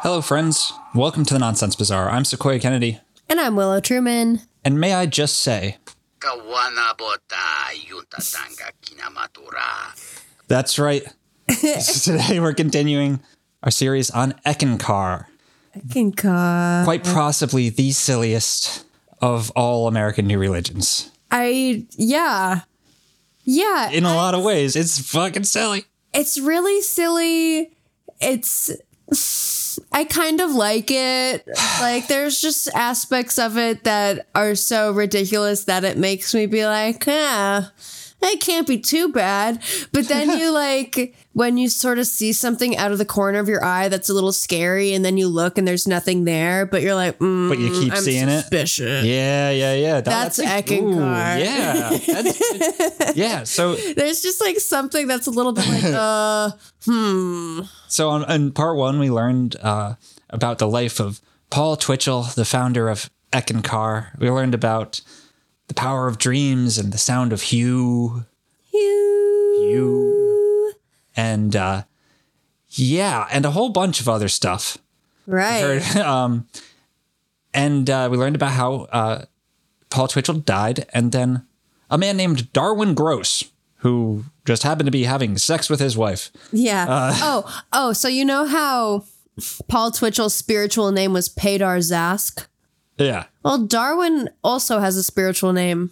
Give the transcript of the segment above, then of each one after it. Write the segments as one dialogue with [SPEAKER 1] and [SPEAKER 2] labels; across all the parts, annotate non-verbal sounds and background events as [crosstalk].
[SPEAKER 1] Hello, friends. Welcome to the Nonsense Bazaar. I'm Sequoia Kennedy.
[SPEAKER 2] And I'm Willow Truman.
[SPEAKER 1] And may I just say,
[SPEAKER 3] Kawanabota Yutatanga Kinamatura.
[SPEAKER 1] that's
[SPEAKER 2] [laughs]
[SPEAKER 1] right. Today we're continuing our series on Eckankar,
[SPEAKER 2] King Kong.
[SPEAKER 1] quite possibly the silliest of all American new religions.
[SPEAKER 2] I yeah. Yeah.
[SPEAKER 1] In a lot of ways, it's fucking silly.
[SPEAKER 2] it's really silly. It's I kind of like it. Like there's just aspects of it that are so ridiculous that it makes me be like, ah, it can't be too bad. But then you like when you sort of see something out of the corner of your eye that's a little scary, and then you look and there's nothing there, but you're like, mm,
[SPEAKER 1] But you keep
[SPEAKER 2] I'm
[SPEAKER 1] seeing it.
[SPEAKER 2] suspicious.
[SPEAKER 1] Yeah, yeah, yeah.
[SPEAKER 2] That's
[SPEAKER 1] like-
[SPEAKER 2] Eckankar.
[SPEAKER 1] Ooh, Yeah. That's- it's-
[SPEAKER 2] [laughs]
[SPEAKER 1] yeah. So
[SPEAKER 2] There's just like something that's a little bit like, uh,
[SPEAKER 1] So on, in part one, we learned uh, about the life of Paul Twitchell, the founder of Eckankar. We learned about the power of dreams and the sound of hue,
[SPEAKER 2] you.
[SPEAKER 1] hue, and uh, yeah, and a whole bunch of other stuff.
[SPEAKER 2] Right.
[SPEAKER 1] um, and uh, we learned about how uh, Paul Twitchell died, and then a man named Darwin Gross, who just happened to be having sex with his wife.
[SPEAKER 2] Yeah. oh, oh, so you know how Paul Twitchell's spiritual name was Pedar Zask?
[SPEAKER 1] Yeah,
[SPEAKER 2] Well, Darwin also has a spiritual name,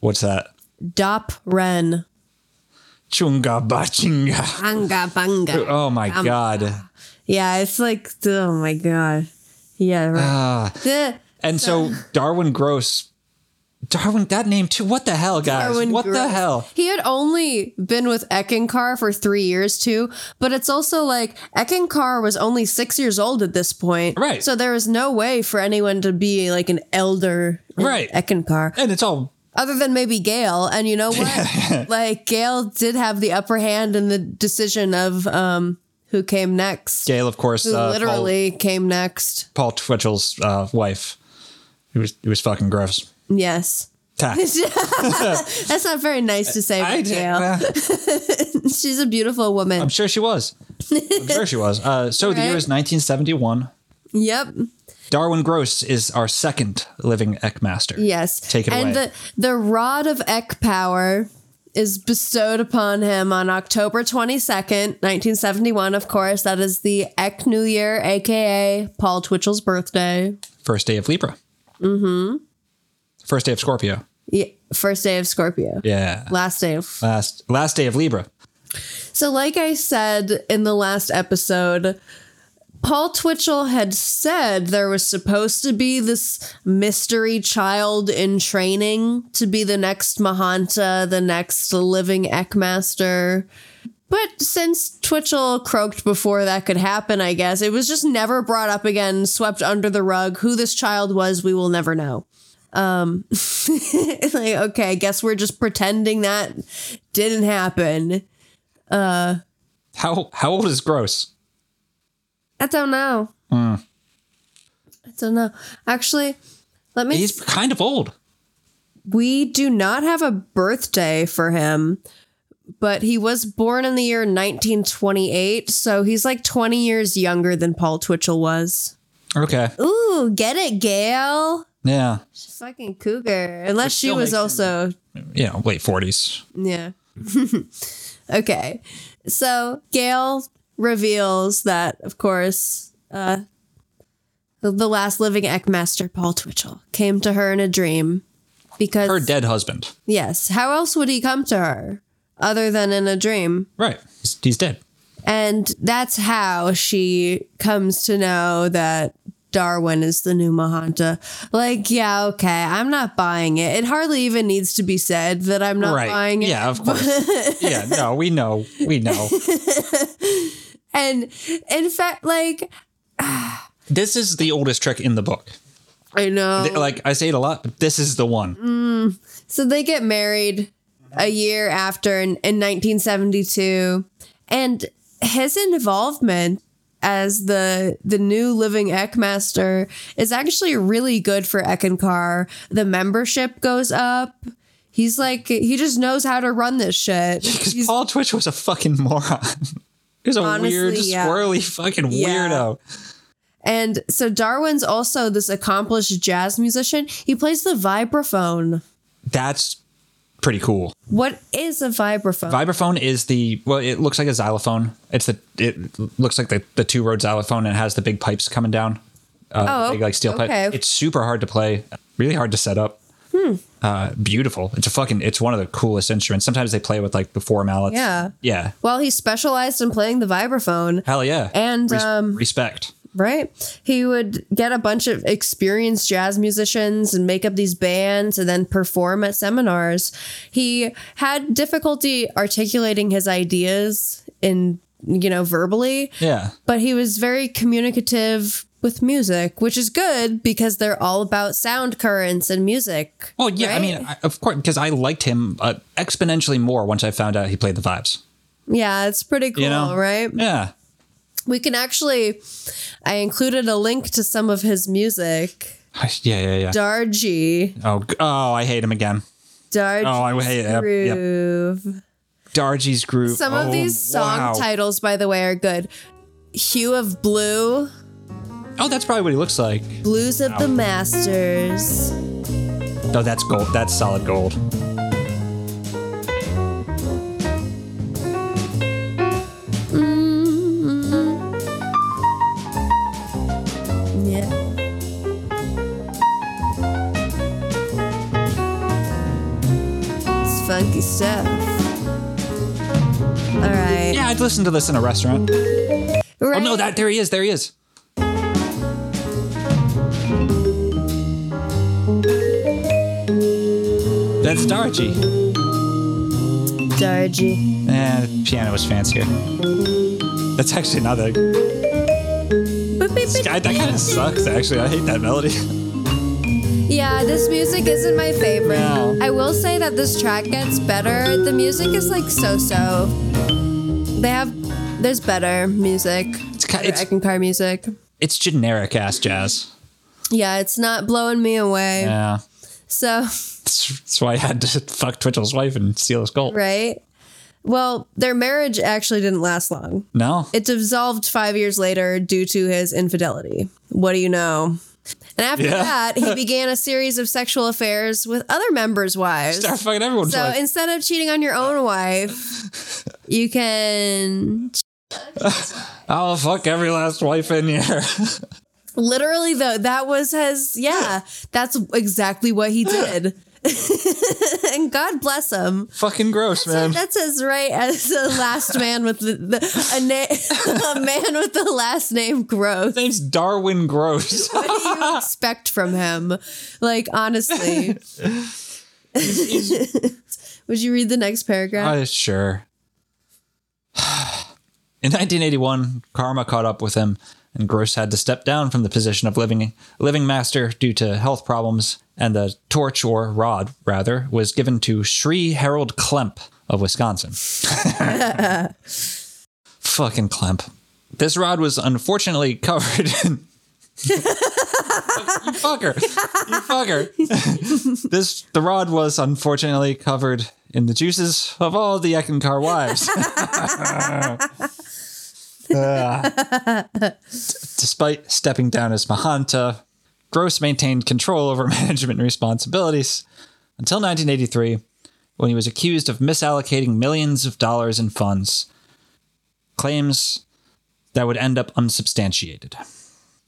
[SPEAKER 1] what's that?
[SPEAKER 2] Dop Ren.
[SPEAKER 1] Chunga bachinga.
[SPEAKER 2] Anga banga.
[SPEAKER 1] Oh my god.
[SPEAKER 2] Yeah, it's like, oh my God. Yeah. Right. The-
[SPEAKER 1] And so Darwin Gross Darwin that name too. What the hell, guys?
[SPEAKER 2] Darwin
[SPEAKER 1] what the
[SPEAKER 2] Gross.
[SPEAKER 1] hell?
[SPEAKER 2] He had only been with Eckankar for three years too, but it's also like Eckankar was only six years old at this point,
[SPEAKER 1] Right.
[SPEAKER 2] So there was no way for anyone to be like an elder, in
[SPEAKER 1] Right.
[SPEAKER 2] Eckankar,
[SPEAKER 1] And it's all
[SPEAKER 2] other than maybe Gail. And you know
[SPEAKER 1] [laughs]
[SPEAKER 2] what? like Gail did have the upper hand in the decision of um who came next,
[SPEAKER 1] Gail, of course,
[SPEAKER 2] who
[SPEAKER 1] uh, Paul-
[SPEAKER 2] literally came next.
[SPEAKER 1] Paul, Twitchell's uh, wife. He was he was fucking gross. [laughs]
[SPEAKER 2] Yes. [laughs]
[SPEAKER 1] Ta.
[SPEAKER 2] That's not very nice to say.
[SPEAKER 1] I
[SPEAKER 2] about
[SPEAKER 1] did-
[SPEAKER 2] Gail.
[SPEAKER 1] well,
[SPEAKER 2] She's a beautiful woman.
[SPEAKER 1] I'm sure she was. I'm sure she was. Uh, so the year
[SPEAKER 2] Right.
[SPEAKER 1] is 1971.
[SPEAKER 2] yep.
[SPEAKER 1] Darwin Gross is our second living Eckmaster.
[SPEAKER 2] Yes.
[SPEAKER 1] Take it
[SPEAKER 2] and
[SPEAKER 1] away.
[SPEAKER 2] the the rod of Ek power is bestowed upon him on October 22nd, 1971. Of course, that is the Ek New Year, aka Paul Twitchell's birthday.
[SPEAKER 1] First day of Libra. Mm-hmm. First day of Scorpio.
[SPEAKER 2] Yeah, first day of Scorpio.
[SPEAKER 1] Yeah.
[SPEAKER 2] Last day of
[SPEAKER 1] Last last day of Libra.
[SPEAKER 2] So, like I said in the last episode, Paul Twitchell had said there was supposed to be this mystery child in training to be the next Mahanta, the next living Ekmaster. But since Twitchell croaked before that could happen, I guess, it was just never brought up again, swept under the rug. Who this child was, we will never know. Um, [laughs] like, okay, I guess we're just pretending that didn't happen.
[SPEAKER 1] How how old is Gross?
[SPEAKER 2] I don't know. I don't know. Actually, let me.
[SPEAKER 1] He's kind of old.
[SPEAKER 2] we do not have a birthday for him, but he was born in the year 1928, so he's like 20 years younger than Paul Twitchell was.
[SPEAKER 1] Okay.
[SPEAKER 2] Ooh, get it, Gail.
[SPEAKER 1] Yeah.
[SPEAKER 2] She's fucking cougar. Unless she
[SPEAKER 1] still makes
[SPEAKER 2] was
[SPEAKER 1] him-
[SPEAKER 2] also
[SPEAKER 1] you know, late forties.
[SPEAKER 2] Yeah. [laughs] okay. So Gail reveals that, of course, uh, the, the last living Eckmaster, Paul Twitchell, came to her in a dream. Because,
[SPEAKER 1] Her dead husband.
[SPEAKER 2] yes, how else would he come to her other than in a dream?
[SPEAKER 1] Right. He's, he's dead.
[SPEAKER 2] And that's how she comes to know that Darwin is the new Mahanta. Like, yeah, okay, I'm not buying it. It hardly even needs to be said that I'm not
[SPEAKER 1] right.
[SPEAKER 2] buying it.
[SPEAKER 1] yeah, of course. yeah, no, we know.
[SPEAKER 2] [laughs]
[SPEAKER 1] We know.
[SPEAKER 2] And in fact, like, ah,
[SPEAKER 1] This is the oldest trick in the book.
[SPEAKER 2] I know.
[SPEAKER 1] Th- Like I say it a lot, but this is the
[SPEAKER 2] Mm,
[SPEAKER 1] one.
[SPEAKER 2] So they get married a year after in, in 1972, and his involvement as the the new living Eckmaster is actually really good for Eckankar. The membership goes up. He's like he just knows how to run this
[SPEAKER 1] [laughs]
[SPEAKER 2] shit.
[SPEAKER 1] Because
[SPEAKER 2] He's-
[SPEAKER 1] Paul Twitch was a fucking moron. [laughs] he was a
[SPEAKER 2] Honestly,
[SPEAKER 1] weird,
[SPEAKER 2] yeah.
[SPEAKER 1] squirrely fucking
[SPEAKER 2] Yeah.
[SPEAKER 1] weirdo.
[SPEAKER 2] and so Darwin's also this accomplished jazz musician. He plays the vibraphone.
[SPEAKER 1] That's pretty cool.
[SPEAKER 2] What is a vibraphone?
[SPEAKER 1] Vibraphone is the well. It looks like a xylophone. It's the it looks like the, the two road xylophone and it has the big pipes coming down. Uh,
[SPEAKER 2] Oh,
[SPEAKER 1] the big, like steel
[SPEAKER 2] okay. Hmm.
[SPEAKER 1] pipe. It's super hard to play. Really hard to set up. Uh, beautiful. It's a fucking. It's one of the coolest instruments. Sometimes they play with like the four mallets.
[SPEAKER 2] Yeah.
[SPEAKER 1] Yeah.
[SPEAKER 2] well, he specialized in playing the vibraphone.
[SPEAKER 1] Hell yeah.
[SPEAKER 2] And, um,
[SPEAKER 1] respect.
[SPEAKER 2] Right. He would get a bunch of experienced jazz musicians and make up these bands and then perform at seminars. He had difficulty articulating his ideas in, you know, verbally,
[SPEAKER 1] Yeah.
[SPEAKER 2] but he was very communicative with music, which is good because they're all about sound currents and music.
[SPEAKER 1] Well, yeah. I
[SPEAKER 2] right?
[SPEAKER 1] mean, I, of course, because I liked him uh, exponentially more once I found out he played the vibes.
[SPEAKER 2] yeah, it's pretty cool,
[SPEAKER 1] You know?
[SPEAKER 2] right?
[SPEAKER 1] Yeah. [laughs]
[SPEAKER 2] We can actually, I included a link to some of his music.
[SPEAKER 1] Yeah. Yeah. Yeah.
[SPEAKER 2] Darji.
[SPEAKER 1] Oh. g- Oh, I hate him again.
[SPEAKER 2] Darji.
[SPEAKER 1] Oh, I hate it. Yep, yep.
[SPEAKER 2] Groove.
[SPEAKER 1] Dargy's group.
[SPEAKER 2] Some of
[SPEAKER 1] Oh,
[SPEAKER 2] these song
[SPEAKER 1] wow.
[SPEAKER 2] titles, by the way, are good. Hue of Blue,
[SPEAKER 1] Oh, that's probably what he looks like.
[SPEAKER 2] Blues of the Masters.
[SPEAKER 1] No, that's gold. That's solid gold.
[SPEAKER 2] Mm-hmm. Yeah. It's funky stuff. All right.
[SPEAKER 1] Yeah, I'd listen to this in a restaurant. Oh
[SPEAKER 2] Right?
[SPEAKER 1] no, that there he is. There he is. That's Dargy.
[SPEAKER 2] Darji.
[SPEAKER 1] Eh, the piano was fancier. That's actually not that.
[SPEAKER 2] Boop, beep, beep.
[SPEAKER 1] I, that kind of sucks. Actually, I hate that melody. [laughs]
[SPEAKER 2] Yeah, this music isn't my favorite.
[SPEAKER 1] No.
[SPEAKER 2] I will say that this track gets better. The music is like so-so. They have there's better music. It's
[SPEAKER 1] ki- it's-
[SPEAKER 2] car music.
[SPEAKER 1] It's generic ass jazz.
[SPEAKER 2] Yeah, it's not blowing me away.
[SPEAKER 1] Yeah,
[SPEAKER 2] So, [laughs]
[SPEAKER 1] that's, that's why I had to [laughs] fuck Twitchell's wife and steal his gold.
[SPEAKER 2] right? Well, their marriage actually didn't last long.
[SPEAKER 1] No,
[SPEAKER 2] It dissolved 5 years later due to his infidelity. What do you know? And after
[SPEAKER 1] Yeah. [laughs]
[SPEAKER 2] that, he began a series of sexual affairs with other members' wives.
[SPEAKER 1] Start fucking everyone's
[SPEAKER 2] So
[SPEAKER 1] wife.
[SPEAKER 2] instead of cheating on your own wife, [laughs] you can
[SPEAKER 1] I'll fuck every last wife in here. [laughs]
[SPEAKER 2] literally though that was his yeah, that's exactly what he [laughs] did. and God bless him.
[SPEAKER 1] fucking gross,
[SPEAKER 2] So
[SPEAKER 1] man.
[SPEAKER 2] that's as right as the last man with the, the a, na- [laughs] a man with the last name Gross.
[SPEAKER 1] His name's Darwin Gross.
[SPEAKER 2] What do [laughs] you expect from him? Like [laughs] honestly. [laughs] Would you read the next paragraph?
[SPEAKER 1] Uh, sure. [sighs] In 1981, karma caught up with him, and Gross had to step down from the position of living living master due to health problems. And the torch or rod, rather, was given to Shri Harold Klemp of Wisconsin. [laughs] Fucking Klemp. This rod was unfortunately [laughs] covered in. you fucker! You fucker! this the rod was unfortunately covered in the juices of all the Ekankar
[SPEAKER 2] [laughs]
[SPEAKER 1] wives. [laughs] Ah. D- Despite stepping down as Mahanta, Gross maintained control over [laughs] management and responsibilities until 1983, when he was accused of misallocating millions of dollars in funds, claims that would end up unsubstantiated.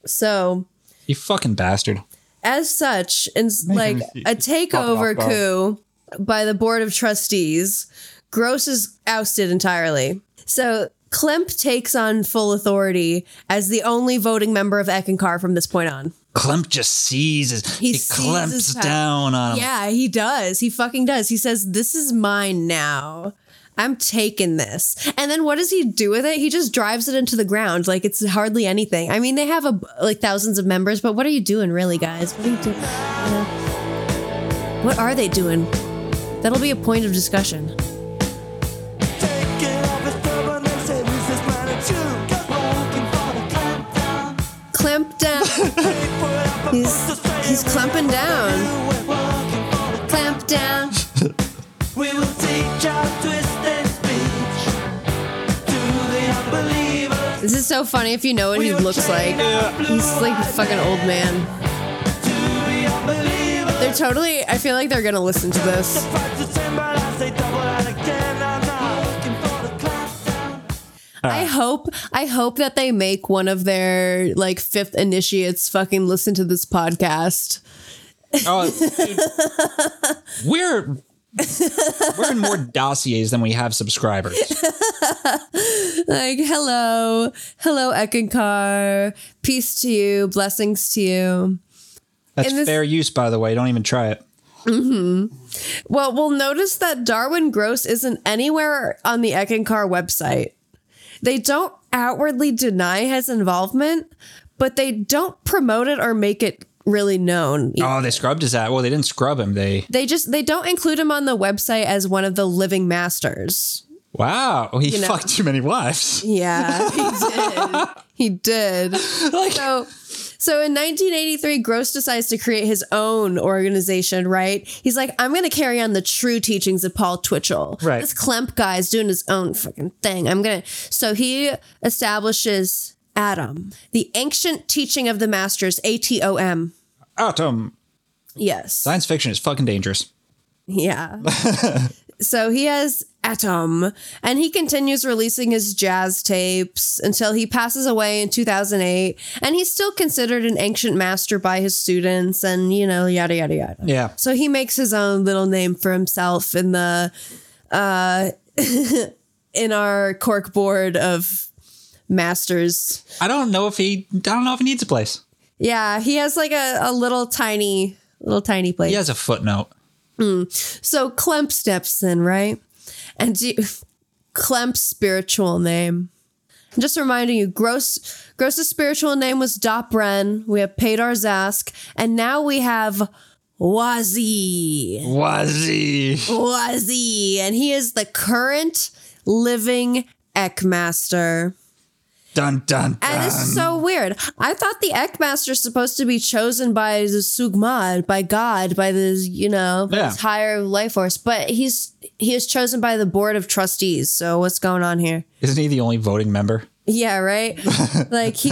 [SPEAKER 2] So,
[SPEAKER 1] You fucking bastard.
[SPEAKER 2] as such, in like a takeover coup by the board of trustees, Gross is ousted entirely. So Klemp takes on full authority as the only voting member of Eckankar from this point on.
[SPEAKER 1] Klemp just seizes.
[SPEAKER 2] He
[SPEAKER 1] He,
[SPEAKER 2] seizes
[SPEAKER 1] clamps
[SPEAKER 2] power.
[SPEAKER 1] down on him.
[SPEAKER 2] Yeah, he does. He fucking does. He says, "This is mine now." I'm taking this. And then what does he do with it? He just drives it into the ground. Like it's hardly anything. I mean, they have a, like thousands of members, but what are you doing really, guys? What are you doing? What are they doing? That'll be a point of discussion. Clamp down. [laughs] he's he's clumping down. Clamp down.
[SPEAKER 4] We will teach our twisted speech to the unbelievers.
[SPEAKER 2] This is so funny if you know what he looks like. He's like a fucking old man.
[SPEAKER 4] Unbelievers.
[SPEAKER 2] They're totally. I feel like they're gonna listen to this.
[SPEAKER 4] Fight to ten, but I say double and again. I'm not looking for the class down.
[SPEAKER 2] I hope. I hope that they make one of their like fifth initiates fucking listen to this podcast.
[SPEAKER 1] Oh, dude.
[SPEAKER 2] [laughs]
[SPEAKER 1] we're we're in more dossiers than we have subscribers.
[SPEAKER 2] Like, hello, hello, Ekankar. Peace to you. Blessings to you.
[SPEAKER 1] That's
[SPEAKER 2] And this-
[SPEAKER 1] fair use, by the way. Don't even try it.
[SPEAKER 2] Well, we'll notice that Darwin Gross isn't anywhere on the Ekankar website. They don't outwardly deny his involvement, but they don't promote it or make it really known.
[SPEAKER 1] Oh, they scrubbed his ass. Well, they didn't scrub him. They
[SPEAKER 2] They just they don't include him on the website as one of the living masters.
[SPEAKER 1] wow, Oh, he
[SPEAKER 2] You know.
[SPEAKER 1] fucked too many wives. [laughs]
[SPEAKER 2] Yeah, he did. He did. so so in 1983 gross decides to create his own organization right he's like i'm going to carry on the true teachings of paul twitchell
[SPEAKER 1] Right.
[SPEAKER 2] this klemp guy is doing his own fucking thing i'm going to so he establishes adam the ancient teaching of the masters atom
[SPEAKER 1] Atom.
[SPEAKER 2] yes
[SPEAKER 1] Science fiction is fucking dangerous.
[SPEAKER 2] yeah so he has atom and he continues releasing his jazz tapes until he passes away in 2008 and he's still considered an ancient master by his students and you know yada yada yada
[SPEAKER 1] Yeah.
[SPEAKER 2] so he makes his own little name for himself in the uh [laughs] in our cork board of masters.
[SPEAKER 1] I don't know if he. I don't know if he needs a place.
[SPEAKER 2] Yeah, he has like a, a little tiny little tiny place.
[SPEAKER 1] He has a footnote.
[SPEAKER 2] So Clemp steps in, right? And do Clemp's spiritual name. I'm just reminding you, Gross Gross's spiritual name was Dopren. We have Padar Zask, and now we have Wazi.
[SPEAKER 1] Was he?
[SPEAKER 2] Wazzy, and he is the current living Eckmaster.
[SPEAKER 1] Dun dun.
[SPEAKER 2] And this is so weird. I thought the Eckmaster is supposed to be chosen by the Sugmad, by God, by the you know by
[SPEAKER 1] Yeah.
[SPEAKER 2] this higher life force, but he's he is chosen by the board of trustees. So what's going on here?
[SPEAKER 1] Isn't he the only voting member?
[SPEAKER 2] Yeah, right. like he.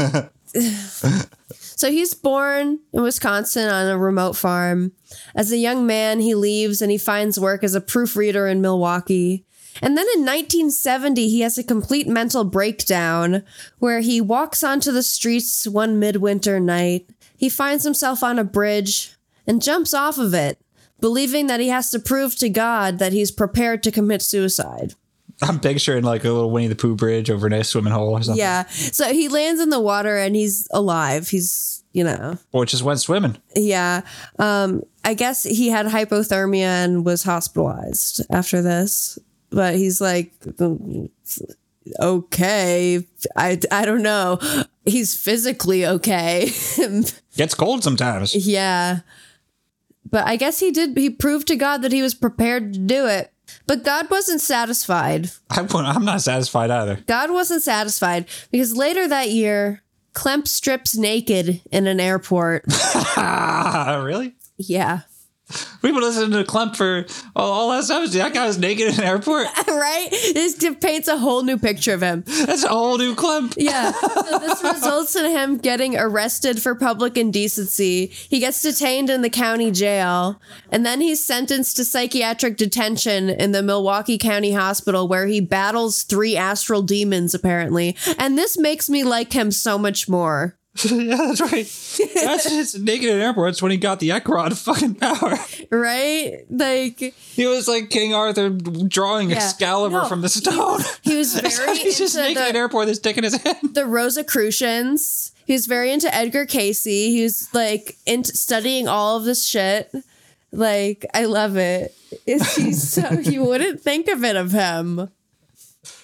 [SPEAKER 2] so he's born in Wisconsin on a remote farm. As a young man, he leaves and he finds work as a proofreader in Milwaukee. And then in 1970, he has a complete mental breakdown where he walks onto the streets one midwinter night. He finds himself on a bridge and jumps off of it, believing that he has to prove to God that he's prepared to commit suicide.
[SPEAKER 1] I'm picturing like a little Winnie the Pooh bridge over a swimming hole or something.
[SPEAKER 2] Yeah. So he lands in the water and he's alive. He's, you know,
[SPEAKER 1] Or just went swimming.
[SPEAKER 2] yeah. Um, I guess he had hypothermia and was hospitalized after this, but he's like, "Mm, okay. I, I don't know. He's physically okay. [laughs]
[SPEAKER 1] Gets cold sometimes.
[SPEAKER 2] Yeah. But I guess he did. He proved to God that he was prepared to do it. But God wasn't satisfied.
[SPEAKER 1] [laughs] I, won't- I'm not satisfied either. [laughs]
[SPEAKER 2] God wasn't satisfied because later that year, Clemp strips naked in an [laughs] airport.
[SPEAKER 1] Ah, really?
[SPEAKER 2] yeah.
[SPEAKER 1] We've been listening to Clump for all, all that stuff. That guy was naked in an
[SPEAKER 2] [laughs]
[SPEAKER 1] airport.
[SPEAKER 2] [laughs] right? This paints a whole new picture of him.
[SPEAKER 1] That's a whole new Clump. [laughs]
[SPEAKER 2] [laughs] Yeah. So this results in him getting arrested for public indecency. He gets detained in the county jail, and then he's sentenced to psychiatric detention in the Milwaukee County Hospital, where he battles three astral demons, apparently. And this makes me like him so much more.
[SPEAKER 1] yeah, that's right.
[SPEAKER 2] [laughs]
[SPEAKER 1] That's just naked in airports when he got the Ekron fucking power. [laughs]
[SPEAKER 2] Right? Like,
[SPEAKER 1] He was like King Arthur drawing Excalibur
[SPEAKER 2] No,
[SPEAKER 1] from the stone.
[SPEAKER 2] [laughs] he was
[SPEAKER 1] [laughs]
[SPEAKER 2] very
[SPEAKER 1] He's just
[SPEAKER 2] into
[SPEAKER 1] naked
[SPEAKER 2] the-
[SPEAKER 1] in an airport, this dick in his hand. [laughs]
[SPEAKER 2] the Rosicrucians. He was very into Edgar Casey. He was like into studying all of this shit. Like, I love it. Is he so you wouldn't think of it of him.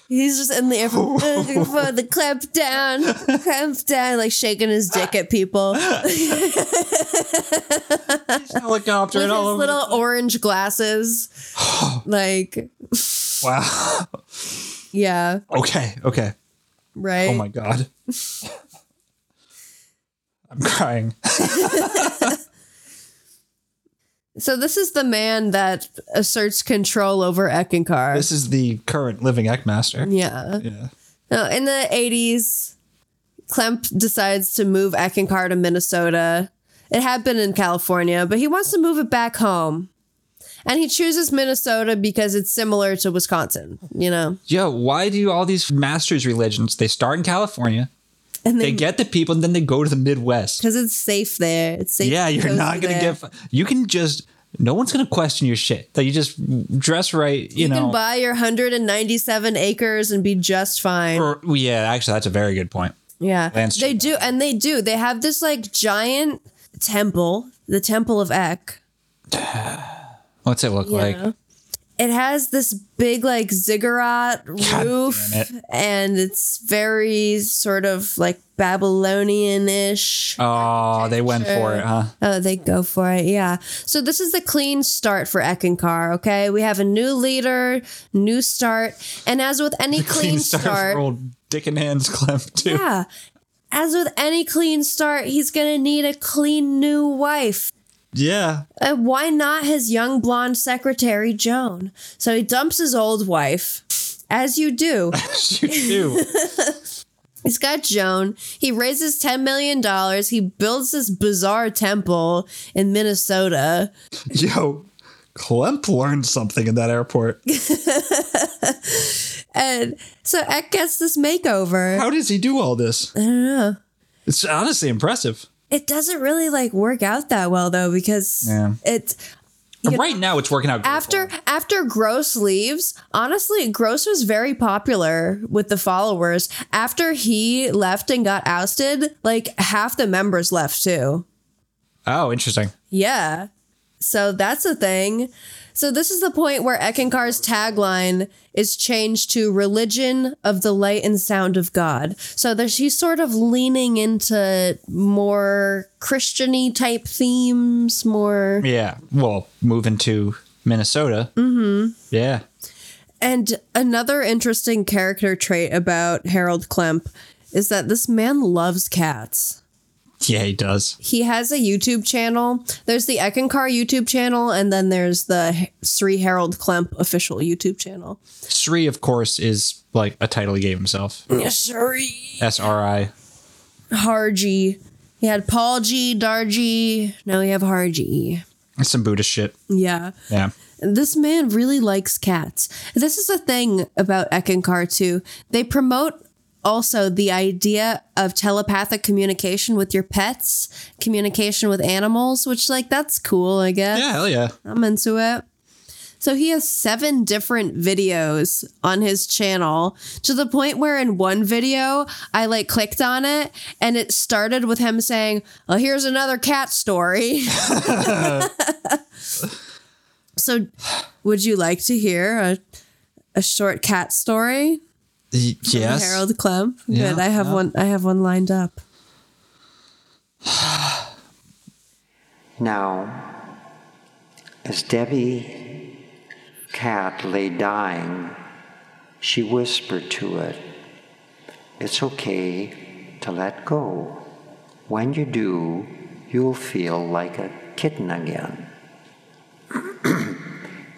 [SPEAKER 2] He's just in the air
[SPEAKER 1] [laughs]
[SPEAKER 2] for for the clamp down, clamp down, like shaking his dick
[SPEAKER 1] [laughs]
[SPEAKER 2] at people with
[SPEAKER 1] Helicopter
[SPEAKER 2] his
[SPEAKER 1] and all over.
[SPEAKER 2] little orange glasses.
[SPEAKER 1] [sighs]
[SPEAKER 2] like,
[SPEAKER 1] wow.
[SPEAKER 2] yeah,
[SPEAKER 1] Okay. Okay.
[SPEAKER 2] right.
[SPEAKER 1] Oh my
[SPEAKER 2] [laughs]
[SPEAKER 1] god. [laughs] I'm crying.
[SPEAKER 2] So this is the man that asserts control over Eckankar.
[SPEAKER 1] This is the current living Eckmaster.
[SPEAKER 2] yeah.
[SPEAKER 1] Yeah.
[SPEAKER 2] No, in the 80s, Clemp decides to move Eckankar to Minnesota. It had been in California, but he wants to move it back home. And he chooses Minnesota because it's similar to Wisconsin, you know.
[SPEAKER 1] Yo, why do all these masters religions? They start in California,
[SPEAKER 2] And
[SPEAKER 1] they get the people, and then they go to the Midwest.
[SPEAKER 2] because it's safe there. It's safe.
[SPEAKER 1] Yeah, you're
[SPEAKER 2] cozy
[SPEAKER 1] not gonna
[SPEAKER 2] there.
[SPEAKER 1] get. fu- You can just. No one's gonna question your shit. That you just dress right. You,
[SPEAKER 2] You
[SPEAKER 1] know.
[SPEAKER 2] can buy your 197 acres and be just fine.
[SPEAKER 1] or, yeah, actually, that's a very good point.
[SPEAKER 2] Yeah.
[SPEAKER 1] Lance
[SPEAKER 2] they
[SPEAKER 1] Chapman.
[SPEAKER 2] do. And they do. They have this like giant temple, the Temple of Ek.
[SPEAKER 1] What's it look
[SPEAKER 2] you
[SPEAKER 1] like?
[SPEAKER 2] know? It has this big like ziggurat roof
[SPEAKER 1] damn it.
[SPEAKER 2] and it's very sort of like Babylonian ish.
[SPEAKER 1] Oh, they went for it, huh? [laughs]
[SPEAKER 2] Oh, they go for it. Yeah. So this is a clean start for Ekankar. Okay. We have a new leader, new start. And as with
[SPEAKER 1] [laughs]
[SPEAKER 2] any clean,
[SPEAKER 1] start
[SPEAKER 2] start
[SPEAKER 1] for old Dick and Hands [laughs] Clem too.
[SPEAKER 2] Yeah. As with any clean start, he's going to need a clean new wife.
[SPEAKER 1] yeah. [laughs]
[SPEAKER 2] And Uh, why not his young blonde secretary, Joan? So he dumps his old wife, as you do.
[SPEAKER 1] you do.
[SPEAKER 2] He's got Joan. He raises $10 million. He builds this bizarre temple in Minnesota.
[SPEAKER 1] Yo, Clemp learned something in that airport.
[SPEAKER 2] And so Eck gets this makeover.
[SPEAKER 1] How does he do all this? I don't know. It's honestly impressive.
[SPEAKER 2] It doesn't really like work out that well, though, because
[SPEAKER 1] Yeah.
[SPEAKER 2] it's
[SPEAKER 1] right now, it's working out. great
[SPEAKER 2] after
[SPEAKER 1] for
[SPEAKER 2] after gross leaves honestly gross was very popular with the followers after he left and got ousted like half the members left too
[SPEAKER 1] him. oh, interesting.
[SPEAKER 2] yeah so that's a thing so this is the point where Eckenkar's tagline is changed to religion of the light and sound of God. So there's he's sort of leaning into more Christiany type themes, more
[SPEAKER 1] Yeah. Well, moving to Minnesota. Mm-hmm. Yeah.
[SPEAKER 2] And another interesting character trait about Harold Klemp is that this man loves cats.
[SPEAKER 1] Yeah, he does.
[SPEAKER 2] He has a YouTube channel. There's the Eckankar YouTube channel, and then there's the Sri Harold Klemp official YouTube channel.
[SPEAKER 1] Sri, of course, is like a title he gave himself.
[SPEAKER 2] Sri
[SPEAKER 1] S R I.
[SPEAKER 2] Harji. He had Paul G, Darji. Now we have Harji.
[SPEAKER 1] It's some Buddhist shit.
[SPEAKER 2] Yeah.
[SPEAKER 1] Yeah.
[SPEAKER 2] This man really likes cats. This is the thing about Ekankar too. They promote also the idea of telepathic communication with your pets, communication with animals, which like that's cool, I guess.
[SPEAKER 1] Yeah. Hell yeah.
[SPEAKER 2] I'm into it. So he has seven different videos on his channel to the point where in one video I like clicked on it and it started with him saying, "Oh, here's another cat story." [laughs] so would you like to hear a a short cat story?
[SPEAKER 1] Y-
[SPEAKER 2] from
[SPEAKER 1] Yes.
[SPEAKER 2] Harold Clem.
[SPEAKER 1] Yeah,
[SPEAKER 2] Good. I have
[SPEAKER 1] yeah.
[SPEAKER 2] one I have one lined up.
[SPEAKER 5] Now, as Debbie Cat lay dying, she whispered to it, It's okay to let go. When you do, you'll feel like a kitten again. [clears throat]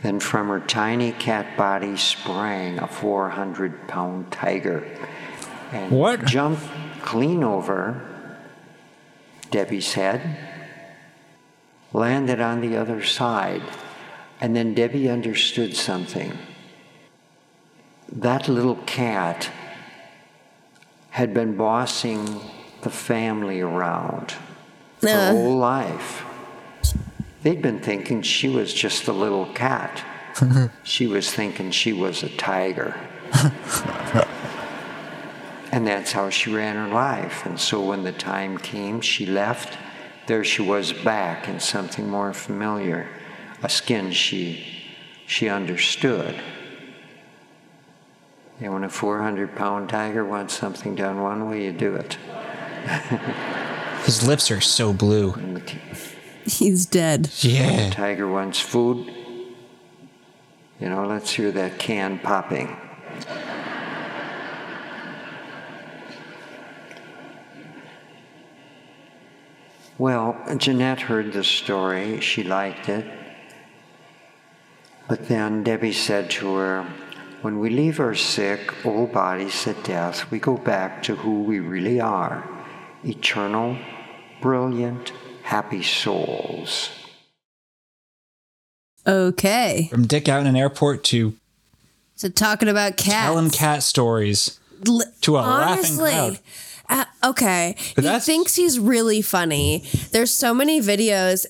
[SPEAKER 5] then from her tiny cat body sprang a 400 pound tiger and
[SPEAKER 1] What?
[SPEAKER 5] jumped clean over Debbie's head landed on the other side. And then Debbie understood something. That little cat had been bossing the family around her
[SPEAKER 2] Uh,
[SPEAKER 5] whole life. They'd been thinking she was just a little cat. she was thinking she was a tiger. and that's how she ran her life. And so when the time came, she left. There she was back in something more familiar. a skin she, she understood. And when a 400 pound tiger wants something done one way, you do it.
[SPEAKER 1] His lips are so blue.
[SPEAKER 5] And the t-
[SPEAKER 2] He's dead.
[SPEAKER 1] Yeah.
[SPEAKER 5] tiger wants food. You know, let's hear that can popping. Well, Jeanette heard the story. She liked it. But then Debbie said to her, When we leave our sick, old bodies at death, we go back to who we really are eternal, brilliant, happy souls.
[SPEAKER 2] Okay.
[SPEAKER 1] From dick out in an airport to
[SPEAKER 2] So talking about cats.
[SPEAKER 1] telling cat stories.
[SPEAKER 2] L-
[SPEAKER 1] to a laughing crowd.
[SPEAKER 2] Uh, okay.
[SPEAKER 1] But
[SPEAKER 2] he
[SPEAKER 1] that's-
[SPEAKER 2] thinks he's really funny. There's so many videos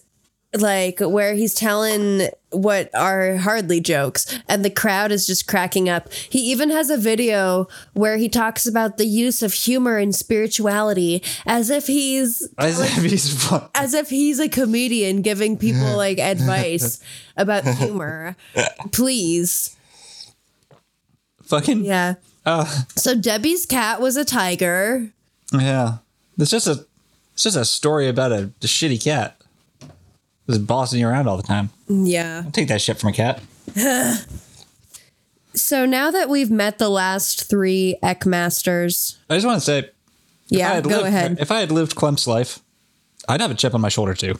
[SPEAKER 2] like where he's telling what are hardly jokes and the crowd is just cracking up. He even has a video where he talks about the use of humor and spirituality as if he's
[SPEAKER 1] As if [laughs] he's fun.
[SPEAKER 2] as if he's a comedian giving
[SPEAKER 1] [laughs]
[SPEAKER 2] people like advice about humor. Please.
[SPEAKER 1] fucking. Yeah.
[SPEAKER 2] Yeah.
[SPEAKER 1] Uh.
[SPEAKER 2] so Debbie's cat was a tiger.
[SPEAKER 1] It's just a it's just a story about a, a shitty cat. Just bossing you around all the time.
[SPEAKER 2] Yeah.
[SPEAKER 1] I'll take that shit from a cat.
[SPEAKER 2] So now that we've met the last three Eckmasters,
[SPEAKER 1] I just want to say, if I
[SPEAKER 2] yeah,
[SPEAKER 1] had
[SPEAKER 2] go
[SPEAKER 1] lived,
[SPEAKER 2] ahead.
[SPEAKER 1] If I had lived Clem's life, I'd have a chip on my shoulder too.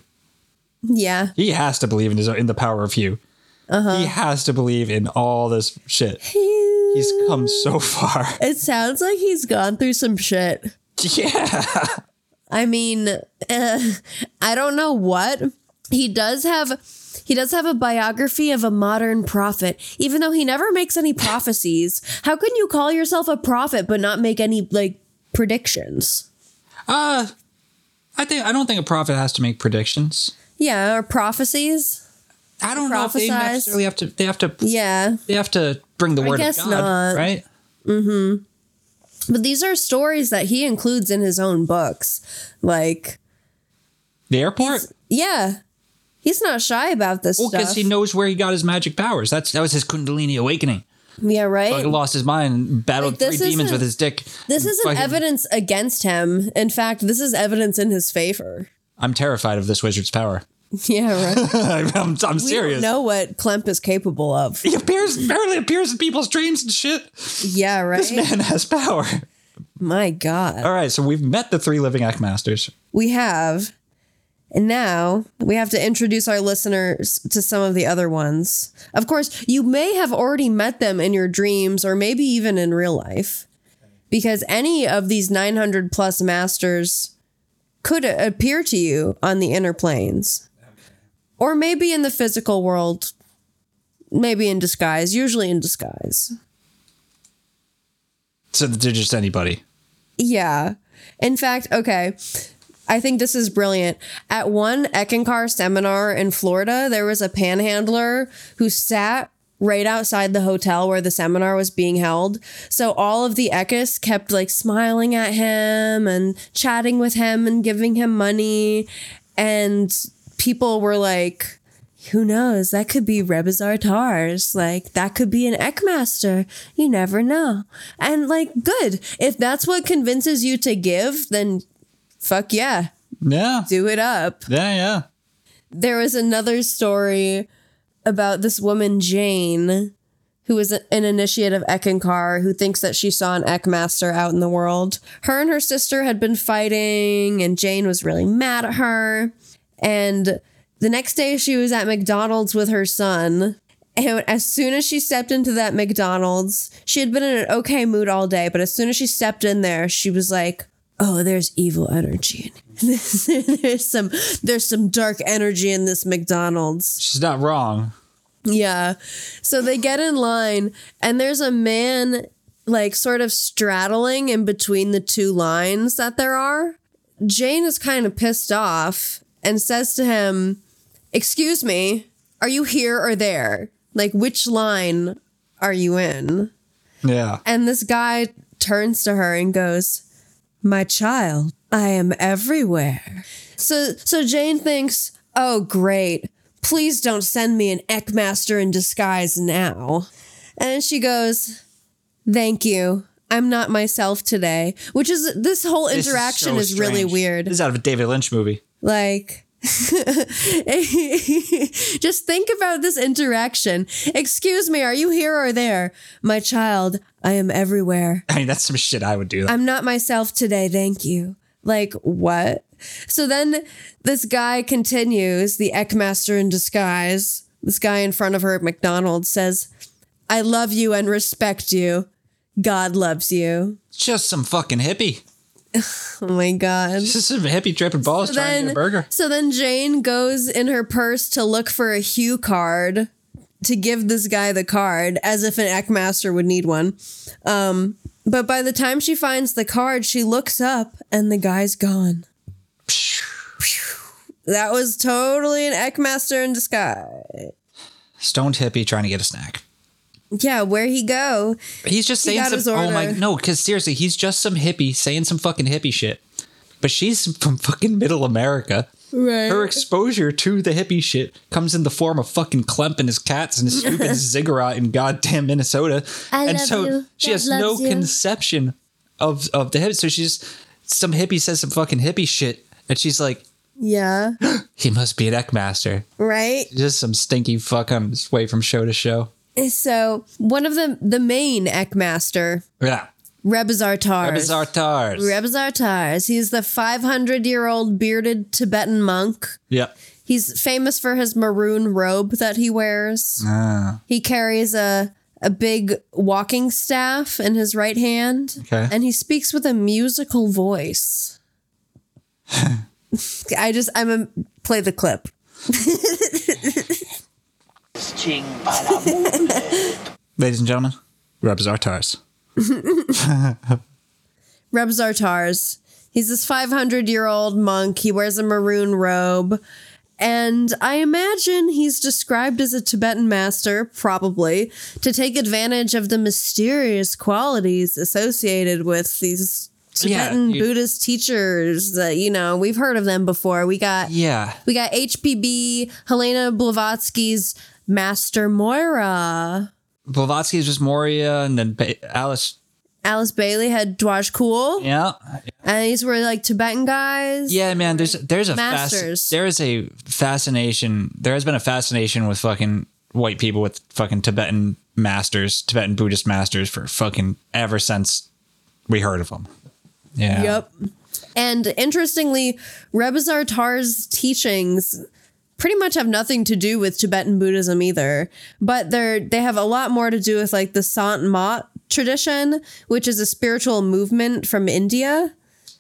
[SPEAKER 2] Yeah,
[SPEAKER 1] He has to believe in his in the power of you.
[SPEAKER 2] Uh-huh.
[SPEAKER 1] He has to believe in all this shit. He's come
[SPEAKER 2] [laughs]
[SPEAKER 1] so far. [laughs]
[SPEAKER 2] it sounds like he's gone through some shit.
[SPEAKER 1] yeah.
[SPEAKER 2] I mean, uh, [laughs] I don't know what he does have. He does have a biography of a modern prophet, even though he never makes any prophecies. How can you call yourself a prophet but not make any like predictions?
[SPEAKER 1] Uh I think I don't think a prophet has to make predictions.
[SPEAKER 2] Yeah, or prophecies.
[SPEAKER 1] I don't know if they
[SPEAKER 2] Prophesize.
[SPEAKER 1] necessarily have to they have to
[SPEAKER 2] Yeah,
[SPEAKER 1] they have to bring the word
[SPEAKER 2] guess
[SPEAKER 1] of God,
[SPEAKER 2] not.
[SPEAKER 1] right?
[SPEAKER 2] but these are stories that he includes in his own books, like
[SPEAKER 1] The airport?
[SPEAKER 2] Yeah. He's not shy about this
[SPEAKER 1] Well,
[SPEAKER 2] stuff.
[SPEAKER 1] because he knows where he got his magic powers. That's that was his Kundalini awakening. He
[SPEAKER 2] yeah, right?
[SPEAKER 1] lost his mind, battled
[SPEAKER 2] Like, this
[SPEAKER 1] three demons
[SPEAKER 2] isn't-
[SPEAKER 1] with his dick.
[SPEAKER 2] this
[SPEAKER 1] and
[SPEAKER 2] isn't
[SPEAKER 1] fucking-
[SPEAKER 2] evidence against him. In fact, this is evidence in his favor. [laughs]
[SPEAKER 1] I'm terrified of this wizard's power.
[SPEAKER 2] Yeah, right.
[SPEAKER 1] I'm, I'm
[SPEAKER 2] we
[SPEAKER 1] [laughs]
[SPEAKER 2] don't
[SPEAKER 1] serious.
[SPEAKER 2] know what Klemp is
[SPEAKER 1] [laughs]
[SPEAKER 2] capable of.
[SPEAKER 1] He appears barely appears in people's dreams and
[SPEAKER 2] [laughs]
[SPEAKER 1] shit.
[SPEAKER 2] Yeah,
[SPEAKER 1] This
[SPEAKER 2] right.
[SPEAKER 1] man has power.
[SPEAKER 2] My God.
[SPEAKER 1] All right, so we've met the three living Eckmasters.
[SPEAKER 2] We have. And now we have to introduce our listeners to some of the other ones. Of course, you may have already met them in your dreams or maybe even in real life, because any of these 900 plus masters could a- appear to you on the inner planes or maybe in the physical world, maybe in disguise, usually in disguise.
[SPEAKER 1] So they're just anybody.
[SPEAKER 2] Yeah. In fact, okay. I think this is brilliant. At one Eckankar seminar in Florida, there was a panhandler who sat right outside the hotel where the seminar was being held. So all of the Ekkas kept like smiling at him and chatting with him and giving him money. And people were like, who knows? That could be Rebizar Tars. Like, that could be an Eckmaster. You never know. And, like, good. If that's what convinces you to give, then fuck yeah,
[SPEAKER 1] Yeah.
[SPEAKER 2] do it up.
[SPEAKER 1] Yeah, yeah.
[SPEAKER 2] There was another story about this woman, Jane, who is an initiate of Eckankar who thinks that she saw an Eckmaster out in the world. Her and her sister had been fighting, and Jane was really mad at her. And the next day, she was at McDonald's with her son. And as soon as she stepped into that McDonald's, she had been in an okay mood all day. But as soon as she stepped in there, she was like, "Oh, there's evil energy. In it. [laughs] there's some, there's some dark energy in this McDonald's."
[SPEAKER 1] She's not wrong.
[SPEAKER 2] Yeah. So they get in line, and there's a man like sort of straddling in between the two lines that there are. Jane is kind of pissed off and says to him, Excuse me, are you here or there? Like, which line are you in?
[SPEAKER 1] Yeah.
[SPEAKER 2] And this guy turns to her and goes, "My child, I am everywhere." So so Jane thinks, "Oh great. Please don't send me an Eckmaster in disguise now. And she goes, Thank you. I'm not myself today. Which is this whole
[SPEAKER 1] This is
[SPEAKER 2] interaction
[SPEAKER 1] so
[SPEAKER 2] is, really
[SPEAKER 1] strange.
[SPEAKER 2] weird.
[SPEAKER 1] This is out of a David Lynch movie.
[SPEAKER 2] Like, [laughs] just think about this interaction. Excuse me, are you here or there? My child, I am everywhere.
[SPEAKER 1] I mean, that's some shit I would do.
[SPEAKER 2] I'm not myself today, thank you. Like, what? So then this guy continues, the Eckmaster in disguise, this guy in front of her at McDonald's says, I love you and respect you. God loves you.
[SPEAKER 1] Just some fucking hippie.
[SPEAKER 2] Oh my God.
[SPEAKER 1] This is some hippie dripping balls trying to get a burger.
[SPEAKER 2] So then Jane goes in her purse to look for a Hue card to give this guy the card, as if an Eckmaster would need one. Um, but by the time she finds the card, she looks up and the guy's gone. That was totally an Eckmaster in disguise.
[SPEAKER 1] Stoned hippie trying to get a snack.
[SPEAKER 2] Yeah, where he go?
[SPEAKER 1] He's just
[SPEAKER 2] He
[SPEAKER 1] saying
[SPEAKER 2] got
[SPEAKER 1] some.
[SPEAKER 2] his
[SPEAKER 1] Oh my
[SPEAKER 2] order.
[SPEAKER 1] no! Because seriously, he's just some hippie saying some fucking hippie shit. But she's from fucking middle America.
[SPEAKER 2] Right.
[SPEAKER 1] Her exposure to the hippie shit comes in the form of fucking Klemp and his cats and his
[SPEAKER 2] [laughs]
[SPEAKER 1] stupid ziggurat in goddamn Minnesota.
[SPEAKER 2] I
[SPEAKER 1] and
[SPEAKER 2] love
[SPEAKER 1] so
[SPEAKER 2] you.
[SPEAKER 1] she
[SPEAKER 2] God
[SPEAKER 1] has no
[SPEAKER 2] loves you.
[SPEAKER 1] conception of of the hippie. So she's some hippie says some fucking hippie shit, and she's like,
[SPEAKER 2] yeah.
[SPEAKER 1] "He must be an Eckmaster."
[SPEAKER 2] Right.
[SPEAKER 1] Just some stinky fuck on his way from show to show.
[SPEAKER 2] So one of the the main Eckmaster,
[SPEAKER 1] Yeah,
[SPEAKER 2] Rebizartar.
[SPEAKER 1] bizarre tars.
[SPEAKER 2] Rebzartars. He's the 500 year old bearded Tibetan monk.
[SPEAKER 1] Yeah.
[SPEAKER 2] He's famous for his maroon robe that he wears. He carries a a big walking staff in his right hand,
[SPEAKER 1] Okay.
[SPEAKER 2] and he speaks with a musical voice. I just I'm a play the clip.
[SPEAKER 1] Ladies and gentlemen, Rebzartars.
[SPEAKER 2] Rebzartars. He's this 500 year old monk. He wears a maroon robe. And I imagine he's described as a Tibetan master, probably, to take advantage of the mysterious qualities associated with these
[SPEAKER 1] Yeah,
[SPEAKER 2] Tibetan
[SPEAKER 1] you-
[SPEAKER 2] Buddhist teachers that, you know, we've heard of them before. We got
[SPEAKER 1] Yeah.
[SPEAKER 2] we got HPB, Helena Blavatsky's Master Moira.
[SPEAKER 1] Blavatsky is just Moria and then ba- Alice.
[SPEAKER 2] Alice Bailey had Dwaj Kool.
[SPEAKER 1] Yeah.
[SPEAKER 2] And these were like Tibetan guys.
[SPEAKER 1] Yeah, man, there's there's a
[SPEAKER 2] Masters.
[SPEAKER 1] there is a fascination. There has been a fascination with fucking white people with fucking Tibetan masters, Tibetan Buddhist masters for fucking ever since we heard of them. Yeah.
[SPEAKER 2] Yep. And interestingly, Rebizar Tar's teachings pretty much have nothing to do with Tibetan Buddhism either, but they're they have a lot more to do with like the Sant Mat tradition, which is a spiritual movement from India,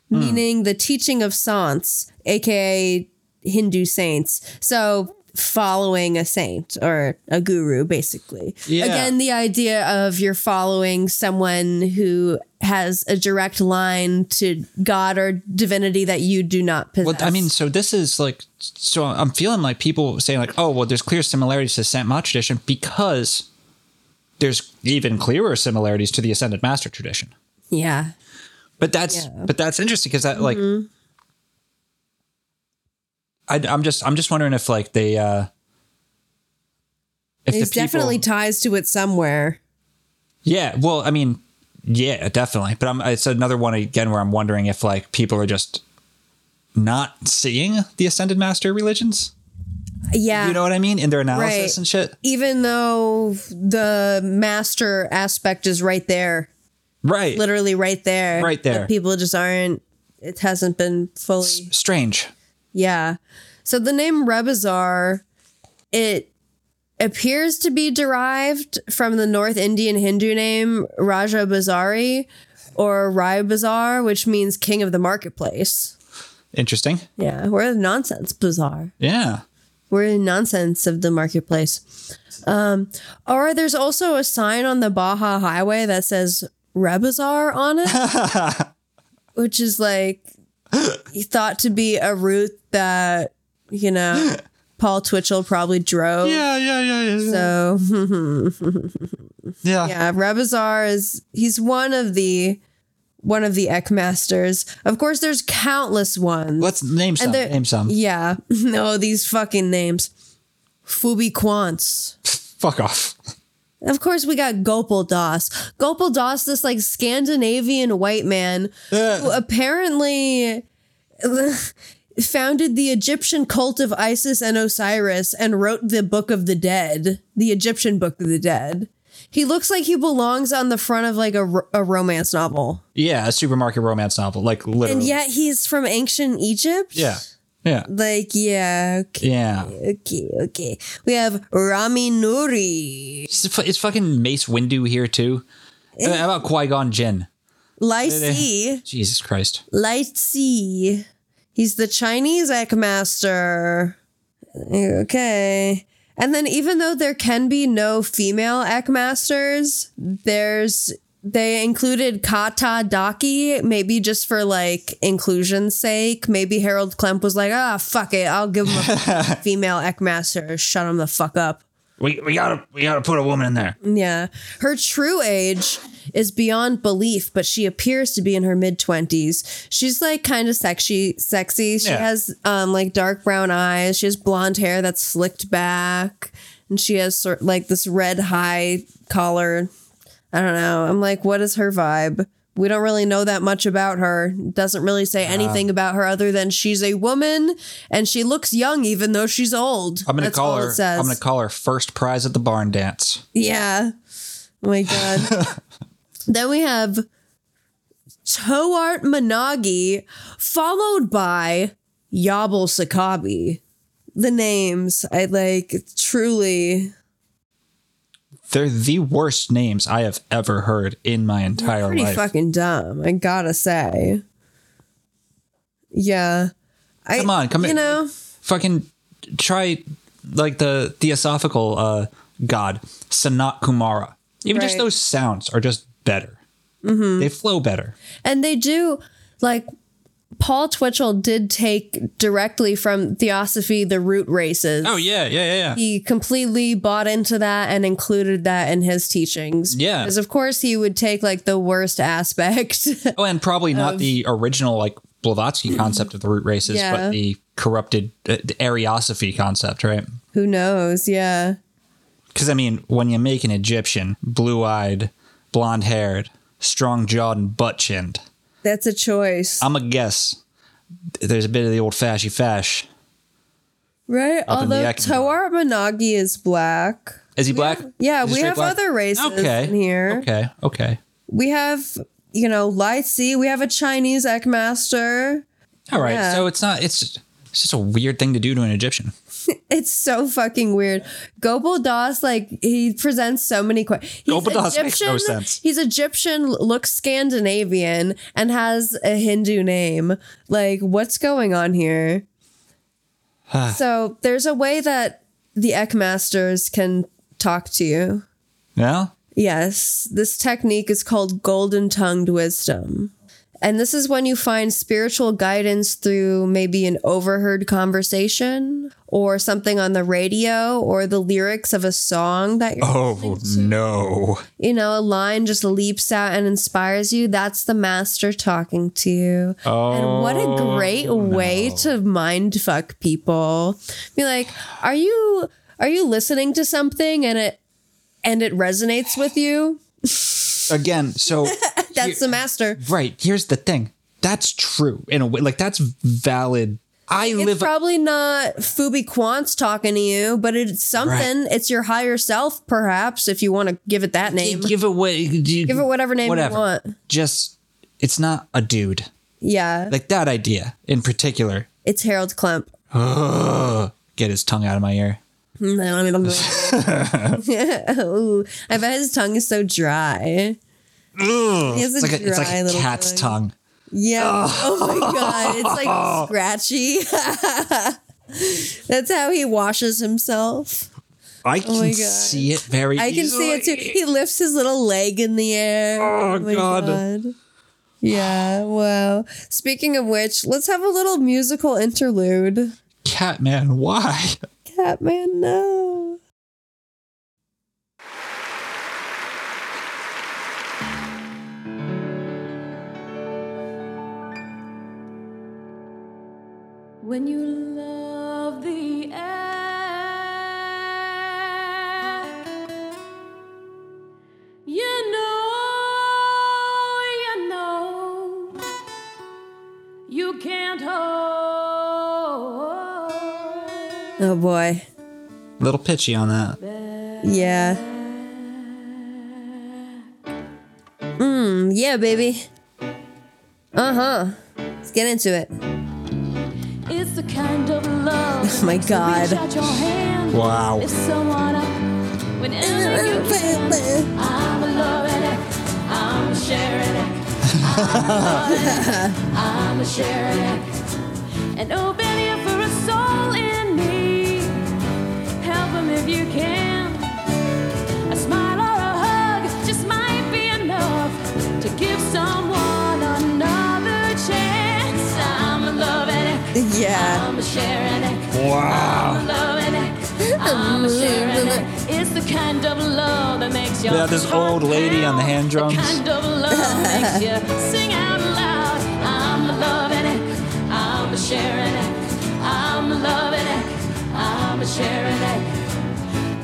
[SPEAKER 1] Hmm.
[SPEAKER 2] meaning the teaching of Sants, aka Hindu saints. So following a saint or a guru basically
[SPEAKER 1] Yeah.
[SPEAKER 2] again the idea of you're following someone who has a direct line to god or divinity that you do not possess
[SPEAKER 1] Well, I mean, so this is like, so I'm feeling like people saying like, oh, well, there's clear similarities to the Sant Ma tradition because there's even clearer similarities to the Ascended Master tradition.
[SPEAKER 2] yeah
[SPEAKER 1] But that's but that's interesting because that
[SPEAKER 2] Mm-hmm.
[SPEAKER 1] like I, I'm just I'm just wondering if like they uh if
[SPEAKER 2] there's
[SPEAKER 1] the people,
[SPEAKER 2] definitely ties to it somewhere
[SPEAKER 1] yeah well I mean yeah definitely but I'm it's another one again where I'm wondering if like people are just not seeing the ascended master religions
[SPEAKER 2] yeah
[SPEAKER 1] you know what I mean in their analysis
[SPEAKER 2] Right.
[SPEAKER 1] and shit
[SPEAKER 2] even though the master aspect is right there
[SPEAKER 1] right
[SPEAKER 2] literally right there
[SPEAKER 1] Right
[SPEAKER 2] but
[SPEAKER 1] there.
[SPEAKER 2] people just aren't it hasn't been fully
[SPEAKER 1] strange
[SPEAKER 2] Yeah. So the name Rebizar, it appears to be derived from the North Indian Hindu name Raja Bazari or Rai Bazaar, which means king of the marketplace.
[SPEAKER 1] interesting
[SPEAKER 2] Yeah, we're the nonsense bazaar.
[SPEAKER 1] yeah
[SPEAKER 2] We're the nonsense of the marketplace. Um, or there's also a sign on the Baja Highway that says Rebizar on it,
[SPEAKER 1] [laughs]
[SPEAKER 2] which is like thought to be a route that, you know, Paul Twitchell probably drove.
[SPEAKER 1] yeah yeah yeah yeah yeah
[SPEAKER 2] So, [laughs]
[SPEAKER 1] yeah,
[SPEAKER 2] yeah, Rebizar is he's one of the one of the Eckmasters. Of course, there's countless ones.
[SPEAKER 1] let's name some
[SPEAKER 2] there- [laughs]
[SPEAKER 1] name some
[SPEAKER 2] Yeah. No, these fucking names. Fubi Quants.
[SPEAKER 1] Fuck off.
[SPEAKER 2] Of course, we got Gopal Das. Gopal Das, this like Scandinavian white man who apparently uh, founded the Egyptian cult of Isis and Osiris and wrote the Book of the Dead, the Egyptian Book of the Dead. He looks like he belongs on the front of like a, ro- a romance novel,
[SPEAKER 1] Yeah, a supermarket romance novel, like literally.
[SPEAKER 2] and yet he's from ancient Egypt.
[SPEAKER 1] yeah, yeah,
[SPEAKER 2] Like, yeah, okay,
[SPEAKER 1] yeah.
[SPEAKER 2] okay, okay. We have Rami Nuri,
[SPEAKER 1] Is, fu- is fucking Mace Windu here too? Uh, How about Qui Gon Jinn?
[SPEAKER 2] Lysi.
[SPEAKER 1] Jesus Christ.
[SPEAKER 2] Lightsy. He's the Chinese Egg Master. Okay. And then even though there can be no female Egg Masters, there's they included Kata Daki, maybe just for like inclusion's sake. Maybe Harold Klemp was like, ah, fuck it. I'll give him a female Egg Master. Shut him the fuck up.
[SPEAKER 1] We, we gotta we gotta put a woman in there.
[SPEAKER 2] Yeah. Her true age is beyond belief, but she appears to be in her mid 20s. She's like kind of sexy sexy. She
[SPEAKER 1] Yeah.
[SPEAKER 2] has um like dark brown eyes. She has blonde hair that's slicked back and she has sort like this red high collar. I don't know. I'm like what is her vibe? We don't really know that much about her. Doesn't really say anything about her other than she's a woman and she looks young even though she's old.
[SPEAKER 1] I'm gonna
[SPEAKER 2] That's
[SPEAKER 1] call
[SPEAKER 2] all it
[SPEAKER 1] her.
[SPEAKER 2] says.
[SPEAKER 1] I'm gonna call her first prize at the barn dance.
[SPEAKER 2] Yeah. Oh my god.
[SPEAKER 1] [laughs]
[SPEAKER 2] then we have Toart Managi, followed by Yabel Sakabi. The names I like truly
[SPEAKER 1] They're the worst names I have ever heard in my entire
[SPEAKER 2] pretty
[SPEAKER 1] life.
[SPEAKER 2] fucking dumb. I gotta say. Yeah. I,
[SPEAKER 1] Come on, come
[SPEAKER 2] You
[SPEAKER 1] in.
[SPEAKER 2] know,
[SPEAKER 1] fucking try like the theosophical uh god Sanat Kumara. Even just
[SPEAKER 2] Right. Mm-hmm.
[SPEAKER 1] those sounds are just better. They flow better.
[SPEAKER 2] and they do like Paul Twitchell did take directly from Theosophy the root races.
[SPEAKER 1] Oh yeah, yeah, yeah, yeah.
[SPEAKER 2] he completely bought into that and included that in his teachings.
[SPEAKER 1] Yeah.
[SPEAKER 2] Because, of course, he would take like the worst aspect. [laughs]
[SPEAKER 1] Oh, and probably
[SPEAKER 2] Um,
[SPEAKER 1] not the original like Blavatsky concept of the root races,
[SPEAKER 2] Yeah.
[SPEAKER 1] but the corrupted uh, the Ariosophy concept, right?
[SPEAKER 2] Who knows? Yeah.
[SPEAKER 1] Because I mean, when you make an Egyptian blue-eyed, blonde-haired, strong-jawed, and butt-chinned,
[SPEAKER 2] That's a choice.
[SPEAKER 1] I'm a guess. There's a bit of the old fashy fash.
[SPEAKER 2] right?
[SPEAKER 1] up in the
[SPEAKER 2] Although
[SPEAKER 1] Yakima.
[SPEAKER 2] Tawar Managi is black.
[SPEAKER 1] Is he black?
[SPEAKER 2] Yeah,
[SPEAKER 1] Is he
[SPEAKER 2] we
[SPEAKER 1] straight
[SPEAKER 2] have
[SPEAKER 1] black?
[SPEAKER 2] other races
[SPEAKER 1] Okay.
[SPEAKER 2] in here.
[SPEAKER 1] Okay. Okay.
[SPEAKER 2] We have, you know, Light C. We have a Chinese Ekmaster.
[SPEAKER 1] All right.
[SPEAKER 2] Yeah.
[SPEAKER 1] So it's not. It's just. It's just a weird thing to do to an Egyptian.
[SPEAKER 2] [laughs] It's so fucking weird. Gopal Das, like he presents so many questions.
[SPEAKER 1] Gopal Das makes no sense.
[SPEAKER 2] He's Egyptian, looks Scandinavian, and has a Hindu name. Like, what's going on
[SPEAKER 1] [sighs]
[SPEAKER 2] here? so there's a way that the Ekmasters can talk to you.
[SPEAKER 1] Yeah.
[SPEAKER 2] Yes, this technique is called golden tongued wisdom. And this is when you find spiritual guidance through maybe an overheard conversation or something on the radio or the lyrics of a song that you're,
[SPEAKER 1] Oh no.
[SPEAKER 2] you know, a line just leaps out and inspires you. That's the master talking to you.
[SPEAKER 1] Oh.
[SPEAKER 2] And what a great way to mind fuck people. Be like, are you are you listening to something and it and it resonates with you?
[SPEAKER 1] Again. So
[SPEAKER 2] [laughs] That's the master.
[SPEAKER 1] right. Here's the thing. That's true in a way. Like that's valid. I
[SPEAKER 2] It's
[SPEAKER 1] live.
[SPEAKER 2] probably not Phoebe Quantz talking to you, but it's something. It's your higher self, perhaps, if you want to give it that name.
[SPEAKER 1] give away.
[SPEAKER 2] Give it whatever name
[SPEAKER 1] Whatever.
[SPEAKER 2] you want.
[SPEAKER 1] Just. It's not a dude.
[SPEAKER 2] Yeah.
[SPEAKER 1] Like that idea in particular.
[SPEAKER 2] It's Harold [laughs] Klemp.
[SPEAKER 1] Ugh. Get his tongue out of my ear. [laughs]
[SPEAKER 2] [laughs] Ooh, I bet his tongue is so dry. He has a
[SPEAKER 1] It's like a, it's like
[SPEAKER 2] dry
[SPEAKER 1] a
[SPEAKER 2] little
[SPEAKER 1] cat's tongue.
[SPEAKER 2] Yeah. Oh my god, it's
[SPEAKER 1] [laughs]
[SPEAKER 2] like scratchy. [laughs] That's how he washes himself.
[SPEAKER 1] I
[SPEAKER 2] Oh my
[SPEAKER 1] can
[SPEAKER 2] God.
[SPEAKER 1] see it very.
[SPEAKER 2] I can see it too. He lifts his little leg in the air.
[SPEAKER 1] Oh, God.
[SPEAKER 2] Yeah, wow. Speaking of which, let's have a little musical interlude.
[SPEAKER 1] Catman, why? [laughs]
[SPEAKER 2] Catman, no. When you love the air.
[SPEAKER 6] can't hold.
[SPEAKER 2] Oh boy.
[SPEAKER 1] Little pitchy on that.
[SPEAKER 2] Yeah. Mmm, yeah, baby. Uh huh. Let's get into it.
[SPEAKER 6] It's the kind of love.
[SPEAKER 2] [laughs] Oh my
[SPEAKER 6] that
[SPEAKER 2] God.
[SPEAKER 6] reach out your hand.
[SPEAKER 1] Wow.
[SPEAKER 6] If someone I- whenever
[SPEAKER 2] [laughs]
[SPEAKER 6] you can. I'm loving it. I'm sharing it. I'm loving it. I'm sharing it. And oh, open ear for a soul in need. Help 'em if you can. A smile or a hug just might be enough to give someone another chance. I'm loving it.
[SPEAKER 2] Yeah.
[SPEAKER 6] I'm sharing it.
[SPEAKER 1] Wow.
[SPEAKER 6] I'm loving it. I'm sharing it. It's the kind of love that makes you.
[SPEAKER 1] Yeah, this old lady on the hand drums.
[SPEAKER 6] The kind of love that makes you sing out loud. I'm loving it. I'm sharing it. I'm loving it. I'm sharing it.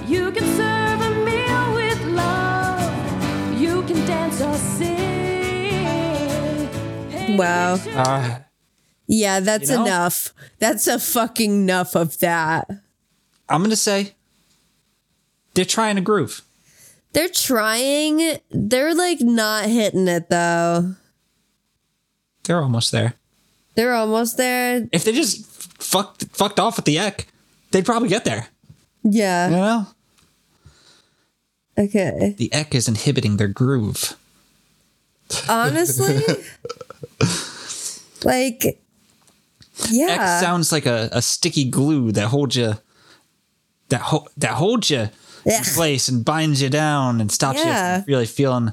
[SPEAKER 6] You can serve a meal with love. You can dance or sing. Paint a
[SPEAKER 2] Wow.
[SPEAKER 6] picture
[SPEAKER 1] Uh,
[SPEAKER 2] Yeah, that's
[SPEAKER 1] You know?
[SPEAKER 2] enough. That's a fucking enough of that.
[SPEAKER 1] I'm gonna say they're trying to groove.
[SPEAKER 2] They're trying. They're like not hitting it though.
[SPEAKER 1] They're almost there.
[SPEAKER 2] They're almost there.
[SPEAKER 1] If they just fucked fucked off with the Eck, they'd probably get there. You
[SPEAKER 2] Yeah.
[SPEAKER 1] know,
[SPEAKER 2] Okay.
[SPEAKER 1] the Eck is inhibiting their groove. [laughs]
[SPEAKER 2] Honestly, like, yeah.
[SPEAKER 1] X sounds like a, a sticky glue that holds you that ho- that holds you in
[SPEAKER 2] Ugh.
[SPEAKER 1] place and binds you down and stops you
[SPEAKER 2] Yeah.
[SPEAKER 1] from really feeling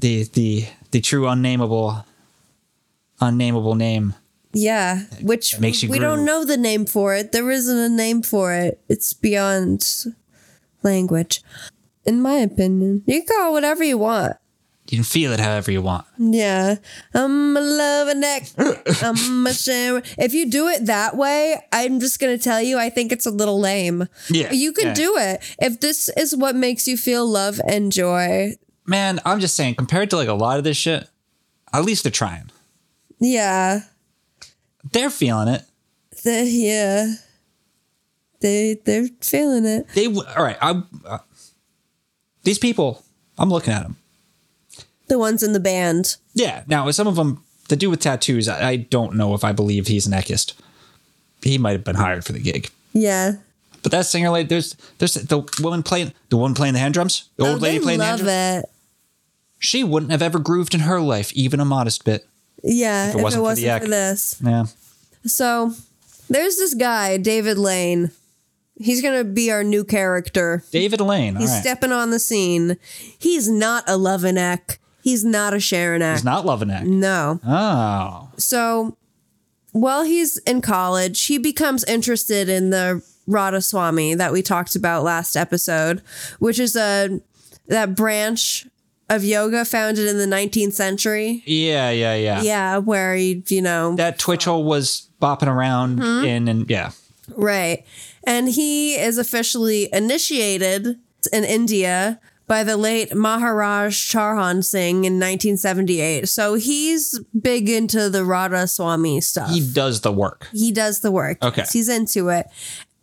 [SPEAKER 1] the the the true unnameable unnameable name.
[SPEAKER 2] yeah. Which
[SPEAKER 1] makes you
[SPEAKER 2] we don't
[SPEAKER 1] groove.
[SPEAKER 2] know the name for it. There isn't a name for it. It's beyond language, in my opinion. You can call it whatever you want.
[SPEAKER 1] You can feel it however you want.
[SPEAKER 2] Yeah. I'm a
[SPEAKER 1] [laughs]
[SPEAKER 2] loving neck. I'm a share. If you do it that way, I'm just going to tell you, I think it's a little lame.
[SPEAKER 1] Yeah,
[SPEAKER 2] You can
[SPEAKER 1] yeah.
[SPEAKER 2] do it. If this is what makes you feel love and joy.
[SPEAKER 1] Man, I'm just saying compared to like a lot of this shit, at least they're trying.
[SPEAKER 2] Yeah.
[SPEAKER 1] They're feeling it.
[SPEAKER 2] The, yeah. They, they're feeling it.
[SPEAKER 1] They w- all right. I uh, these people. I'm looking at them.
[SPEAKER 2] The ones in the band.
[SPEAKER 1] Yeah. Now, some of them, the dude with tattoos, I, I don't know if I believe he's an Eckist. He might have been hired for the gig.
[SPEAKER 2] Yeah.
[SPEAKER 1] But that singer lady, there's there's the woman playing the one playing the hand drums, the old
[SPEAKER 2] Oh,
[SPEAKER 1] lady
[SPEAKER 2] they
[SPEAKER 1] playing the hand
[SPEAKER 2] love
[SPEAKER 1] drums.
[SPEAKER 2] it.
[SPEAKER 1] She wouldn't have ever grooved in her life, even a modest bit.
[SPEAKER 2] Yeah. If it wasn't,
[SPEAKER 1] wasn't for the
[SPEAKER 2] for,
[SPEAKER 1] act.
[SPEAKER 2] this.
[SPEAKER 1] Yeah.
[SPEAKER 2] So there's this guy, David Lane. He's going to be our new character.
[SPEAKER 1] David Lane. All
[SPEAKER 2] He's
[SPEAKER 1] right.
[SPEAKER 2] stepping on the scene. He's not a Lovinek. He's not a Sharonek.
[SPEAKER 1] he's not loving that.
[SPEAKER 2] No.
[SPEAKER 1] Oh.
[SPEAKER 2] So while he's in college, he becomes interested in the Radha-swami that we talked about last episode, which is a that branch of yoga founded in the 19th century.
[SPEAKER 1] Yeah, yeah, yeah.
[SPEAKER 2] Yeah, where you, you know,
[SPEAKER 1] That Twitchell was bopping around
[SPEAKER 2] Mm-hmm.
[SPEAKER 1] in and yeah.
[SPEAKER 2] Right. And he is officially initiated in India by the late Maharaj Charhan Singh in 1978. So he's big into the Radha Swami stuff.
[SPEAKER 1] He
[SPEAKER 2] He,
[SPEAKER 1] does the work.
[SPEAKER 2] does the work.
[SPEAKER 1] Okay.
[SPEAKER 2] He's into it.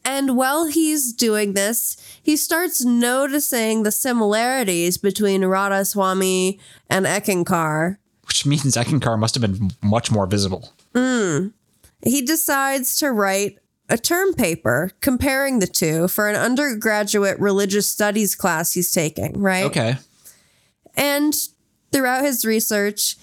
[SPEAKER 2] And while he's doing this, he starts noticing the similarities between Radha Swami and Ekankar.
[SPEAKER 1] Which means Eckankar must have been much more visible.
[SPEAKER 2] he decides to write a term paper comparing the two for an undergraduate religious studies class he's taking, right?
[SPEAKER 1] Okay.
[SPEAKER 2] And throughout his research,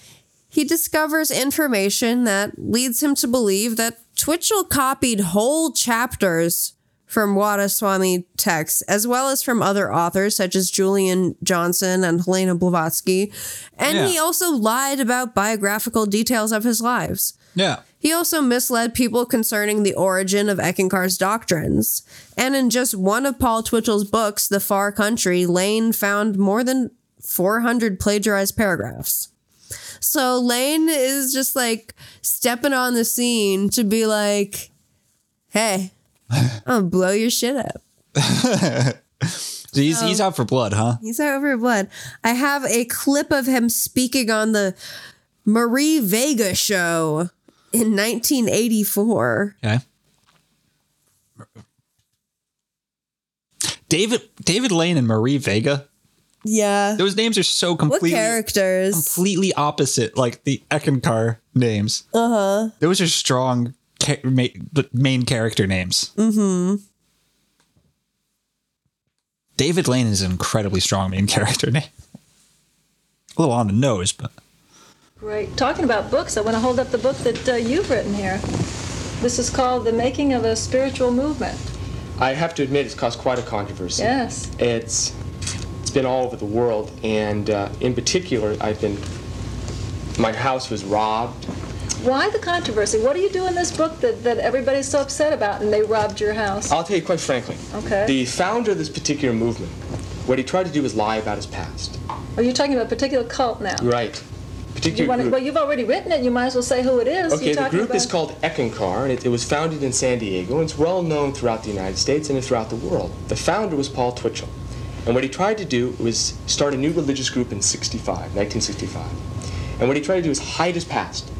[SPEAKER 2] he discovers information that leads him to believe that Twitchell copied whole chapters from Wada Swami texts, as well as from other authors such as Julian Johnson and Helena Blavatsky. And
[SPEAKER 1] Yeah.
[SPEAKER 2] he also lied about biographical details of his lives.
[SPEAKER 1] Yeah.
[SPEAKER 2] He also misled people concerning the origin of Eckenkar's doctrines. And in just one of Paul Twitchell's books, The Far Country, Lane found more than 400 plagiarized paragraphs. So Lane is just like stepping on the scene to be like, hey, I'll blow your shit up.
[SPEAKER 1] So he's, he's out for blood, huh?
[SPEAKER 2] He's out over blood. I have a clip of him speaking on the Marie Vega show in 1984.
[SPEAKER 1] Okay. David David Lane and Marie Vega.
[SPEAKER 2] Yeah.
[SPEAKER 1] Those names are so
[SPEAKER 2] What
[SPEAKER 1] completely
[SPEAKER 2] characters?
[SPEAKER 1] completely opposite, like the Eckankar names. Uh
[SPEAKER 2] Uh-huh.
[SPEAKER 1] huh. Those are strong ca- ma- the main character names. Mm hmm.
[SPEAKER 2] Mm-hmm.
[SPEAKER 1] David Lane is an incredibly strong main
[SPEAKER 2] [laughs]
[SPEAKER 1] character name. A little on the nose, but
[SPEAKER 7] Right. Talking about books, I want to hold up the book that uh, you've written here. This is called The Making of a Spiritual Movement.
[SPEAKER 8] I have to admit, it's caused quite a controversy.
[SPEAKER 7] Yes.
[SPEAKER 8] It's it's been all over the world, and uh, in particular, I've been. My house was robbed.
[SPEAKER 7] Why the controversy? What do you do in this book that, that everybody's so upset about and they robbed your house?
[SPEAKER 8] I'll tell you quite frankly.
[SPEAKER 7] Okay.
[SPEAKER 8] The founder of this particular movement, what he tried to do was lie about his past.
[SPEAKER 7] Are you talking about a particular cult now?
[SPEAKER 8] Right. Particular
[SPEAKER 7] You want
[SPEAKER 8] group.
[SPEAKER 7] well, you've already written it. You might as well say who it is.
[SPEAKER 8] Okay,
[SPEAKER 7] You're
[SPEAKER 8] the
[SPEAKER 7] talking
[SPEAKER 8] group is
[SPEAKER 7] about-
[SPEAKER 8] called Eckankar, and it, it was founded in San Diego, and it's well known throughout the United States and throughout the world. The founder was Paul Twitchell, and what he tried to do was start a new religious group in 65, 1965. And what he tried to do is hide his past.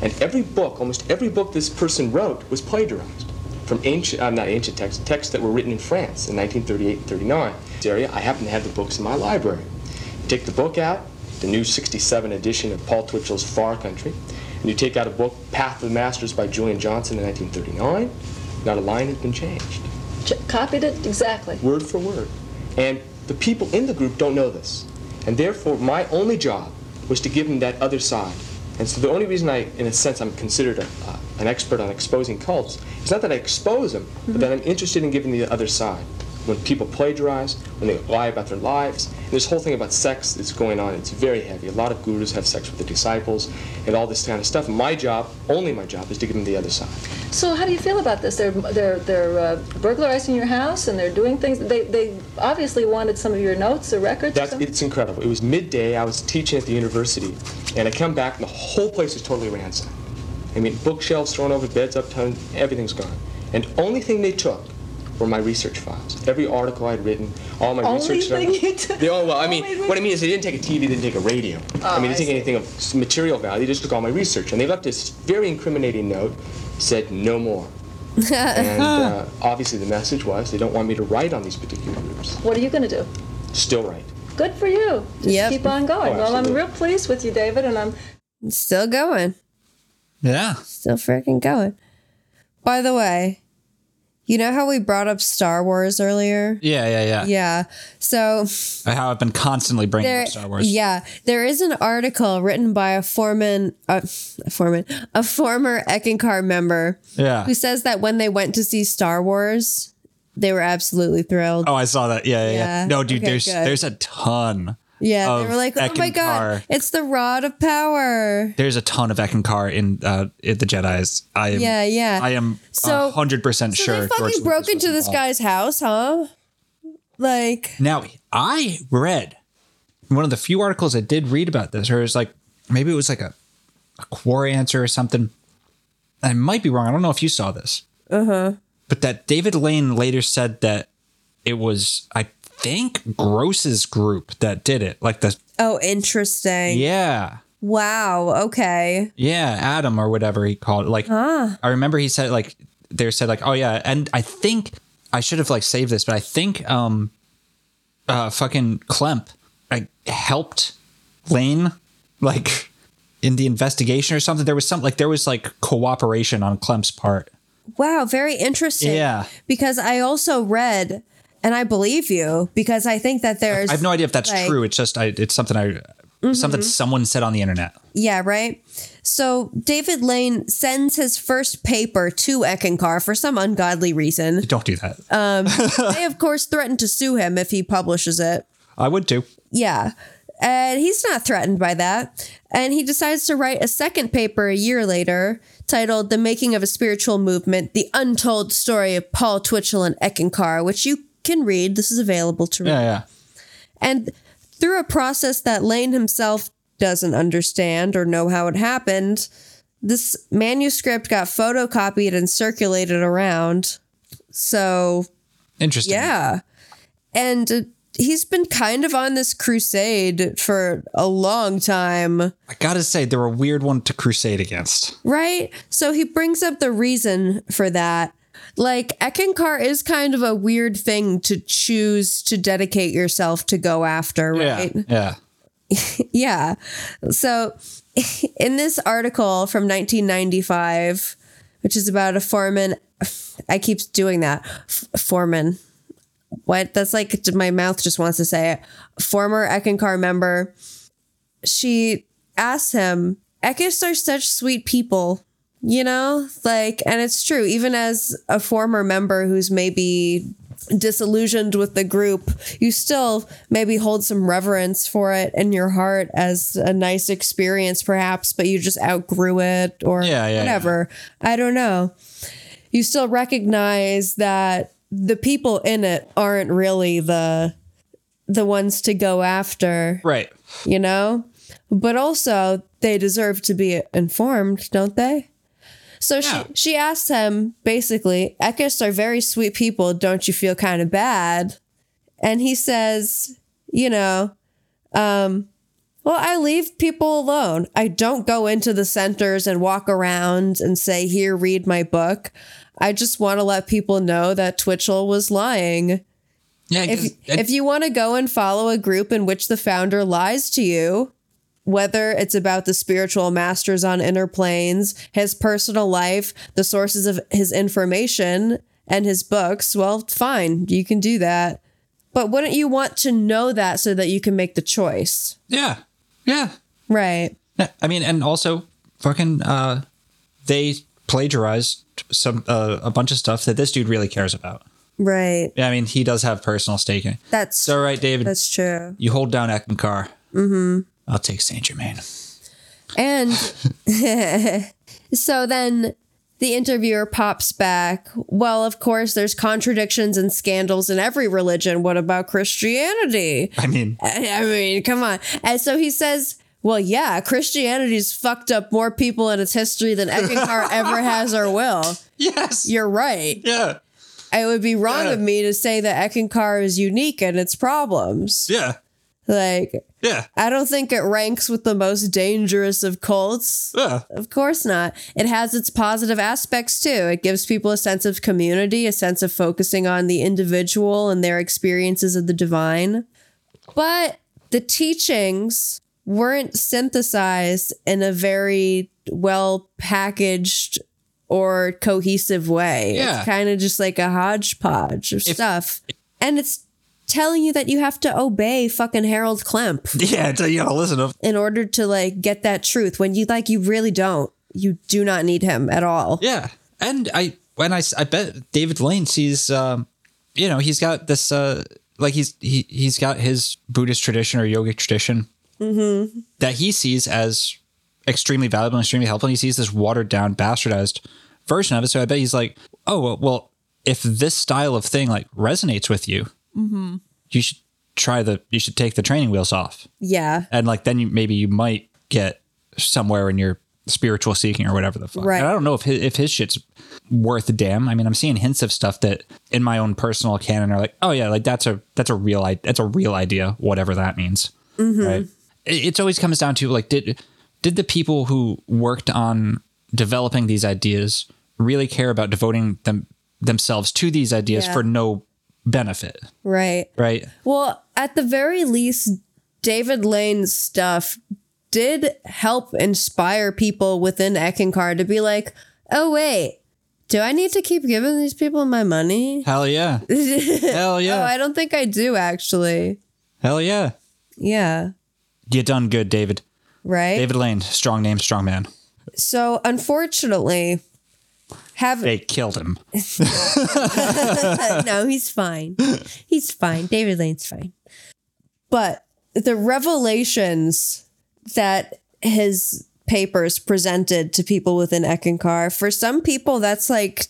[SPEAKER 8] And every book, almost every book this person wrote, was plagiarized from ancient, uh, not ancient texts, texts that were written in France in 1938 and 39. This area, I happen to have the books in my library. You take the book out, the new 67 edition of Paul Twitchell's Far Country, and you take out a book, Path of the Masters by Julian Johnson in 1939, not a line has been changed,
[SPEAKER 7] Ch- copied it exactly.
[SPEAKER 8] word for word. And the people in the group don't know this. And therefore, my only job was to give them that other side. And so the only reason I, in a sense, I'm considered a, uh, an expert on exposing cults is not that I expose them, but that I'm interested in giving the other side. When people plagiarize, when they lie about their lives, and this whole thing about sex that's going on, it's very heavy. A lot of gurus have sex with the disciples and all this kind of stuff. My job, only my job, is to give them the other side.
[SPEAKER 7] So how do you feel about this? They're they're they're uh, burglarizing your house and they're doing things. They they obviously wanted some of your notes or records. or
[SPEAKER 8] That's,
[SPEAKER 7] something.
[SPEAKER 8] it's incredible. It was midday. I was teaching at the university, and I come back, and the whole place is totally ransacked. I mean, bookshelves thrown over, beds upturned, everything's gone. And only thing they took were my research files. Every article I'd written, all my
[SPEAKER 7] Only
[SPEAKER 8] research. that I-
[SPEAKER 7] thing you took- Oh
[SPEAKER 8] They all- well, I mean,
[SPEAKER 7] Only thing-
[SPEAKER 8] what I mean is they didn't take a TV, they didn't take a radio. I mean,
[SPEAKER 7] Oh, I
[SPEAKER 8] they didn't take
[SPEAKER 7] see.
[SPEAKER 8] anything of s- material value. They just took all my research, and they left this very incriminating note, said no more. and uh, obviously, the message was they don't want me to write on these particular groups.
[SPEAKER 7] What are you going to do?
[SPEAKER 8] Still write.
[SPEAKER 7] Good for you. Just
[SPEAKER 2] Yep.
[SPEAKER 7] keep on going.
[SPEAKER 8] Oh,
[SPEAKER 7] well, I'm
[SPEAKER 8] absolutely.
[SPEAKER 7] real pleased with you, David, and I'm
[SPEAKER 2] Still going.
[SPEAKER 1] yeah,
[SPEAKER 2] Still freaking going. By the way, you know how we brought up Star Wars earlier?
[SPEAKER 1] yeah, yeah, yeah.
[SPEAKER 2] Yeah. So
[SPEAKER 1] How I've been constantly bringing
[SPEAKER 2] there,
[SPEAKER 1] up Star Wars.
[SPEAKER 2] yeah, there is an article written by a foreman, uh, a foreman, a former Eckankar member
[SPEAKER 1] yeah.
[SPEAKER 2] who says that when they went to see Star Wars, they were absolutely thrilled.
[SPEAKER 1] Oh, I saw that. Yeah, yeah, yeah.
[SPEAKER 2] Yeah.
[SPEAKER 1] No, dude,
[SPEAKER 2] Okay,
[SPEAKER 1] there's
[SPEAKER 2] good.
[SPEAKER 1] there's a ton.
[SPEAKER 2] yeah, they
[SPEAKER 1] of
[SPEAKER 2] were like, "Oh my
[SPEAKER 1] Eckankar.
[SPEAKER 2] god, it's the rod of power."
[SPEAKER 1] There's a ton of Ekankar in uh in the Jedi's. I am,
[SPEAKER 2] Yeah, yeah.
[SPEAKER 1] I am
[SPEAKER 2] So-
[SPEAKER 1] hundred percent
[SPEAKER 2] So
[SPEAKER 1] sure.
[SPEAKER 2] they
[SPEAKER 1] George
[SPEAKER 2] fucking
[SPEAKER 1] Lucas
[SPEAKER 2] broke
[SPEAKER 1] was
[SPEAKER 2] into this
[SPEAKER 1] involved.
[SPEAKER 2] guy's house, huh? Like,
[SPEAKER 1] Now, I read one of the few articles I did read about this, or it was like maybe it was like a, a Quora answer or something. I might be wrong. I don't know if you saw this. Uh
[SPEAKER 2] Uh-huh.
[SPEAKER 1] huh. But that David Lane later said that it was, I think, Gross's group that did it. Like the,
[SPEAKER 2] oh, interesting.
[SPEAKER 1] yeah.
[SPEAKER 2] Wow. Okay.
[SPEAKER 1] Yeah, Adam or whatever he called. It. Like I remember he said like they said like oh yeah, and I think I should have like saved this, but I think um uh fucking Klemp like helped Lane like in the investigation or something. There was some like there was like cooperation on Klemp's part.
[SPEAKER 2] Wow, very interesting.
[SPEAKER 1] Yeah.
[SPEAKER 2] Because I also read, and I believe you, because I think that there's.
[SPEAKER 1] I have no idea if that's
[SPEAKER 2] like-
[SPEAKER 1] true. It's just I it's something I something someone said on the internet.
[SPEAKER 2] Yeah, right? So David Lane sends his first paper to Eckankar for some
[SPEAKER 1] [laughs]
[SPEAKER 2] ungodly reason.
[SPEAKER 1] Don't do that.
[SPEAKER 2] they, of course, threaten to sue him if he publishes it.
[SPEAKER 1] I would too.
[SPEAKER 2] Yeah. And he's not threatened by that. And he decides to write a second paper a year later titled The Making of a Spiritual Movement The Untold Story of Paul Twitchell and Eckankar, which you can read. This is available to read.
[SPEAKER 1] Yeah, yeah.
[SPEAKER 2] And through a process that Lane himself doesn't understand or know how it happened, this manuscript got photocopied and circulated around. So,
[SPEAKER 1] Interesting.
[SPEAKER 2] yeah. And it he's been kind of on this crusade for a long time.
[SPEAKER 1] I gotta say, they're a weird one to crusade against.
[SPEAKER 2] Right? So he brings up the reason for that. Like, Ekankar is kind of a weird thing to choose to dedicate yourself to go after, right?
[SPEAKER 1] Yeah.
[SPEAKER 2] [laughs] yeah. So [laughs] in this article from 1995, which is about a foreman, I keep doing that. F- foreman. What? That's like my mouth just wants to say it. Former Ekankar member. She asks him, Ekis are such sweet people, you know? Like, and it's true, even as a former member who's maybe disillusioned with the group, you still maybe hold some reverence for it in your heart as a nice experience, perhaps, but you just outgrew it or
[SPEAKER 1] Yeah, yeah,
[SPEAKER 2] whatever. I don't know. You still recognize that the people in it aren't really the the ones to go after
[SPEAKER 1] Right.
[SPEAKER 2] you know? But also, they deserve to be informed, don't they? So she, she asked him basically, Ekis are very sweet people. Don't you feel kind of bad? And he says, you know, um, well, I leave people alone. I don't go into the centers and walk around and say, here, read my book. I just want to let people know that Twitchell was lying.
[SPEAKER 1] Yeah,
[SPEAKER 2] If, if you want to go and follow a group in which the founder lies to you, whether it's about the spiritual masters on inner planes, his personal life, the sources of his information, and his books, well, fine, you can do that. But wouldn't you want to know that so that you can make the choice?
[SPEAKER 1] Yeah. Yeah.
[SPEAKER 2] Right.
[SPEAKER 1] Yeah, I mean, and also fucking uh, they plagiarized some uh, a bunch of stuff that this dude really cares about.
[SPEAKER 2] Right.
[SPEAKER 1] I mean, he does have personal stake in it.
[SPEAKER 2] That's
[SPEAKER 1] so right, David.
[SPEAKER 2] That's true.
[SPEAKER 1] You hold down Ekankar.
[SPEAKER 2] Mm-hmm.
[SPEAKER 1] I'll take Saint Germain.
[SPEAKER 2] And [laughs] so then the interviewer pops back. Well, of course, there's contradictions and scandals in every religion. What about Christianity?
[SPEAKER 1] I mean, [laughs]
[SPEAKER 2] I I mean, come on. And so he says, well, yeah, Christianity's fucked up more people in its history than Eckankar ever has or will.
[SPEAKER 1] Yes.
[SPEAKER 2] You're right.
[SPEAKER 1] Yeah.
[SPEAKER 2] It would be wrong
[SPEAKER 1] Yeah.
[SPEAKER 2] of me to say that Eckankar is unique in its problems.
[SPEAKER 1] Yeah.
[SPEAKER 2] Like,
[SPEAKER 1] Yeah.
[SPEAKER 2] I don't think it ranks with the most dangerous of cults.
[SPEAKER 1] Yeah.
[SPEAKER 2] Of course not. It has its positive aspects too. It gives people a sense of community, a sense of focusing on the individual and their experiences of the divine. But the teachings weren't synthesized in a very well packaged or cohesive way.
[SPEAKER 1] Yeah.
[SPEAKER 2] It's kind of just like a hodgepodge of stuff. And it's telling you that you have to obey fucking Harold Klemp
[SPEAKER 1] Yeah, it's- you gotta listen to.
[SPEAKER 2] in order to like get that truth when you like you really don't you do not need him at all
[SPEAKER 1] Yeah, and I when I s- I bet David Lane sees, um, you know, he's got this uh, like he's he he's got his Buddhist tradition or yogic tradition
[SPEAKER 2] mm-hmm.
[SPEAKER 1] that he sees as extremely valuable and extremely helpful. And he sees this watered down, bastardized version of it. So I bet he's like, oh, well, well if this style of thing like resonates with you,
[SPEAKER 2] Mm-hmm.
[SPEAKER 1] you should try the, you should take the training wheels off.
[SPEAKER 2] yeah
[SPEAKER 1] And like, then you, maybe you might get somewhere in your spiritual seeking or whatever the fuck.
[SPEAKER 2] Right.
[SPEAKER 1] And I don't know if his, if his shit's worth a damn. I mean, I'm seeing hints of stuff that in my own personal canon are like, oh yeah, like that's a, that's a real, i- that's a real idea, whatever that means
[SPEAKER 2] mm-hmm.
[SPEAKER 1] right? It it's always comes down to like did did the people who worked on developing these ideas really care about devoting them themselves to these ideas
[SPEAKER 2] Yeah.
[SPEAKER 1] for no benefit,
[SPEAKER 2] right
[SPEAKER 1] right?
[SPEAKER 2] well at the very least david lane's stuff did help inspire people within Eckankar to be like oh wait do i need to keep giving these people my money [laughs]
[SPEAKER 1] Hell yeah,
[SPEAKER 2] hell
[SPEAKER 1] yeah.
[SPEAKER 2] oh i don't think i do actually
[SPEAKER 1] hell yeah.
[SPEAKER 2] yeah
[SPEAKER 1] You done good, David.
[SPEAKER 2] right
[SPEAKER 1] David Lane, strong name, strong man.
[SPEAKER 2] so unfortunately have
[SPEAKER 1] They killed him. [laughs]
[SPEAKER 2] no, he's fine. He's fine. David Lane's fine. But the revelations that his papers presented to people within Eckankar, for some people, that's like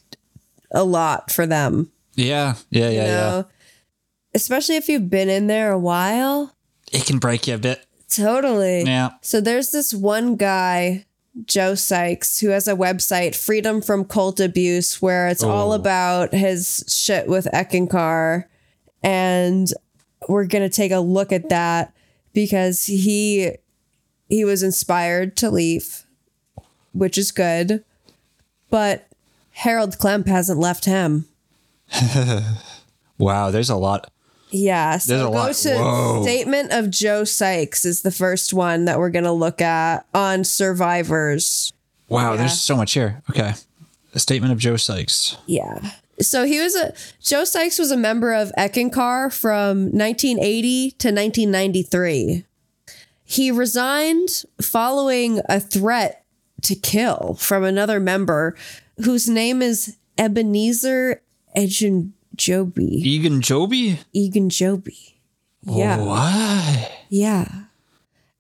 [SPEAKER 2] a lot for them.
[SPEAKER 1] Yeah, yeah, yeah,
[SPEAKER 2] You
[SPEAKER 1] yeah.
[SPEAKER 2] know? Especially if you've been in there a while.
[SPEAKER 1] It can break you a bit.
[SPEAKER 2] Totally.
[SPEAKER 1] Yeah.
[SPEAKER 2] So there's this one guy, Joe Sykes, who has a website, Freedom from Cult Abuse, where it's all
[SPEAKER 1] Oh.
[SPEAKER 2] about his shit with Eckankar. And we're going to take a look at that because he he was inspired to leave, which is good. But Harold Klemp hasn't left him.
[SPEAKER 1] wow, there's a lot.
[SPEAKER 2] Yeah,
[SPEAKER 1] There's
[SPEAKER 2] so
[SPEAKER 1] a
[SPEAKER 2] go
[SPEAKER 1] lot.
[SPEAKER 2] to
[SPEAKER 1] Whoa.
[SPEAKER 2] statement of Joe Sykes is the first one that we're going to look at on survivors.
[SPEAKER 1] Wow, there's so much here. Okay. A statement of Joe Sykes.
[SPEAKER 2] Yeah. So he was a Joe Sykes was a member of Eckankar from 1980 to 1993. He resigned following a threat to kill from another member whose name is Ebenezer Eganjobi.
[SPEAKER 1] Egan Joby?
[SPEAKER 2] Eganjobi. Yeah.
[SPEAKER 1] Oh, What?
[SPEAKER 2] Yeah.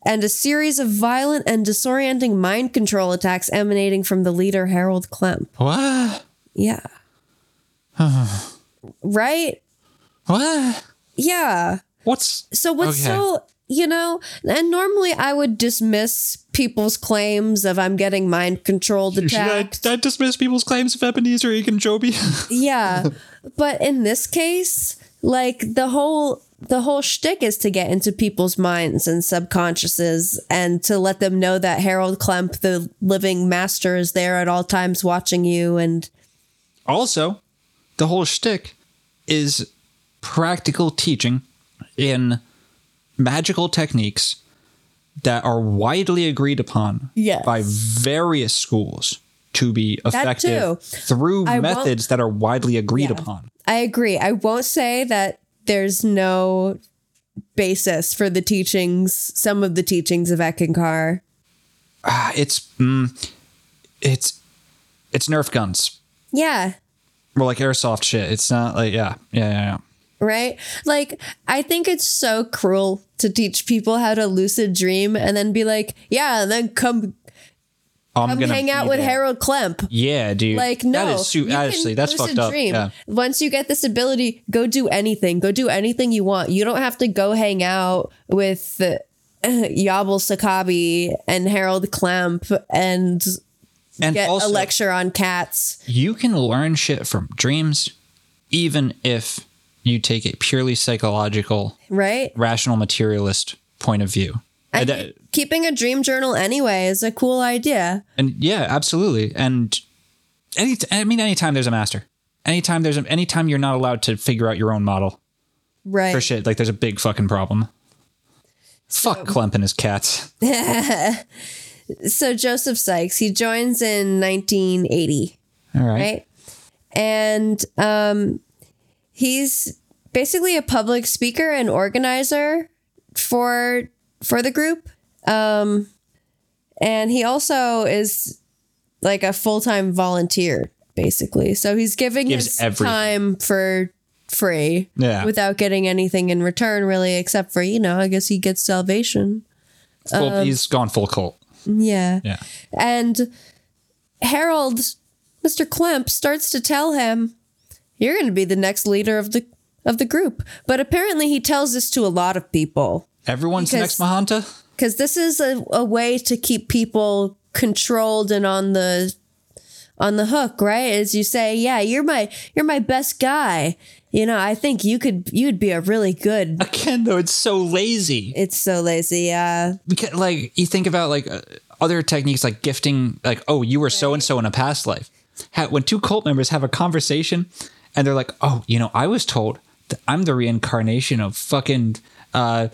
[SPEAKER 2] And a series of violent and disorienting mind control attacks emanating from the leader, Harold Klemp.
[SPEAKER 1] What? [sighs]
[SPEAKER 2] Yeah. Right?
[SPEAKER 1] What?
[SPEAKER 2] Yeah.
[SPEAKER 1] What's
[SPEAKER 2] so what's
[SPEAKER 1] okay.
[SPEAKER 2] so you know, and normally I would dismiss people's claims of I'm getting mind controlled
[SPEAKER 1] Should I,
[SPEAKER 2] attacked.
[SPEAKER 1] did I dismiss people's claims of Ebenezer Egan [laughs] Joby?
[SPEAKER 2] yeah. But in this case, like the whole the whole shtick is to get into people's minds and subconsciouses and to let them know that Harold Klemp, the living master, is there at all times watching you and
[SPEAKER 1] also, the whole shtick is practical teaching in magical techniques that are widely agreed upon
[SPEAKER 2] Yes.
[SPEAKER 1] by various schools to be
[SPEAKER 2] That
[SPEAKER 1] effective
[SPEAKER 2] too.
[SPEAKER 1] through
[SPEAKER 2] I won't-
[SPEAKER 1] methods that are widely agreed upon.
[SPEAKER 2] I agree. I won't say that there's no basis for the teachings, some of the teachings of Eckankar.
[SPEAKER 1] Ah, it's mm, it's it's Nerf guns.
[SPEAKER 2] Yeah,
[SPEAKER 1] Well, like airsoft shit. It's not like yeah, yeah, yeah. yeah.
[SPEAKER 2] right? Like, I think it's so cruel to teach people how to lucid dream and then be like, yeah, and then come,
[SPEAKER 1] Oh, I'm
[SPEAKER 2] come
[SPEAKER 1] gonna
[SPEAKER 2] hang out
[SPEAKER 1] be
[SPEAKER 2] with
[SPEAKER 1] there.
[SPEAKER 2] Harold Klemp.
[SPEAKER 1] Yeah, dude.
[SPEAKER 2] Like, no,
[SPEAKER 1] that is su-
[SPEAKER 2] you can
[SPEAKER 1] honestly, that's
[SPEAKER 2] lucid
[SPEAKER 1] fucked up. Yeah.
[SPEAKER 2] Once you get this ability, go do anything. Go do anything you want. You don't have to go hang out with uh, [laughs] Yabel Sakabi and Harold Klemp and,
[SPEAKER 1] And
[SPEAKER 2] get
[SPEAKER 1] also-
[SPEAKER 2] a lecture on cats.
[SPEAKER 1] you can learn shit from dreams, even if you take a purely psychological,
[SPEAKER 2] Right?
[SPEAKER 1] rational, materialist point of view. And, that-
[SPEAKER 2] Keeping a dream journal anyway is a cool idea.
[SPEAKER 1] and yeah, absolutely. And any, I mean, anytime there's a master, anytime there's a, anytime you're not allowed to figure out your own model
[SPEAKER 2] Right.
[SPEAKER 1] for shit, like there's a big fucking problem. Fuck Clemp and his cats.
[SPEAKER 2] so Joseph Sykes, he joins in 1980.
[SPEAKER 1] All right.
[SPEAKER 2] right? And um, he's basically a public speaker and organizer for for the group. Um, and he also is like a full time volunteer, basically. So he's giving
[SPEAKER 1] Gives
[SPEAKER 2] his
[SPEAKER 1] everything.
[SPEAKER 2] time for free,
[SPEAKER 1] Yeah.
[SPEAKER 2] without getting anything in return, really, except for you know, I guess he gets salvation.
[SPEAKER 1] Full,
[SPEAKER 2] Um,
[SPEAKER 1] he's gone full cult.
[SPEAKER 2] Yeah.
[SPEAKER 1] Yeah.
[SPEAKER 2] And Harold, Mr. Klemp, starts to tell him, "You're going to be the next leader of the of the group." But apparently, he tells this to a lot of people
[SPEAKER 1] Everyone's the next
[SPEAKER 2] Because-
[SPEAKER 1] Mahanta.
[SPEAKER 2] because this is a, a way to keep people controlled and on the on the hook, right? As you say, "Yeah, you're my you're my best guy." You know, I think you could you'd be a really good. [laughs]
[SPEAKER 1] Again, though, it's so lazy.
[SPEAKER 2] It's so lazy. Yeah.
[SPEAKER 1] because like you think about like uh, other techniques like gifting like oh you were so and so in a past life ha- when two cult members have a conversation and they're like oh you know i was told that i'm the reincarnation of fucking uh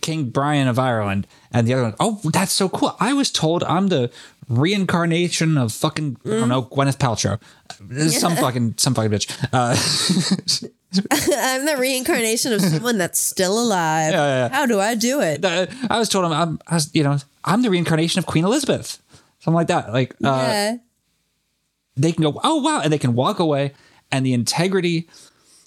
[SPEAKER 1] king brian of ireland and the other one oh that's so cool i was told i'm the reincarnation of fucking i don't know gwyneth paltrow some fucking some fucking bitch uh [laughs]
[SPEAKER 2] I'm the reincarnation of someone that's still alive. How do I do it?
[SPEAKER 1] uh, I was told I'm, I'm I was, you know, I'm the reincarnation of Queen Elizabeth, something like that. Like, uh,
[SPEAKER 2] yeah.
[SPEAKER 1] they can go, oh wow, and they can walk away, and the integrity,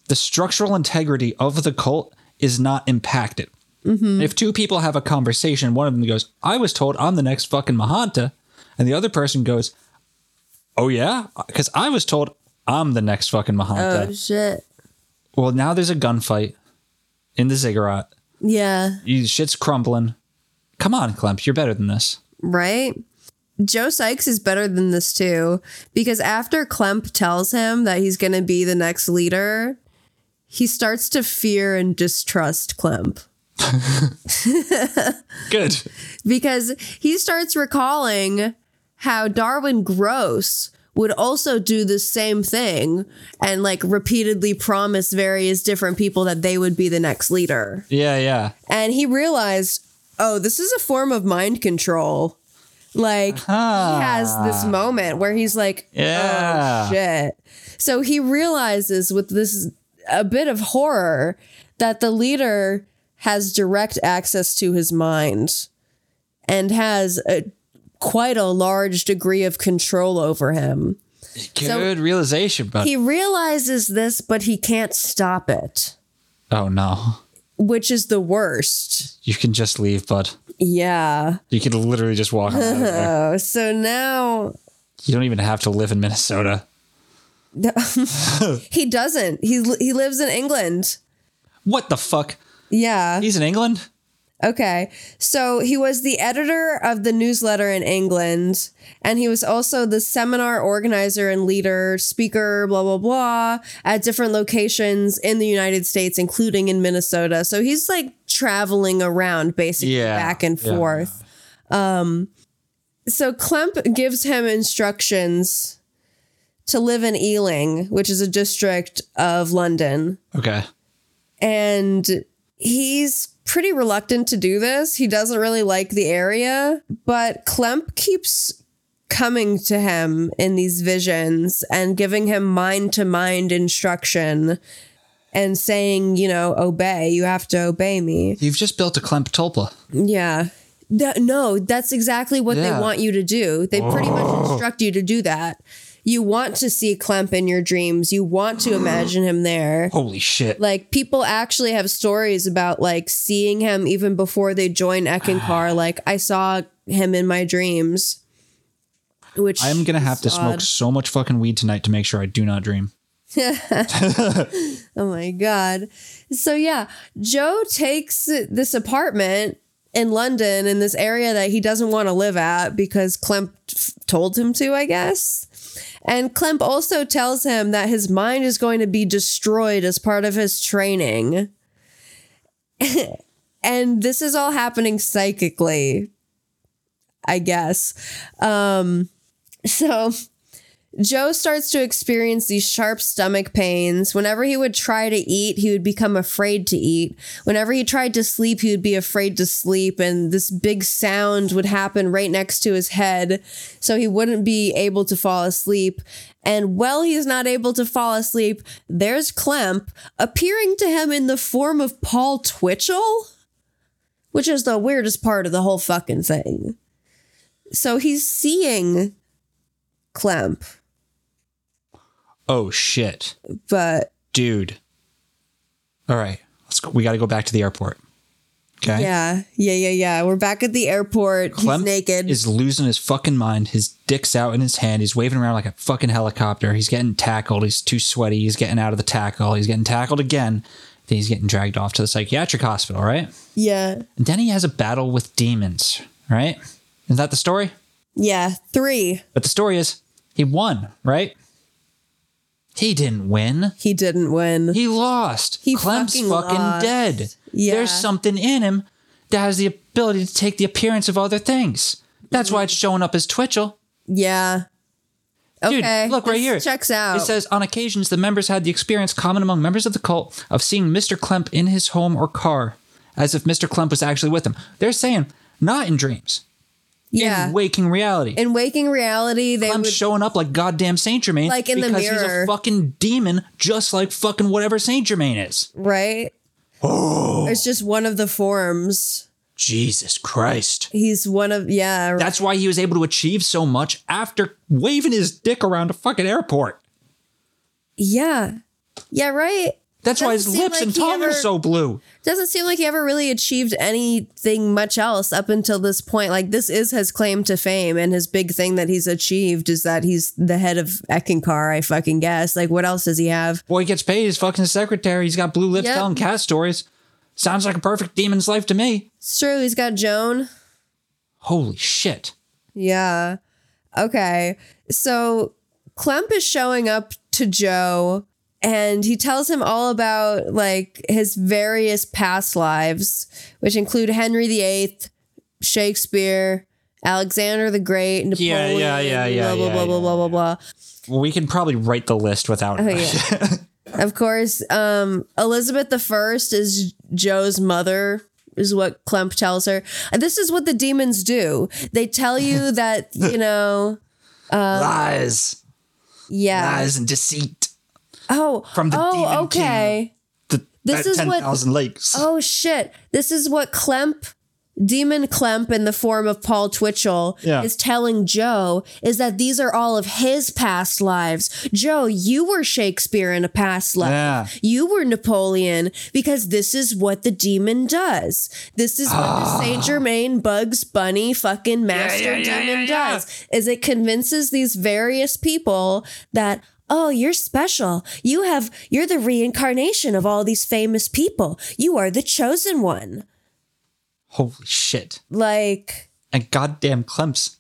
[SPEAKER 1] the structural integrity of the cult is not impacted. If two people have a conversation, one of them goes, "I was told I'm the next fucking Mahanta," and the other person goes, "Oh yeah, because I was told I'm the next fucking Mahanta."
[SPEAKER 2] Oh shit.
[SPEAKER 1] Well, now there's a gunfight in the ziggurat.
[SPEAKER 2] Yeah.
[SPEAKER 1] You, shit's crumbling. Come on, Clemp, you're better than this.
[SPEAKER 2] Right. Joe Sykes is better than this too, because after Klemp tells him that he's going to be the next leader, He starts to fear and distrust Clemp.
[SPEAKER 1] Good.
[SPEAKER 2] because he starts recalling how Darwin Gross would also do the same thing and like repeatedly promise various different people that they would be the next leader.
[SPEAKER 1] Yeah, yeah.
[SPEAKER 2] And he realized, oh, this is a form of mind control. Like he has this moment where he's like,
[SPEAKER 1] Yeah.
[SPEAKER 2] oh shit. So he realizes with this a bit of horror that the leader has direct access to his mind and has a, quite a large degree of control over him.
[SPEAKER 1] Good realization, but
[SPEAKER 2] He realizes this, but he can't stop it,
[SPEAKER 1] oh no,
[SPEAKER 2] which is the worst.
[SPEAKER 1] you can just leave, bud.
[SPEAKER 2] Yeah.
[SPEAKER 1] You could literally just walk. on out of there.
[SPEAKER 2] [laughs] so now
[SPEAKER 1] You don't even have to live in Minnesota.
[SPEAKER 2] he doesn't. He he lives in England.
[SPEAKER 1] What the fuck?
[SPEAKER 2] Yeah.
[SPEAKER 1] He's in England.
[SPEAKER 2] Okay. So he was the editor of the newsletter in England, and he was also the seminar organizer and leader, speaker, blah, blah, blah, at different locations in the United States, including in Minnesota. So he's like traveling around basically
[SPEAKER 1] Yeah.
[SPEAKER 2] back and
[SPEAKER 1] Yeah.
[SPEAKER 2] forth. Um, so Klemp gives him instructions to live in Ealing, which is a district of London
[SPEAKER 1] Okay.
[SPEAKER 2] and he's pretty reluctant to do this. He doesn't really like the area, but Klemp keeps coming to him in these visions and giving him mind to mind instruction and saying, you know, obey, you have to obey me.
[SPEAKER 1] You've just built a Klemp Tolpa.
[SPEAKER 2] Yeah. That, no, that's exactly what
[SPEAKER 1] Yeah.
[SPEAKER 2] they want you to do. They pretty much instruct you to do that. You want to see Klemp in your dreams. You want to imagine him there.
[SPEAKER 1] Holy shit.
[SPEAKER 2] Like people actually have stories about like seeing him even before they
[SPEAKER 1] [sighs]
[SPEAKER 2] join Eckankar. like I saw him in my dreams. Which
[SPEAKER 1] I'm gonna have to
[SPEAKER 2] is
[SPEAKER 1] smoke
[SPEAKER 2] odd.
[SPEAKER 1] so much fucking weed tonight to make sure I do not dream.
[SPEAKER 2] [laughs] Oh my god. So yeah, Joe takes this apartment in London in this area that he doesn't want to live at because Clemp f- told him to, I guess. And Clemp also tells him that his mind is going to be destroyed as part of his training. [laughs] and this is all happening psychically, I guess. Um [laughs] so Joe starts to experience these sharp stomach pains. Whenever he would try to eat, he would become afraid to eat. Whenever he tried to sleep, he would be afraid to sleep. And this big sound would happen right next to his head. So he wouldn't be able to fall asleep. And while he's not able to fall asleep, there's Clemp appearing to him in the form of Paul Twitchell, which is the weirdest part of the whole fucking thing. So he's seeing Clemp.
[SPEAKER 1] Oh shit,
[SPEAKER 2] but
[SPEAKER 1] dude. All right, let's go. We got to go back to the airport. Okay.
[SPEAKER 2] yeah, yeah, yeah, yeah. We're back at the airport.
[SPEAKER 1] Clem
[SPEAKER 2] He's naked.
[SPEAKER 1] is losing his fucking mind. His dick's out in his hand. He's waving around like a fucking helicopter. He's getting tackled. He's too sweaty. He's getting out of the tackle. He's getting tackled again. Then he's getting dragged off to the psychiatric hospital, right?
[SPEAKER 2] yeah,
[SPEAKER 1] And then he has a battle with demons, right? Isn't that the story?
[SPEAKER 2] yeah. Three.
[SPEAKER 1] But the story is he won, right? He didn't win.
[SPEAKER 2] He didn't win.
[SPEAKER 1] He lost.
[SPEAKER 2] He
[SPEAKER 1] Clem's
[SPEAKER 2] fucking
[SPEAKER 1] fucking,
[SPEAKER 2] lost.
[SPEAKER 1] dead.
[SPEAKER 2] Yeah.
[SPEAKER 1] There's something in him that has the ability to take the appearance of other things. That's why it's showing up as Twitchell.
[SPEAKER 2] Yeah. Okay.
[SPEAKER 1] Dude, look right
[SPEAKER 2] this
[SPEAKER 1] here.
[SPEAKER 2] Checks out.
[SPEAKER 1] It says on occasions the members had the experience common among members of the cult of seeing Mr. Klemp in his home or car, as if Mr. Klemp was actually with them. They're saying not in dreams,
[SPEAKER 2] yeah.
[SPEAKER 1] in waking reality.
[SPEAKER 2] in waking reality, they
[SPEAKER 1] I'm
[SPEAKER 2] would.
[SPEAKER 1] showing up like goddamn Saint Germain,
[SPEAKER 2] Like in the
[SPEAKER 1] because
[SPEAKER 2] mirror.
[SPEAKER 1] he's a fucking demon, just like fucking whatever Saint Germain is.
[SPEAKER 2] right.
[SPEAKER 1] Oh.
[SPEAKER 2] It's just one of the forms.
[SPEAKER 1] Jesus Christ.
[SPEAKER 2] He's one of yeah. right.
[SPEAKER 1] That's why he was able to achieve so much after waving his dick around a fucking airport.
[SPEAKER 2] Yeah. Yeah. Right.
[SPEAKER 1] That's why his
[SPEAKER 2] Doesn't seem
[SPEAKER 1] lips
[SPEAKER 2] like
[SPEAKER 1] and
[SPEAKER 2] he
[SPEAKER 1] tongue
[SPEAKER 2] ever-
[SPEAKER 1] are so blue.
[SPEAKER 2] Doesn't seem like he ever really achieved anything much else up until this point. Like this is his claim to fame, and his big thing that he's achieved is that he's the head of Eckankar. I fucking guess. Like what else does he have?
[SPEAKER 1] Boy gets paid his fucking secretary. He's got blue lips
[SPEAKER 2] Yep.
[SPEAKER 1] telling cat stories. Sounds like a perfect demon's life to me.
[SPEAKER 2] It's true. He's got Joan.
[SPEAKER 1] Holy shit.
[SPEAKER 2] Yeah. Okay. So Clemp is showing up to Joe and he tells him all about like his various past lives, which include Henry VIII, Shakespeare, Alexander the Great,
[SPEAKER 1] Yeah,
[SPEAKER 2] Napoleon.
[SPEAKER 1] yeah, yeah, yeah,
[SPEAKER 2] Blah blah
[SPEAKER 1] yeah,
[SPEAKER 2] blah blah blah blah blah.
[SPEAKER 1] Well, we can probably write the list without.
[SPEAKER 2] Oh, yeah.
[SPEAKER 1] [laughs]
[SPEAKER 2] of course, um, Elizabeth the First is Joe's mother, is what Klemp tells her. And this is what the demons do. They
[SPEAKER 1] [laughs]
[SPEAKER 2] tell you that you know um,
[SPEAKER 1] Lies,
[SPEAKER 2] Yeah.
[SPEAKER 1] lies, and deceit.
[SPEAKER 2] Oh,
[SPEAKER 1] From the
[SPEAKER 2] oh,
[SPEAKER 1] Demon King.
[SPEAKER 2] okay.
[SPEAKER 1] The,
[SPEAKER 2] This is what-
[SPEAKER 1] ten thousand lakes.
[SPEAKER 2] Oh shit! This is what Klemp, Demon Klemp, in the form of Paul Twitchell,
[SPEAKER 1] Yeah.
[SPEAKER 2] is telling Joe is that these are all of his past lives. Joe, you were Shakespeare in a past life.
[SPEAKER 1] Yeah.
[SPEAKER 2] You were Napoleon because this is what the demon does. This is what the Saint Germain Bugs Bunny fucking master
[SPEAKER 1] Ah. yeah, yeah,
[SPEAKER 2] demon does. Is it convinces these various people that oh you're special you have you're the reincarnation of all these famous people you are the chosen one
[SPEAKER 1] Holy shit!
[SPEAKER 2] like
[SPEAKER 1] And goddamn Clemps,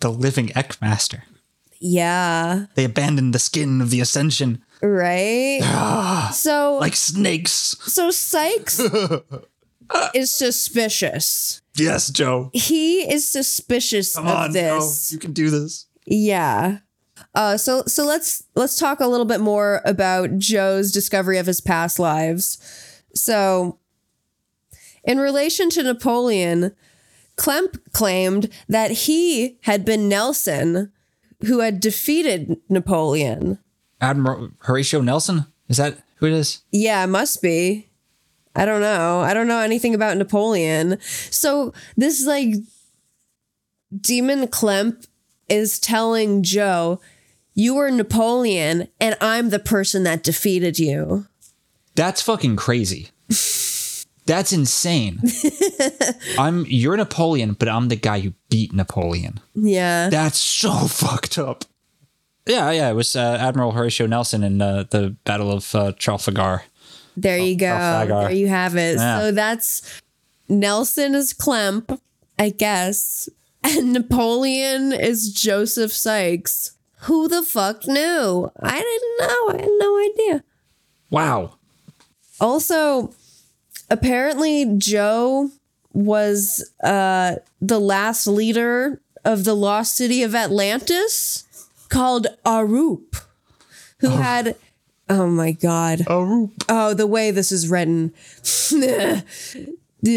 [SPEAKER 1] the living Eckmaster.
[SPEAKER 2] yeah
[SPEAKER 1] They abandoned the skin of the Ascension [sighs]
[SPEAKER 2] right so
[SPEAKER 1] like snakes. [laughs]
[SPEAKER 2] so sykes is suspicious
[SPEAKER 1] Yes, Joe.
[SPEAKER 2] he is suspicious
[SPEAKER 1] Come
[SPEAKER 2] of
[SPEAKER 1] on,
[SPEAKER 2] this
[SPEAKER 1] Joe. You can do this.
[SPEAKER 2] Yeah. Uh, so so let's let's talk a little bit more about Joe's discovery of his past lives. So in relation to Napoleon, Klemp claimed that he had been Nelson who had defeated Napoleon.
[SPEAKER 1] Admiral Horatio Nelson. Is that who it is?
[SPEAKER 2] Yeah, it must be. I don't know. I don't know anything about Napoleon. So this like demon Klemp is telling Joe, "You were Napoleon, and I'm the person that defeated you."
[SPEAKER 1] That's fucking [laughs] crazy. That's [laughs] insane. I'm you're Napoleon, but I'm the guy who beat Napoleon.
[SPEAKER 2] Yeah,
[SPEAKER 1] That's so [laughs] fucked up. Yeah, yeah. It was uh, Admiral Horatio Nelson in uh, the Battle of uh, Trafalgar.
[SPEAKER 2] there you go.
[SPEAKER 1] Trafalgar.
[SPEAKER 2] There you have it.
[SPEAKER 1] Yeah.
[SPEAKER 2] So that's Nelson is Klemp, I guess, and Napoleon is Joseph Sykes. Who the fuck knew? I didn't know. I had no idea.
[SPEAKER 1] Wow.
[SPEAKER 2] Also, apparently Joe was uh, the last leader of the lost city of Atlantis called Arup, who had. Oh my God.
[SPEAKER 1] Arup.
[SPEAKER 2] Oh, the way this is written. [laughs] Uh,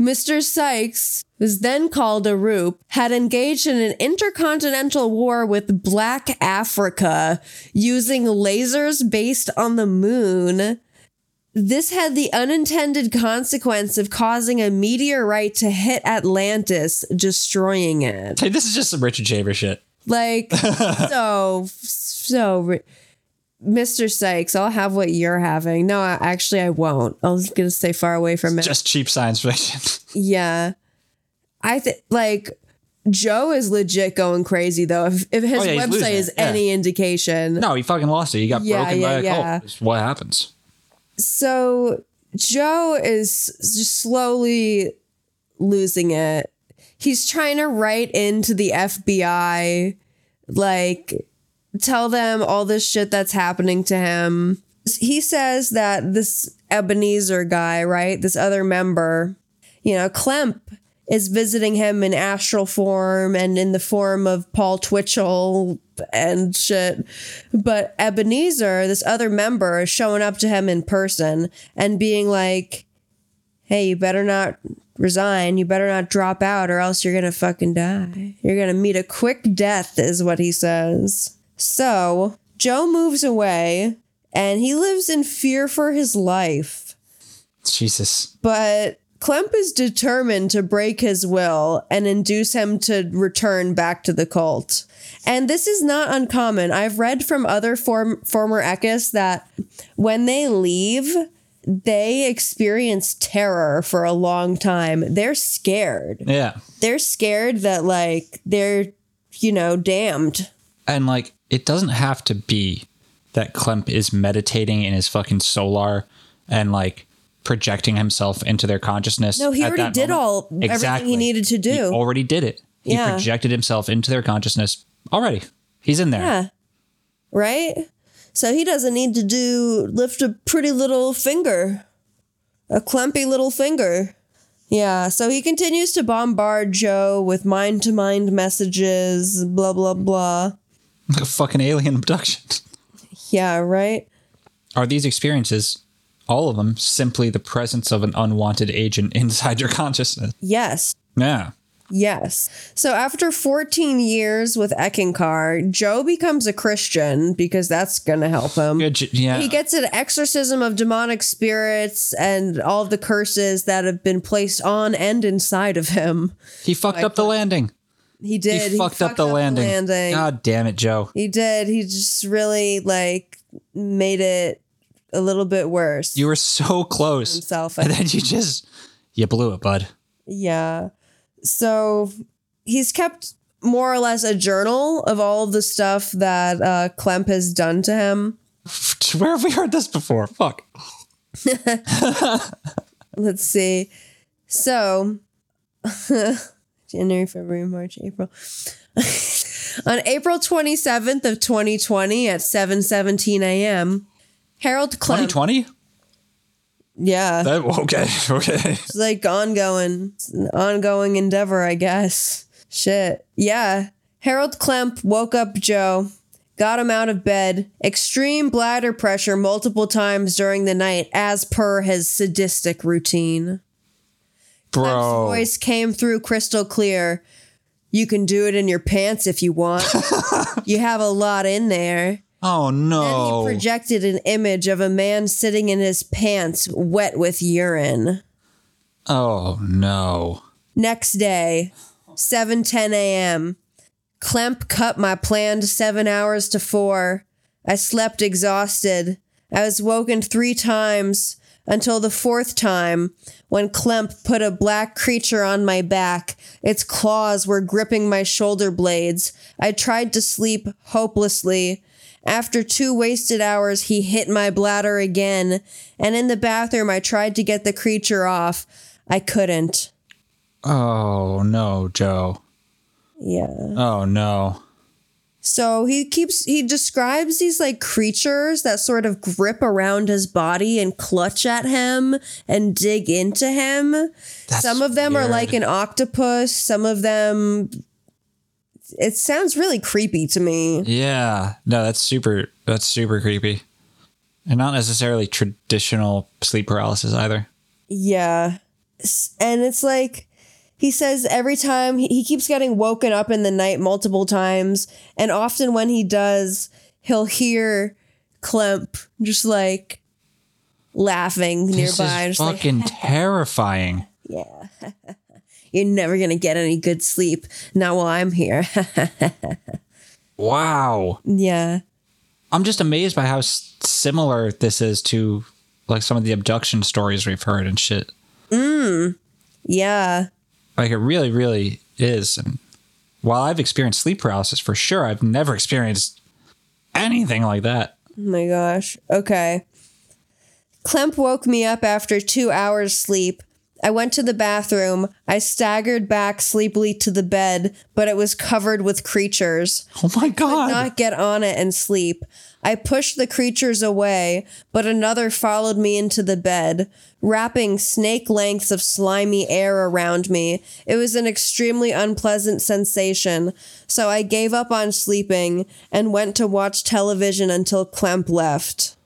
[SPEAKER 2] Mr. Sykes was then called Arup, had engaged in an intercontinental war with Black Africa using lasers based on the moon. This had the unintended consequence of causing a meteorite to hit Atlantis, destroying it.
[SPEAKER 1] Hey, this is just some Richard Shaver shit. [laughs]
[SPEAKER 2] Like, so, so, ri- Mr. Sykes, I'll have what you're having. No, I, actually, I won't. I was going to stay far away from it.
[SPEAKER 1] Just cheap science fiction. [laughs]
[SPEAKER 2] yeah. I think, like, Joe is legit going crazy, though. If, if his
[SPEAKER 1] Oh, yeah, he's
[SPEAKER 2] website
[SPEAKER 1] losing
[SPEAKER 2] is
[SPEAKER 1] it. Yeah.
[SPEAKER 2] any indication.
[SPEAKER 1] no, he fucking lost it. He got
[SPEAKER 2] Yeah,
[SPEAKER 1] broken by
[SPEAKER 2] yeah,
[SPEAKER 1] a
[SPEAKER 2] yeah.
[SPEAKER 1] cult. It's what happens?
[SPEAKER 2] so Joe is just slowly losing it. He's trying to write into the FBI, like tell them all this shit that's happening to him. He says that this Ebenezer guy, right? This other member, you know, Klemp is visiting him in astral form and in the form of Paul Twitchell and shit. But Ebenezer, this other member, is showing up to him in person and being like, hey, you better not resign. You better not drop out or else you're going to fucking die. You're going to meet a quick death, is what he says. So Joe moves away and he lives in fear for his life
[SPEAKER 1] Jesus.
[SPEAKER 2] but Klemp is determined to break his will and induce him to return back to the cult. And this is not uncommon. I've read from other form- former Ekis that when they leave, they experience terror for a long time. They're scared.
[SPEAKER 1] Yeah.
[SPEAKER 2] They're scared that, like, they're, you know, damned.
[SPEAKER 1] And like, it doesn't have to be that Klemp is meditating in his fucking solar and like projecting himself into their consciousness.
[SPEAKER 2] No, he
[SPEAKER 1] at
[SPEAKER 2] already
[SPEAKER 1] that
[SPEAKER 2] did
[SPEAKER 1] moment.
[SPEAKER 2] all everything he needed to
[SPEAKER 1] He
[SPEAKER 2] do.
[SPEAKER 1] already did it. He
[SPEAKER 2] Yeah.
[SPEAKER 1] projected himself into their consciousness already. He's in there.
[SPEAKER 2] Yeah. Right? So he doesn't need to do lift a pretty little finger, a clumpy little finger. Yeah, so he continues to bombard Joe with mind to mind messages, blah, blah, blah.
[SPEAKER 1] Like a [laughs] fucking alien abduction. [laughs]
[SPEAKER 2] Yeah, right?
[SPEAKER 1] Are these experiences, all of them, simply the presence of an unwanted agent inside your consciousness?
[SPEAKER 2] Yes.
[SPEAKER 1] Yeah.
[SPEAKER 2] Yes. So after 14 years with Eckankar, Joe becomes a Christian because that's going to help him.
[SPEAKER 1] Yeah, j- yeah.
[SPEAKER 2] He gets an exorcism of demonic spirits and all the curses that have been placed on and inside of him.
[SPEAKER 1] He fucked up the landing.
[SPEAKER 2] He did.
[SPEAKER 1] He, fucked, up the landing.
[SPEAKER 2] landing.
[SPEAKER 1] God damn it, Joe.
[SPEAKER 2] He did. He just really like made it a little bit worse.
[SPEAKER 1] You were so close.
[SPEAKER 2] Himself,
[SPEAKER 1] [laughs]
[SPEAKER 2] I
[SPEAKER 1] and then
[SPEAKER 2] think.
[SPEAKER 1] you just you blew it, bud.
[SPEAKER 2] Yeah. So he's kept more or less a journal of all the stuff that uh, Clemp has done to him.
[SPEAKER 1] [laughs] Where have we heard this before? Fuck.
[SPEAKER 2] Let's see. So, [laughs] January, February, March, April. [laughs] On April 27th of 2020 at 7:17 a.m., Harold Clemp.
[SPEAKER 1] 2020?
[SPEAKER 2] Yeah.
[SPEAKER 1] That, okay, [laughs] okay.
[SPEAKER 2] It's like ongoing, it's an ongoing endeavor, I guess. Shit. Yeah. Harold Klemp woke up Joe, got him out of bed, extreme bladder pressure multiple times during the night, as per his sadistic routine.
[SPEAKER 1] Bro.
[SPEAKER 2] Voice came through crystal clear. You can do it in your pants if
[SPEAKER 1] [laughs]
[SPEAKER 2] you want. you have a lot in there.
[SPEAKER 1] Oh no.
[SPEAKER 2] Projected an image of a man sitting in his pants, wet with urine.
[SPEAKER 1] oh no.
[SPEAKER 2] Next day, 7:10 a.m. Clemp cut my planned 7 hours to 4. I slept exhausted. I was woken 3 times until the fourth time when Clemp put a black creature on my back. Its claws were gripping my shoulder blades. I tried to sleep hopelessly. After two wasted hours, he hit my bladder again, and in the bathroom, I tried to get the creature off. I couldn't.
[SPEAKER 1] Oh no, Joe.
[SPEAKER 2] Yeah.
[SPEAKER 1] Oh no.
[SPEAKER 2] So he keeps he describes these like creatures that sort of grip around his body and clutch at him and dig into him. some of them are
[SPEAKER 1] weird.
[SPEAKER 2] like an octopus, some of them it sounds really creepy to me.
[SPEAKER 1] Yeah. No, that's super that's super creepy. And not necessarily traditional sleep paralysis either.
[SPEAKER 2] Yeah. S- And it's like he says every time he, he keeps getting woken up in the night multiple times. And often when he does, he'll hear Clemp just like laughing
[SPEAKER 1] This
[SPEAKER 2] nearby.
[SPEAKER 1] is
[SPEAKER 2] just like, [laughs]
[SPEAKER 1] fucking terrifying.
[SPEAKER 2] yeah. You're never going to get any good sleep. Not while I'm here. [laughs]
[SPEAKER 1] Wow.
[SPEAKER 2] yeah.
[SPEAKER 1] I'm just amazed by how s- similar this is to like some of the abduction stories we've heard and shit.
[SPEAKER 2] Mm. Yeah.
[SPEAKER 1] Like it really, really is. And while I've experienced sleep paralysis for sure, I've never experienced anything like that.
[SPEAKER 2] Oh my gosh. Okay. Clemp woke me up after two hours sleep. I went to the bathroom. I staggered back sleepily to the bed, but it was covered with creatures.
[SPEAKER 1] Oh my god.
[SPEAKER 2] Could not get on it and sleep. I pushed the creatures away, but another followed me into the bed, wrapping snake lengths of slimy air around me. It was an extremely unpleasant sensation, so I gave up on sleeping and went to watch television until Clemp left.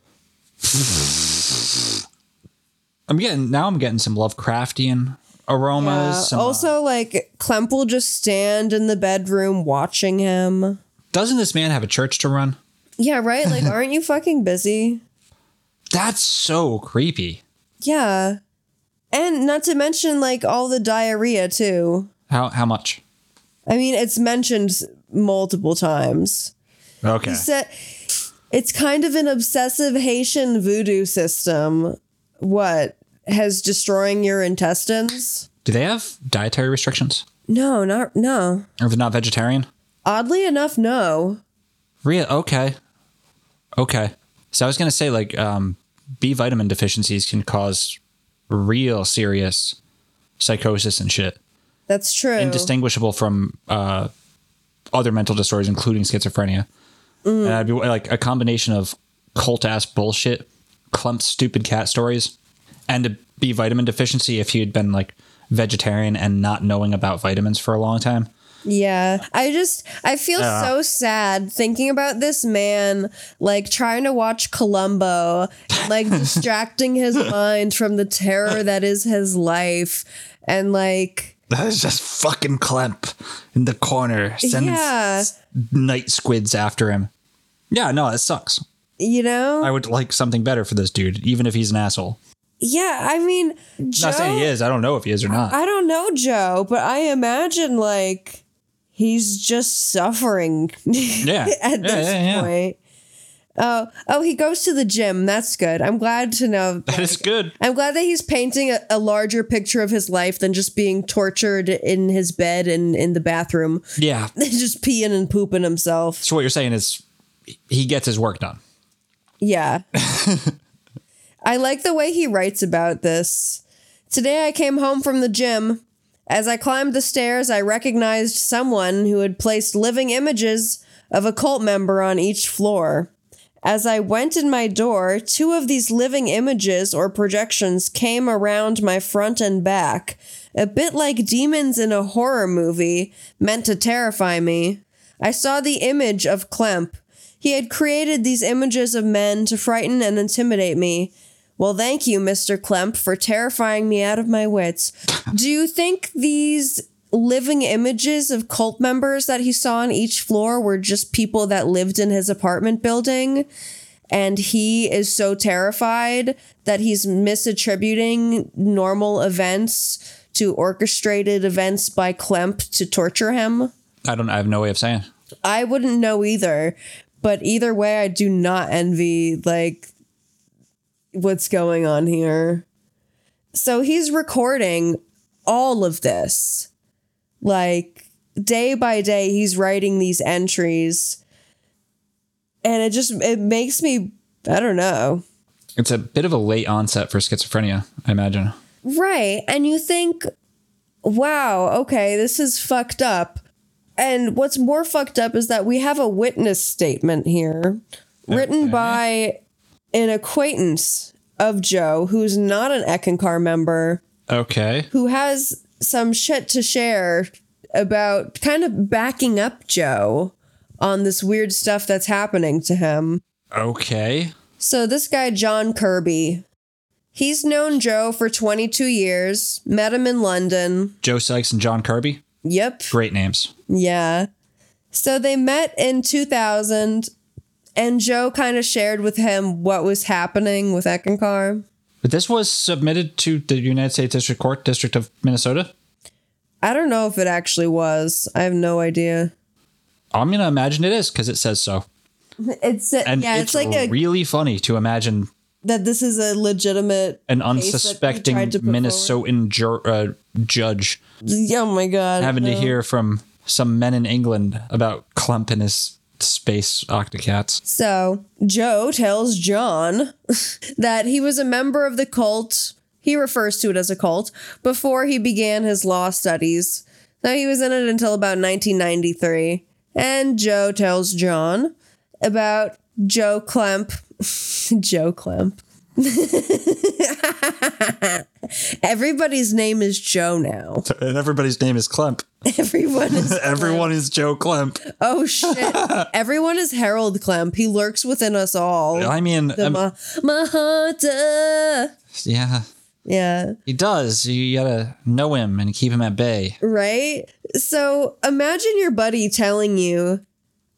[SPEAKER 1] I'm getting now I'm getting some Lovecraftian aromas.
[SPEAKER 2] Uh,
[SPEAKER 1] some, uh,
[SPEAKER 2] also, like, Clemp will just stand in the bedroom watching him.
[SPEAKER 1] doesn't this man have a church to run?
[SPEAKER 2] Yeah, right? Like, aren't you fucking busy? [laughs]
[SPEAKER 1] That's so creepy.
[SPEAKER 2] Yeah. And not to mention like all the diarrhea too.
[SPEAKER 1] How how much?
[SPEAKER 2] I mean, it's mentioned multiple times.
[SPEAKER 1] Okay.
[SPEAKER 2] He said it's kind of an obsessive Haitian voodoo system. What has destroying your intestines?
[SPEAKER 1] Do they have dietary restrictions?
[SPEAKER 2] No, not no.
[SPEAKER 1] Or if they're not vegetarian?
[SPEAKER 2] Oddly enough, no.
[SPEAKER 1] Real okay. Okay. So I was gonna say like um, B vitamin deficiencies can cause real serious psychosis and shit,
[SPEAKER 2] That's true.
[SPEAKER 1] indistinguishable from uh, other mental disorders, including schizophrenia. And I'd be like a combination of cult ass bullshit, clump stupid cat stories, and a B vitamin deficiency if you'd been like vegetarian and not knowing about vitamins for a long time.
[SPEAKER 2] Yeah. I just I feel
[SPEAKER 1] Yeah.
[SPEAKER 2] so sad thinking about this man like trying to watch Columbo,
[SPEAKER 1] [laughs]
[SPEAKER 2] like distracting his mind from the terror that is his life and like
[SPEAKER 1] That is just fucking Clemp in the corner. Sends
[SPEAKER 2] yeah,
[SPEAKER 1] night squids after him. Yeah, no, it sucks.
[SPEAKER 2] you know?
[SPEAKER 1] I would like something better for this dude, even if he's an asshole.
[SPEAKER 2] yeah, I mean, Joe
[SPEAKER 1] Not saying he is. I don't know if he is or not.
[SPEAKER 2] I don't know Joe, but I imagine like he's just suffering.
[SPEAKER 1] Yeah.
[SPEAKER 2] [laughs] at
[SPEAKER 1] Yeah,
[SPEAKER 2] this
[SPEAKER 1] yeah, yeah.
[SPEAKER 2] point. Oh, oh, he goes to the gym. That's good. I'm glad to know.
[SPEAKER 1] [laughs] That is good.
[SPEAKER 2] I'm glad that he's painting a, a larger picture of his life than just being tortured in his bed and in the bathroom, [laughs]
[SPEAKER 1] Yeah.
[SPEAKER 2] just peeing and pooping himself.
[SPEAKER 1] So what you're saying is he gets his work done.
[SPEAKER 2] Yeah. I like the way he writes about this. Today I came home from the gym. As I climbed the stairs, I recognized someone who had placed living images of a cult member on each floor. As I went in my door, two of these living images or projections came around my front and back, a bit like demons in a horror movie, meant to terrify me. I saw the image of Klemp. He had created these images of men to frighten and intimidate me. Well, thank you, Mr. Klemp, for terrifying me out of my wits. Do you think these living images of cult members that he saw on each floor were just people that lived in his apartment building? And he is so terrified that he's misattributing normal events to orchestrated events by Klemp to torture him?
[SPEAKER 1] I don't I have no way of saying.
[SPEAKER 2] I wouldn't know either. But either way, I do not envy like what's going on here. So he's recording all of this. Like day by day he's writing these entries. And it just it makes me I don't know.
[SPEAKER 1] It's a bit of a late onset for schizophrenia, I imagine.
[SPEAKER 2] Right. And you think, wow, okay, this is fucked up. And what's more fucked up is that we have a witness statement here written by an acquaintance of Joe who's not an Eckencar member
[SPEAKER 1] Okay.
[SPEAKER 2] who has some shit to share about kind of backing up Joe on this weird stuff that's happening to him.
[SPEAKER 1] Okay.
[SPEAKER 2] So this guy John Kirby, he's known Joe for 22 years, met him in London.
[SPEAKER 1] Joe Sykes and John Kirby.
[SPEAKER 2] Yep.
[SPEAKER 1] Great names.
[SPEAKER 2] Yeah. So they met in 2000 and Joe kind of shared with him what was happening with Eckencar.
[SPEAKER 1] But this was submitted to the United States District Court, District of Minnesota.
[SPEAKER 2] I don't know if it actually was. I have no idea.
[SPEAKER 1] I'm gonna imagine it is because it says so,
[SPEAKER 2] It's
[SPEAKER 1] and
[SPEAKER 2] yeah,
[SPEAKER 1] it's,
[SPEAKER 2] it's, like a,
[SPEAKER 1] really funny to imagine
[SPEAKER 2] that this is a legitimate
[SPEAKER 1] an
[SPEAKER 2] case that he
[SPEAKER 1] unsuspecting
[SPEAKER 2] tried to put
[SPEAKER 1] Minnesotan jur- uh, judge
[SPEAKER 2] forward. Oh my god.
[SPEAKER 1] having to
[SPEAKER 2] no.
[SPEAKER 1] hear from some men in England about Clump and his space octocats.
[SPEAKER 2] So Joe tells John [laughs] that he was a member of the cult. He refers to it as a cult before he began his law studies. Now he was in it until about 1993. And Joe tells John about Joe Klemp. [laughs] Joe Klemp. [laughs] Everybody's name is Joe now. [laughs]
[SPEAKER 1] And everybody's name is Clump.
[SPEAKER 2] Everyone is
[SPEAKER 1] Everyone is Joe Clump.
[SPEAKER 2] Oh shit. Everyone is Harold Klemp. He lurks within us all.
[SPEAKER 1] I mean,
[SPEAKER 2] The
[SPEAKER 1] um,
[SPEAKER 2] Ma- Mahata.
[SPEAKER 1] yeah,
[SPEAKER 2] Yeah.
[SPEAKER 1] he does. You gotta know him and keep him at bay.
[SPEAKER 2] Right? So imagine your buddy telling you,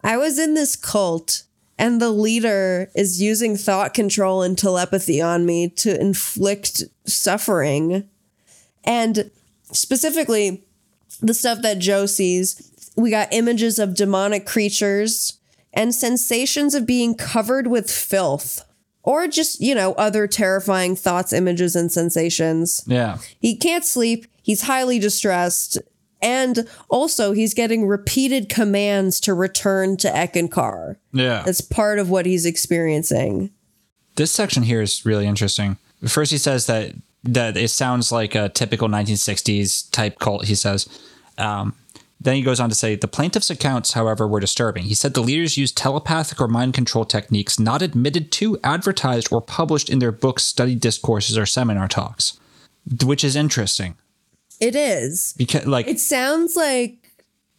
[SPEAKER 2] I was in this cult and the leader is using thought control and telepathy on me to inflict suffering. And specifically, the stuff that Joe sees, we got images of demonic creatures and sensations of being covered with filth or just, you know, other terrifying thoughts, images, and sensations.
[SPEAKER 1] Yeah.
[SPEAKER 2] He can't sleep. He's highly distressed. And also, he's getting repeated commands to return to Eckankar.
[SPEAKER 1] Yeah.
[SPEAKER 2] That's part of what he's experiencing.
[SPEAKER 1] This section here is really interesting. First, he says that that it sounds like a typical 1960s type cult. He says um, Then he goes on to say the plaintiff's accounts, however, were disturbing. He said the leaders used telepathic or mind control techniques not admitted to, advertised, or published in their books, study discourses, or seminar talks, which is interesting
[SPEAKER 2] It is.
[SPEAKER 1] because, like,
[SPEAKER 2] it sounds like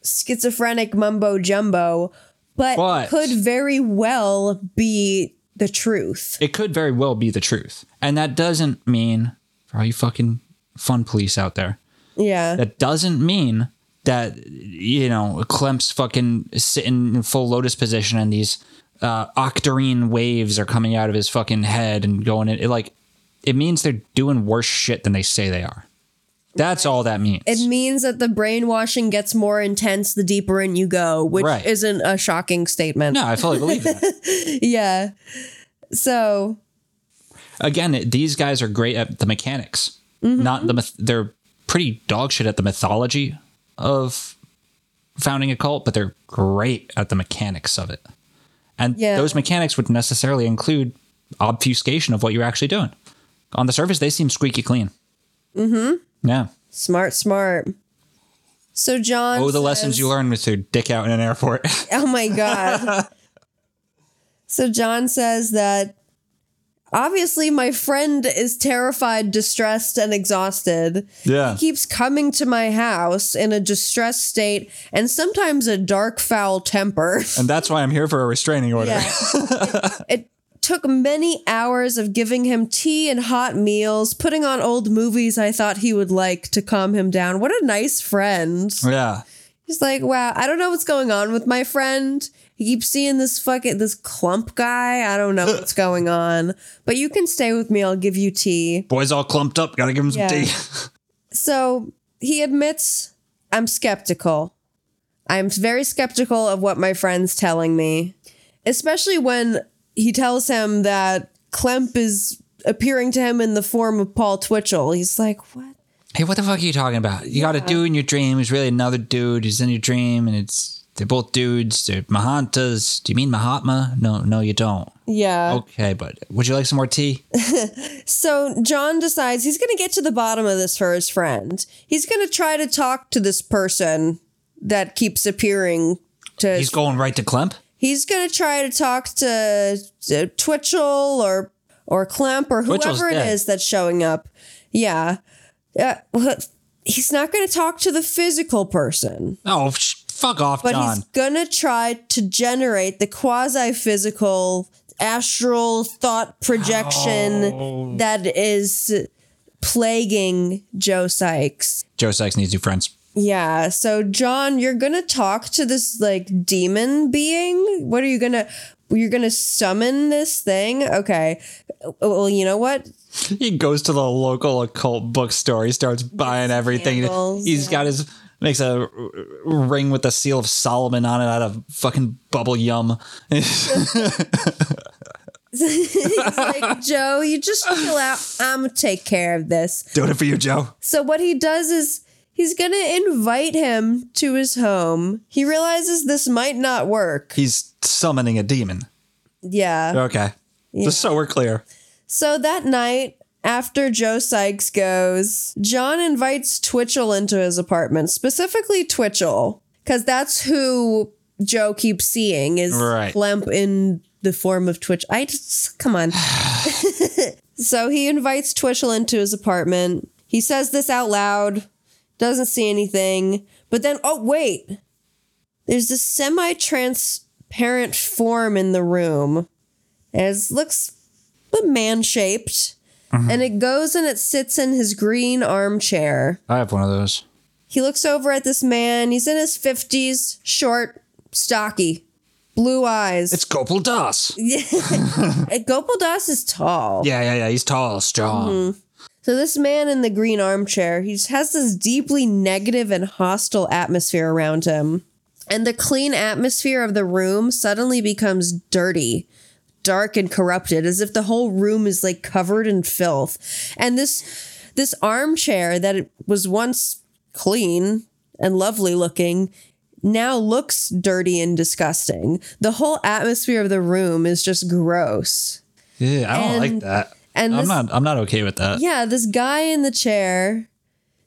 [SPEAKER 2] schizophrenic mumbo jumbo, but,
[SPEAKER 1] But-
[SPEAKER 2] could very well be the truth.
[SPEAKER 1] it could very well be the truth, and that doesn't mean for all you fucking fun police out there,
[SPEAKER 2] Yeah.
[SPEAKER 1] that doesn't mean that you know Clemp's fucking sitting in full lotus position and these uh, octarine waves are coming out of his fucking head and going in. It, like it means they're doing worse shit than they say they are. That's all that means.
[SPEAKER 2] It means that the brainwashing gets more intense the deeper in you go, which
[SPEAKER 1] Right.
[SPEAKER 2] isn't a shocking statement.
[SPEAKER 1] No, I fully believe that.
[SPEAKER 2] yeah. So,
[SPEAKER 1] Again, it, these guys are great at the mechanics,
[SPEAKER 2] Mm-hmm.
[SPEAKER 1] not the. Myth- they're pretty dog shit at the mythology of founding a cult, but they're great at the mechanics of it. And
[SPEAKER 2] Yeah.
[SPEAKER 1] those mechanics would necessarily include obfuscation of what you're actually doing. On the surface, they seem squeaky clean.
[SPEAKER 2] mhm.
[SPEAKER 1] Yeah.
[SPEAKER 2] Smart, smart. So John
[SPEAKER 1] Oh, the lessons
[SPEAKER 2] says-
[SPEAKER 1] you learn with your dick out in an airport.
[SPEAKER 2] [laughs]
[SPEAKER 1] [laughs]
[SPEAKER 2] Oh my god. so John says that obviously my friend is terrified, distressed, and exhausted.
[SPEAKER 1] Yeah.
[SPEAKER 2] He keeps coming to my house in a distressed state and sometimes a dark foul temper.
[SPEAKER 1] [laughs] and that's why I'm here for a restraining order.
[SPEAKER 2] Yeah. It took many hours of giving him tea and hot meals, putting on old movies I thought he would like to calm him down. What a nice friend.
[SPEAKER 1] yeah.
[SPEAKER 2] He's like, wow, I don't know what's going on with my friend. He keeps seeing this fucking this clump guy. I don't know what's going on. But you can stay with me. I'll give you tea.
[SPEAKER 1] Boy's all clumped up. Gotta give him some
[SPEAKER 2] Yeah.
[SPEAKER 1] tea.
[SPEAKER 2] So he admits, I'm skeptical. I'm very skeptical of what my friend's telling me, especially when he tells him that Clemp is appearing to him in the form of Paul Twitchell. He's like, what?
[SPEAKER 1] hey, what the fuck are you talking about? You got a dude in your dream who's really another dude who's in your dream, and it's they're both dudes. They're Mahantas. Do you mean Mahatma? No, no, you don't.
[SPEAKER 2] Yeah.
[SPEAKER 1] Okay, but would you like some more tea?
[SPEAKER 2] uh, So John decides he's going to get to the bottom of this for his friend. He's going to try to talk to this person that keeps appearing to.
[SPEAKER 1] He's going right to Clemp.
[SPEAKER 2] He's going to try to talk to, to Twitchell or or Clamp or
[SPEAKER 1] Twitchell's
[SPEAKER 2] whoever it
[SPEAKER 1] dead.
[SPEAKER 2] is that's showing up. Yeah. Uh, well, he's not going to talk to the physical person.
[SPEAKER 1] Oh, sh- fuck off,
[SPEAKER 2] But
[SPEAKER 1] John.
[SPEAKER 2] he's gonna try to generate the quasi physical astral thought projection
[SPEAKER 1] Oh.
[SPEAKER 2] that is plaguing Joe Sykes.
[SPEAKER 1] Joe Sykes needs new friends.
[SPEAKER 2] Yeah, so John, you're gonna talk to this like demon being. What are you gonna? You're gonna summon this thing? Okay. Well, you know what?
[SPEAKER 1] He goes to the local occult bookstore. He starts buying everything.
[SPEAKER 2] candles,
[SPEAKER 1] He's
[SPEAKER 2] yeah.
[SPEAKER 1] got his makes a r- r- ring with the seal of Solomon on it out of fucking bubble yum. [laughs]
[SPEAKER 2] He's
[SPEAKER 1] [laughs]
[SPEAKER 2] like, Joe, you just chill out. I'm gonna take care of this.
[SPEAKER 1] Doing it for you, Joe.
[SPEAKER 2] So what he does is he's gonna invite him to his home. He realizes this might not work.
[SPEAKER 1] He's summoning a demon.
[SPEAKER 2] Yeah.
[SPEAKER 1] [laughs] Okay.
[SPEAKER 2] Yeah.
[SPEAKER 1] Just so we're clear.
[SPEAKER 2] So that night, after Joe Sykes goes, John invites Twitchell into his apartment, specifically Twitchell, because that's who Joe keeps seeing is
[SPEAKER 1] Right.
[SPEAKER 2] Clemp in the form of Twitch. I just come on. [laughs] so he invites Twitchell into his apartment. He says this out loud, doesn't see anything, but then oh wait. There's this semi-transparent form in the room. It looks but man shaped. And it goes and it sits in his green armchair.
[SPEAKER 1] I have one of those.
[SPEAKER 2] He looks over at this man. He's in his 50s, short, stocky, blue eyes.
[SPEAKER 1] It's Gopal Das.
[SPEAKER 2] Gopal Das is tall.
[SPEAKER 1] Yeah, yeah, yeah. He's tall, strong.
[SPEAKER 2] Mm-hmm. So, this man in the green armchair, he just has this deeply negative and hostile atmosphere around him. And the clean atmosphere of the room suddenly becomes dirty, dark, and corrupted, as if the whole room is like covered in filth. And this this armchair that it was once clean and lovely looking now looks dirty and disgusting. The whole atmosphere of the room is just gross.
[SPEAKER 1] Yeah, I don't
[SPEAKER 2] And-
[SPEAKER 1] like that.
[SPEAKER 2] and
[SPEAKER 1] I'm
[SPEAKER 2] this-
[SPEAKER 1] not. I'm not okay with that.
[SPEAKER 2] yeah, this guy in the chair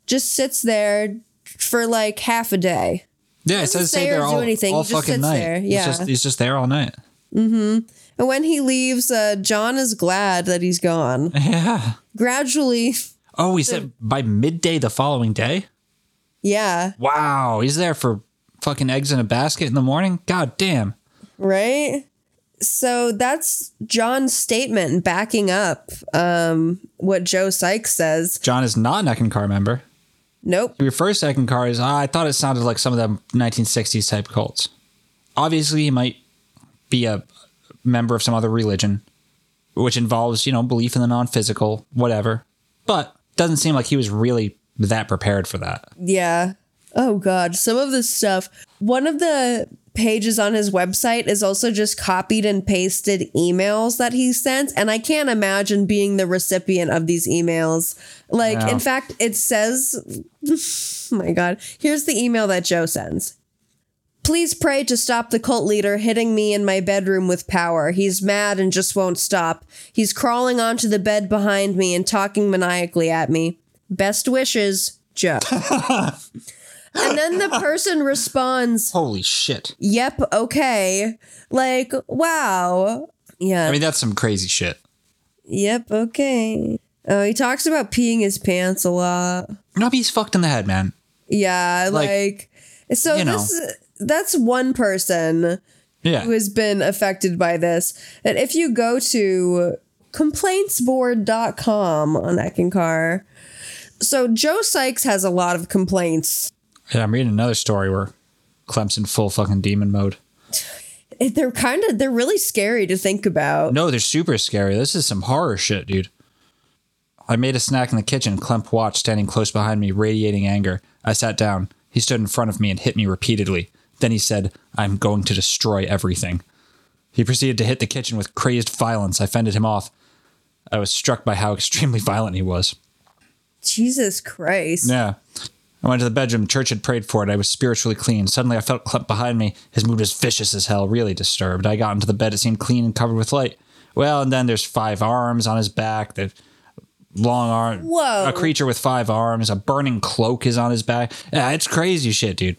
[SPEAKER 2] just sits there for like half a day.
[SPEAKER 1] Yeah, it says
[SPEAKER 2] stay
[SPEAKER 1] say
[SPEAKER 2] or
[SPEAKER 1] they're
[SPEAKER 2] do
[SPEAKER 1] all,
[SPEAKER 2] anything.
[SPEAKER 1] all
[SPEAKER 2] He just
[SPEAKER 1] fucking
[SPEAKER 2] sits
[SPEAKER 1] night.
[SPEAKER 2] there.
[SPEAKER 1] He's
[SPEAKER 2] Yeah.
[SPEAKER 1] just, he's just there all [laughs] night.
[SPEAKER 2] Mm-hmm. And when he leaves, uh, John is glad that he's gone.
[SPEAKER 1] Yeah.
[SPEAKER 2] Gradually, [laughs]
[SPEAKER 1] Oh, he said by midday the following day?
[SPEAKER 2] yeah,
[SPEAKER 1] Wow, he's there for fucking eggs in a basket in the morning? God damn.
[SPEAKER 2] right? So that's John's statement backing up um, what Joe Sykes says.
[SPEAKER 1] John is not an Ekin car member.
[SPEAKER 2] Nope.
[SPEAKER 1] Your first Ekin car is, ah, I thought it sounded like some of the 1960s type cults. Obviously, he might be a member of some other religion, which involves, you know, belief in the non physical, whatever. But doesn't seem like he was really that prepared for that.
[SPEAKER 2] Yeah. Oh god, some of this stuff. One of the pages on his website is also just copied and pasted emails that he sent and I can't imagine being the recipient of these emails. Like
[SPEAKER 9] No.
[SPEAKER 2] in fact, it says oh my god, here's the email that Joe sends. Please pray to stop the cult leader hitting me in my bedroom with power. He's mad and just won't stop. He's crawling onto the bed behind me and talking maniacally at me. Best wishes,
[SPEAKER 1] [laughs]
[SPEAKER 2] Joe. and then the person responds,
[SPEAKER 1] Holy shit.
[SPEAKER 2] Yep, okay. Like, wow. Yeah.
[SPEAKER 1] I mean, that's some crazy shit.
[SPEAKER 2] Yep, okay. Oh, he talks about peeing his pants a lot.
[SPEAKER 1] No, but he's fucked in the head, man.
[SPEAKER 2] Yeah, like,
[SPEAKER 1] Like,
[SPEAKER 2] so
[SPEAKER 1] you know.
[SPEAKER 2] this that's one person
[SPEAKER 1] Yeah.
[SPEAKER 2] who has been affected by this. And if you go to complaintsboard.com on Eckencar, so Joe Sykes has a lot of complaints.
[SPEAKER 1] Yeah, I'm reading another story where Clemson full fucking demon mode.
[SPEAKER 2] They're kind of they're really scary to think about.
[SPEAKER 1] No, they're super scary. This is some horror shit, dude. I made a snack in the kitchen. Clemp watched, standing close behind me, radiating anger. I sat down. He stood in front of me and hit me repeatedly. Then he said, I'm going to destroy everything. He proceeded to hit the kitchen with crazed violence. I fended him off. I was struck by how extremely [laughs] violent he was.
[SPEAKER 2] Jesus Christ.
[SPEAKER 1] Yeah. I went to the bedroom. Church had prayed for it. I was spiritually clean. Suddenly, I felt Clemp behind me. His mood was vicious as hell, really disturbed. I got into the bed. It seemed clean and covered with light. Well, and then there's five arms on his back. The long arm.
[SPEAKER 2] Whoa.
[SPEAKER 1] A creature with five arms. A burning cloak is on his back. Yeah, it's crazy shit, dude.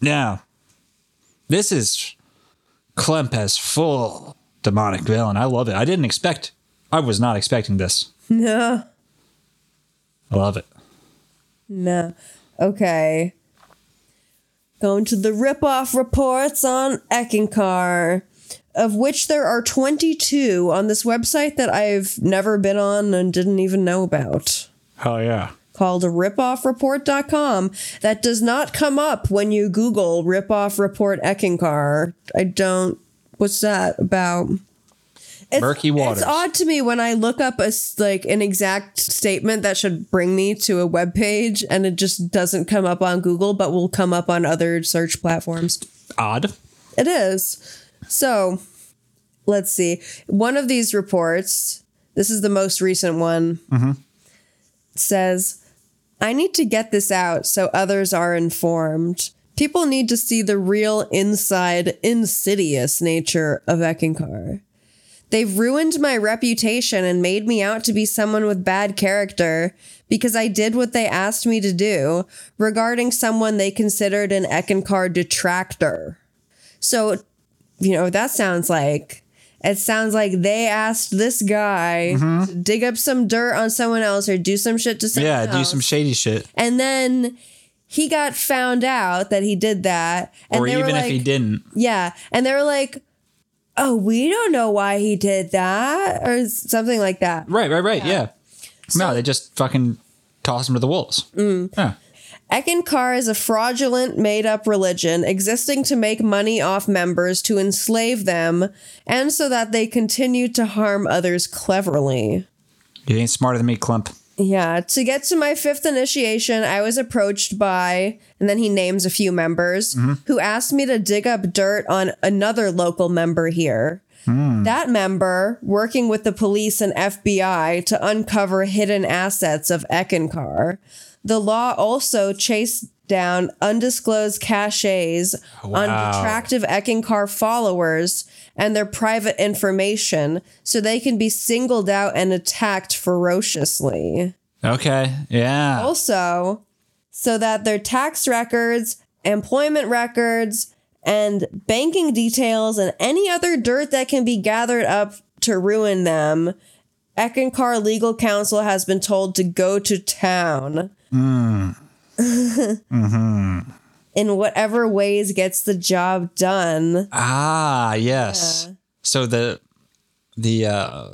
[SPEAKER 1] Now, this is Clemp as full demonic villain. I love it. I didn't expect, I was not expecting this.
[SPEAKER 2] [laughs] No.
[SPEAKER 1] I love it.
[SPEAKER 2] No. Okay. Going to the ripoff reports on Eckencar, of which there are 22 on this website that I've never been on and didn't even know about.
[SPEAKER 1] Hell yeah.
[SPEAKER 2] Called ripoffreport.com. That does not come up when you Google ripoff report Eckencar. I don't. What's that about?
[SPEAKER 1] Murky waters.
[SPEAKER 2] It's odd to me when I look up a s- like an exact statement that should bring me to a web page and it just doesn't come up on Google but will come up on other search platforms.
[SPEAKER 1] Odd.
[SPEAKER 2] It is. So, let's see. One of these reports, this is the most recent one,
[SPEAKER 1] Mm-hmm.
[SPEAKER 2] says, I need to get this out so others are informed. People need to see the real inside, insidious nature of Eckankar. They've ruined my reputation and made me out to be someone with bad character because I did what they asked me to do regarding someone they considered an Eckankar detractor. So, you know, that sounds like it sounds like they asked this guy
[SPEAKER 1] Mhm.
[SPEAKER 2] to dig up some dirt on someone else or do some shit to someone
[SPEAKER 1] Yeah, do
[SPEAKER 2] else.
[SPEAKER 1] some shady shit.
[SPEAKER 2] And then he got found out that he did that. And
[SPEAKER 1] or
[SPEAKER 2] they
[SPEAKER 1] even
[SPEAKER 2] were like,
[SPEAKER 1] if he didn't.
[SPEAKER 2] Yeah. And they were like, oh, we don't know why he did that or something like that.
[SPEAKER 1] Right, right, right. Yeah. no, they just fucking toss him to the wolves.
[SPEAKER 2] Mm.
[SPEAKER 1] Yeah.
[SPEAKER 2] Ekankar is a fraudulent, made up religion existing to make money off members to enslave them and so that they continue to harm others cleverly.
[SPEAKER 1] You ain't smarter than me, Clump.
[SPEAKER 2] Yeah, to get to my fifth initiation, I was approached by, and then he names a few members
[SPEAKER 1] Mhm.
[SPEAKER 2] who asked me to dig up dirt on another local member here.
[SPEAKER 9] Hmm.
[SPEAKER 2] That member working with the police and FBI to uncover hidden assets of Eckankar. The law also chased down undisclosed caches on
[SPEAKER 9] Wow.
[SPEAKER 2] detractive Eckankar followers and their private information so they can be singled out and attacked ferociously. Oh.
[SPEAKER 1] Okay. Yeah.
[SPEAKER 2] Also, so that their tax records, employment records, and banking details and any other dirt that can be gathered up to ruin them, Eckankar legal counsel has been told to go to town [laughs]
[SPEAKER 1] Mm. hmm
[SPEAKER 2] in whatever ways gets the job done.
[SPEAKER 1] Ah, yes. So the the uh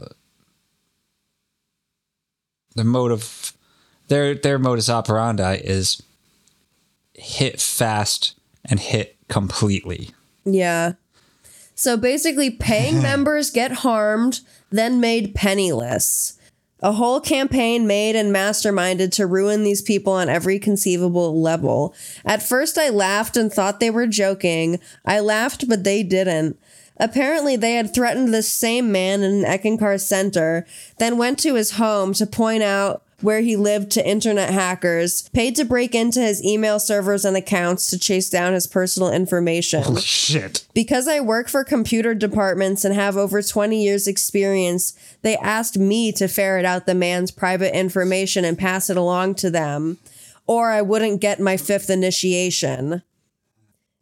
[SPEAKER 1] the motive their their modus operandi is hit fast and hit completely.
[SPEAKER 2] Yeah. So basically, paying members get harmed, then made penniless. A whole campaign made and masterminded to ruin these people on every conceivable level. At first, I laughed and thought they were joking. I laughed, but they didn't. Apparently, they had threatened this same man in an Eckankar center, then went to his home to point out where he lived to internet hackers, paid to break into his email servers and accounts to chase down his personal information.
[SPEAKER 1] Holy shit.
[SPEAKER 2] Because I work for computer departments and have over 20 years' experience, they asked me to ferret out the man's private information and pass it along to them, or I wouldn't get my fifth initiation.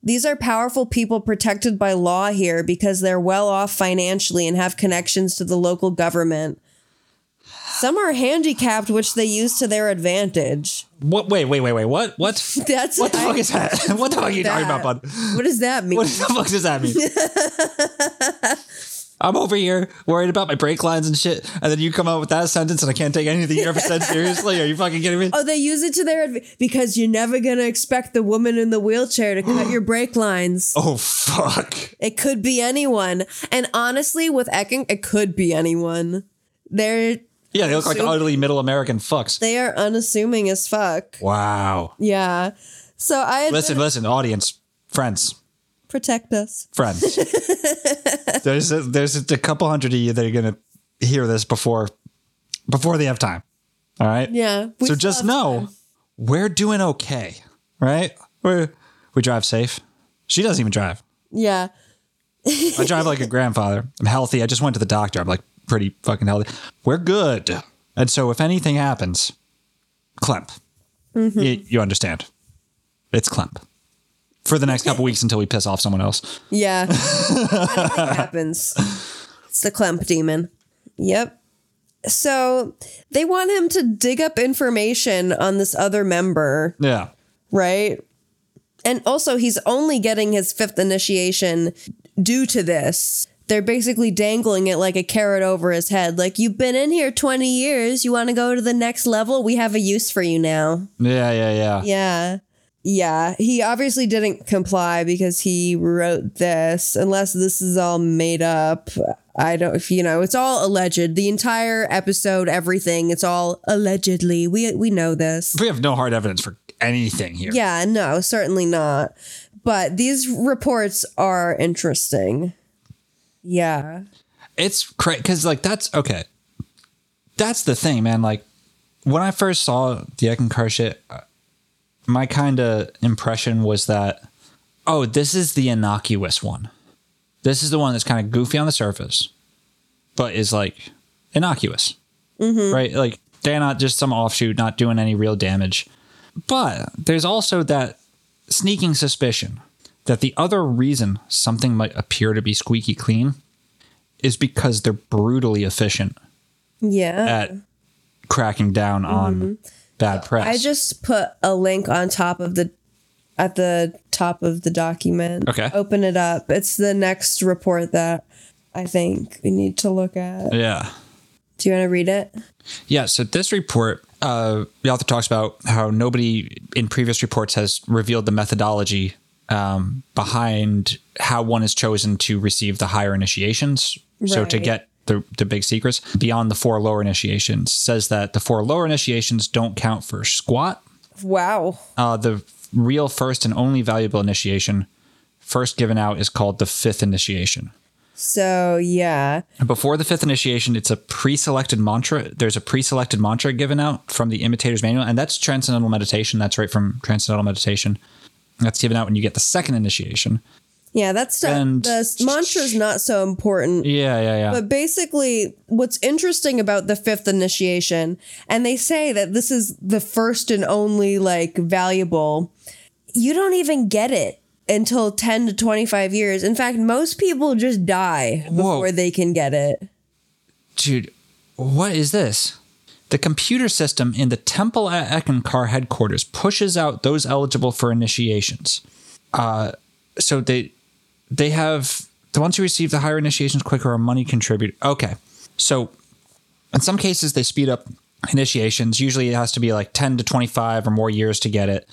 [SPEAKER 2] These are powerful people protected by law here because they're well off financially and have connections to the local government. Some are handicapped, which they use to their advantage. [laughs]
[SPEAKER 1] What wait, wait, wait, wait. What what
[SPEAKER 2] That's
[SPEAKER 1] what the
[SPEAKER 2] I-
[SPEAKER 1] fuck is that? [laughs] What the fuck are you talking
[SPEAKER 2] that?
[SPEAKER 1] about, bud?
[SPEAKER 2] What does that mean?
[SPEAKER 1] What the fuck does that
[SPEAKER 2] [laughs]
[SPEAKER 1] mean? I'm over here worried about my break lines and shit, and then you come out with that sentence, and I can't take anything you ever
[SPEAKER 2] [laughs]
[SPEAKER 1] said seriously. Are you fucking kidding me?
[SPEAKER 2] Oh, they use it to their advantage because you're never gonna expect the woman in the wheelchair
[SPEAKER 1] [gasps]
[SPEAKER 2] to cut your brake lines.
[SPEAKER 1] Oh fuck!
[SPEAKER 2] It could be anyone, and honestly, with Ekin, it could be anyone. They're
[SPEAKER 1] Yeah, they look like
[SPEAKER 2] Assume-
[SPEAKER 1] utterly middle American fucks.
[SPEAKER 2] they are unassuming as fuck.
[SPEAKER 1] Wow.
[SPEAKER 2] Yeah. So I had [laughs]
[SPEAKER 1] Listen, listen, audience, friends,
[SPEAKER 2] protect us.
[SPEAKER 1] friends. there's a, there's a, couple hundred of you that are gonna hear this before before they have time. All right.
[SPEAKER 2] Yeah. we
[SPEAKER 1] so just
[SPEAKER 2] still have
[SPEAKER 1] know we're doing okay, right? We we drive safe. She doesn't even drive.
[SPEAKER 2] Yeah.
[SPEAKER 1] I drive like a grandfather. I'm healthy. I just went to the doctor. I'm like pretty fucking healthy. We're good. And so if anything happens, Clemp,
[SPEAKER 2] Mhm.
[SPEAKER 1] you, you understand. It's Clemp for the next couple weeks until we piss off someone else. [laughs]
[SPEAKER 2] Yeah. Anything happens. It's the clump demon. Yep. So they want him to dig up information on this other member.
[SPEAKER 1] Yeah.
[SPEAKER 2] right? And also, he's only getting his fifth initiation due to this. They're basically dangling it like a carrot over his head. Like, you've been in here 20 years. You want to go to the next level? We have a use for you now.
[SPEAKER 1] Yeah. Yeah. Yeah.
[SPEAKER 2] Yeah. Yeah. He obviously didn't comply because he wrote this, unless this is all made up. I don't, you know, it's all alleged. The entire episode, everything, it's all allegedly. We, we know this.
[SPEAKER 1] We have no hard evidence for anything here.
[SPEAKER 2] Yeah, no, certainly not. But these reports are interesting. Yeah.
[SPEAKER 1] It's crazy because like that's okay. That's the thing, man. Like when I first saw the Eckankar shit, uh, my kind of impression was that oh, this is the innocuous one. This is the one that's kind of goofy on the surface, but is like innocuous,
[SPEAKER 2] Mm-hmm.
[SPEAKER 1] right? Like they're not just some offshoot, not doing any real damage. But there's also that sneaking suspicion that the other reason something might appear to be squeaky clean is because they're brutally efficient
[SPEAKER 2] Yeah.
[SPEAKER 1] at cracking down on bad press.
[SPEAKER 2] Mm-hmm. I just put a link on top of the at the top of the document.
[SPEAKER 1] Okay.
[SPEAKER 2] Open it up. It's the next report that I think we need to look at.
[SPEAKER 1] yeah.
[SPEAKER 2] Do you want to read it?
[SPEAKER 1] Yeah, so this report, uh, the author talks about how nobody in previous reports has revealed the methodology um, behind how one is chosen to receive the higher initiations. So to
[SPEAKER 2] Right.
[SPEAKER 1] get the, the big secrets beyond the four lower initiations says that the four lower initiations don't count for squat.
[SPEAKER 2] Wow.
[SPEAKER 1] Uh, the real first and only valuable initiation first given out is called the fifth initiation.
[SPEAKER 2] So, yeah.
[SPEAKER 1] Before the fifth initiation, it's a pre-selected mantra. There's a pre-selected mantra given out from the Imitator's Manual, and that's Transcendental Meditation. That's right from Transcendental Meditation. That's given out when you get the second initiation.
[SPEAKER 2] Yeah, that's not,
[SPEAKER 1] And-
[SPEAKER 2] the s- mantra's not so important.
[SPEAKER 1] Yeah, yeah, yeah.
[SPEAKER 2] But basically, what's interesting about the fifth initiation, and they say that this is the first and only like valuable, you don't even get it until 10 to 25 years. In fact, most people just die before they can get it.
[SPEAKER 1] Dude, what is this? The computer system in the temple at Ekankar headquarters pushes out those eligible for initiations. Uh, so they they have the ones who receive the higher initiations quicker are money contributor. Okay, so in some cases they speed up initiations. Usually it has to be like ten to twenty five or more years to get it.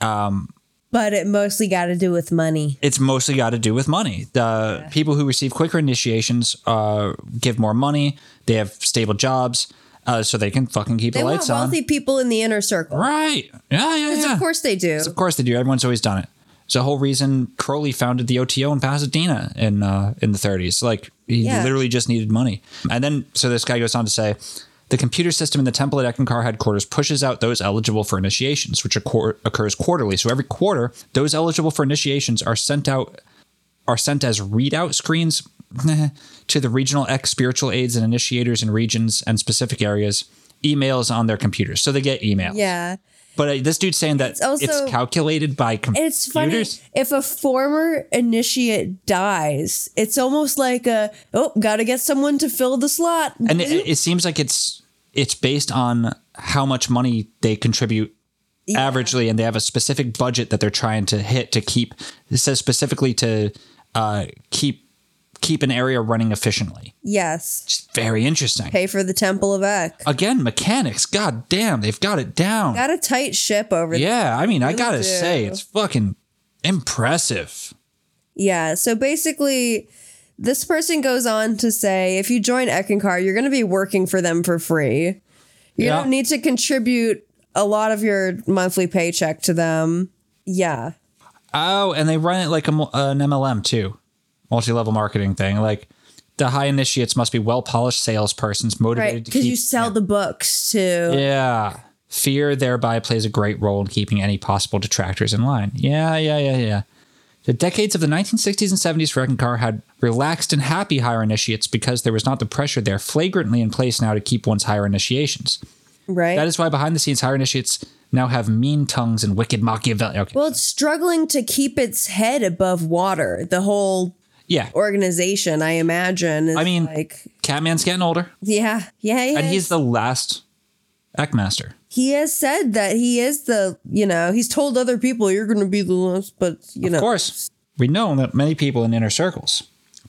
[SPEAKER 1] Um,
[SPEAKER 2] But it mostly got to do with money.
[SPEAKER 1] it's mostly got to do with money. The people who receive quicker initiations uh, give more money. They have stable jobs, uh, so they can fucking keep
[SPEAKER 2] They
[SPEAKER 1] the
[SPEAKER 2] want
[SPEAKER 1] lights on.
[SPEAKER 2] wealthy people in the inner circle.
[SPEAKER 1] Right. Yeah, yeah, yeah.
[SPEAKER 2] Of course they do.
[SPEAKER 1] Of course they do. Everyone's always done it. It's the whole reason Crowley founded the OTO in Pasadena in uh, in the 30s. Like he
[SPEAKER 2] Yeah.
[SPEAKER 1] literally just needed money. And then so this guy goes on to say. The computer system in the temple at Ekankar headquarters pushes out those eligible for initiations, which occur- occurs quarterly. So every quarter, those eligible for initiations are sent out are sent as readout screens [laughs] to the regional X spiritual aids and initiators in regions and specific areas. Emails on their computers, so they get emails.
[SPEAKER 2] Yeah.
[SPEAKER 1] But uh, this dude's saying that it's,
[SPEAKER 2] also-
[SPEAKER 1] calculated by computers.
[SPEAKER 2] It's funny if a former initiate dies, it's almost like a oh, gotta get someone to fill the slot.
[SPEAKER 1] and it, it seems like it's it's based on how much money they contribute averagely, and they have a specific budget that they're trying to hit to keep. It says specifically to uh, keep keep an area running efficiently.
[SPEAKER 2] yes,
[SPEAKER 1] Very interesting.
[SPEAKER 2] pay for the Temple of Ek.
[SPEAKER 1] Again, mechanics. God damn, they've got it down.
[SPEAKER 2] Got a tight ship over there.
[SPEAKER 1] yeah, I mean, I
[SPEAKER 2] Really
[SPEAKER 1] gotta
[SPEAKER 2] do.
[SPEAKER 1] say, it's fucking impressive.
[SPEAKER 2] Yeah. So basically, this person goes on to say if you join Ekankar, you're going to be working for them for free. You
[SPEAKER 1] Yeah.
[SPEAKER 2] don't need to contribute a lot of your monthly paycheck to them. Yeah.
[SPEAKER 1] Oh, and they run it like a, mul- an MLM too, multi-level marketing thing. Like the high initiates must be well-polished salespersons motivated
[SPEAKER 2] Right.
[SPEAKER 1] to
[SPEAKER 2] Because
[SPEAKER 1] keep.
[SPEAKER 2] you sell the books to.
[SPEAKER 1] yeah, fear thereby plays a great role in keeping any possible detractors in line. Yeah, yeah, yeah, yeah. The decades of the 1960s and 70s for Eckankar had relaxed and happy higher initiates because there was not the pressure there flagrantly in place now to keep one's higher initiations.
[SPEAKER 2] Right.
[SPEAKER 1] That is why behind the scenes higher initiates now have mean tongues and wicked Machiavelli. Okay.
[SPEAKER 2] Well, it's struggling to keep its head above water. The whole
[SPEAKER 1] Yeah.
[SPEAKER 2] organization, I imagine. Is
[SPEAKER 1] I mean,
[SPEAKER 2] like,
[SPEAKER 1] Catman's getting older.
[SPEAKER 2] yeah, yeah, yeah.
[SPEAKER 1] and he's the last Eckmaster.
[SPEAKER 2] he has said that he is the, you know, he's told other people you're going to be the last, but you know,
[SPEAKER 1] Of course, we know that many people in inner circles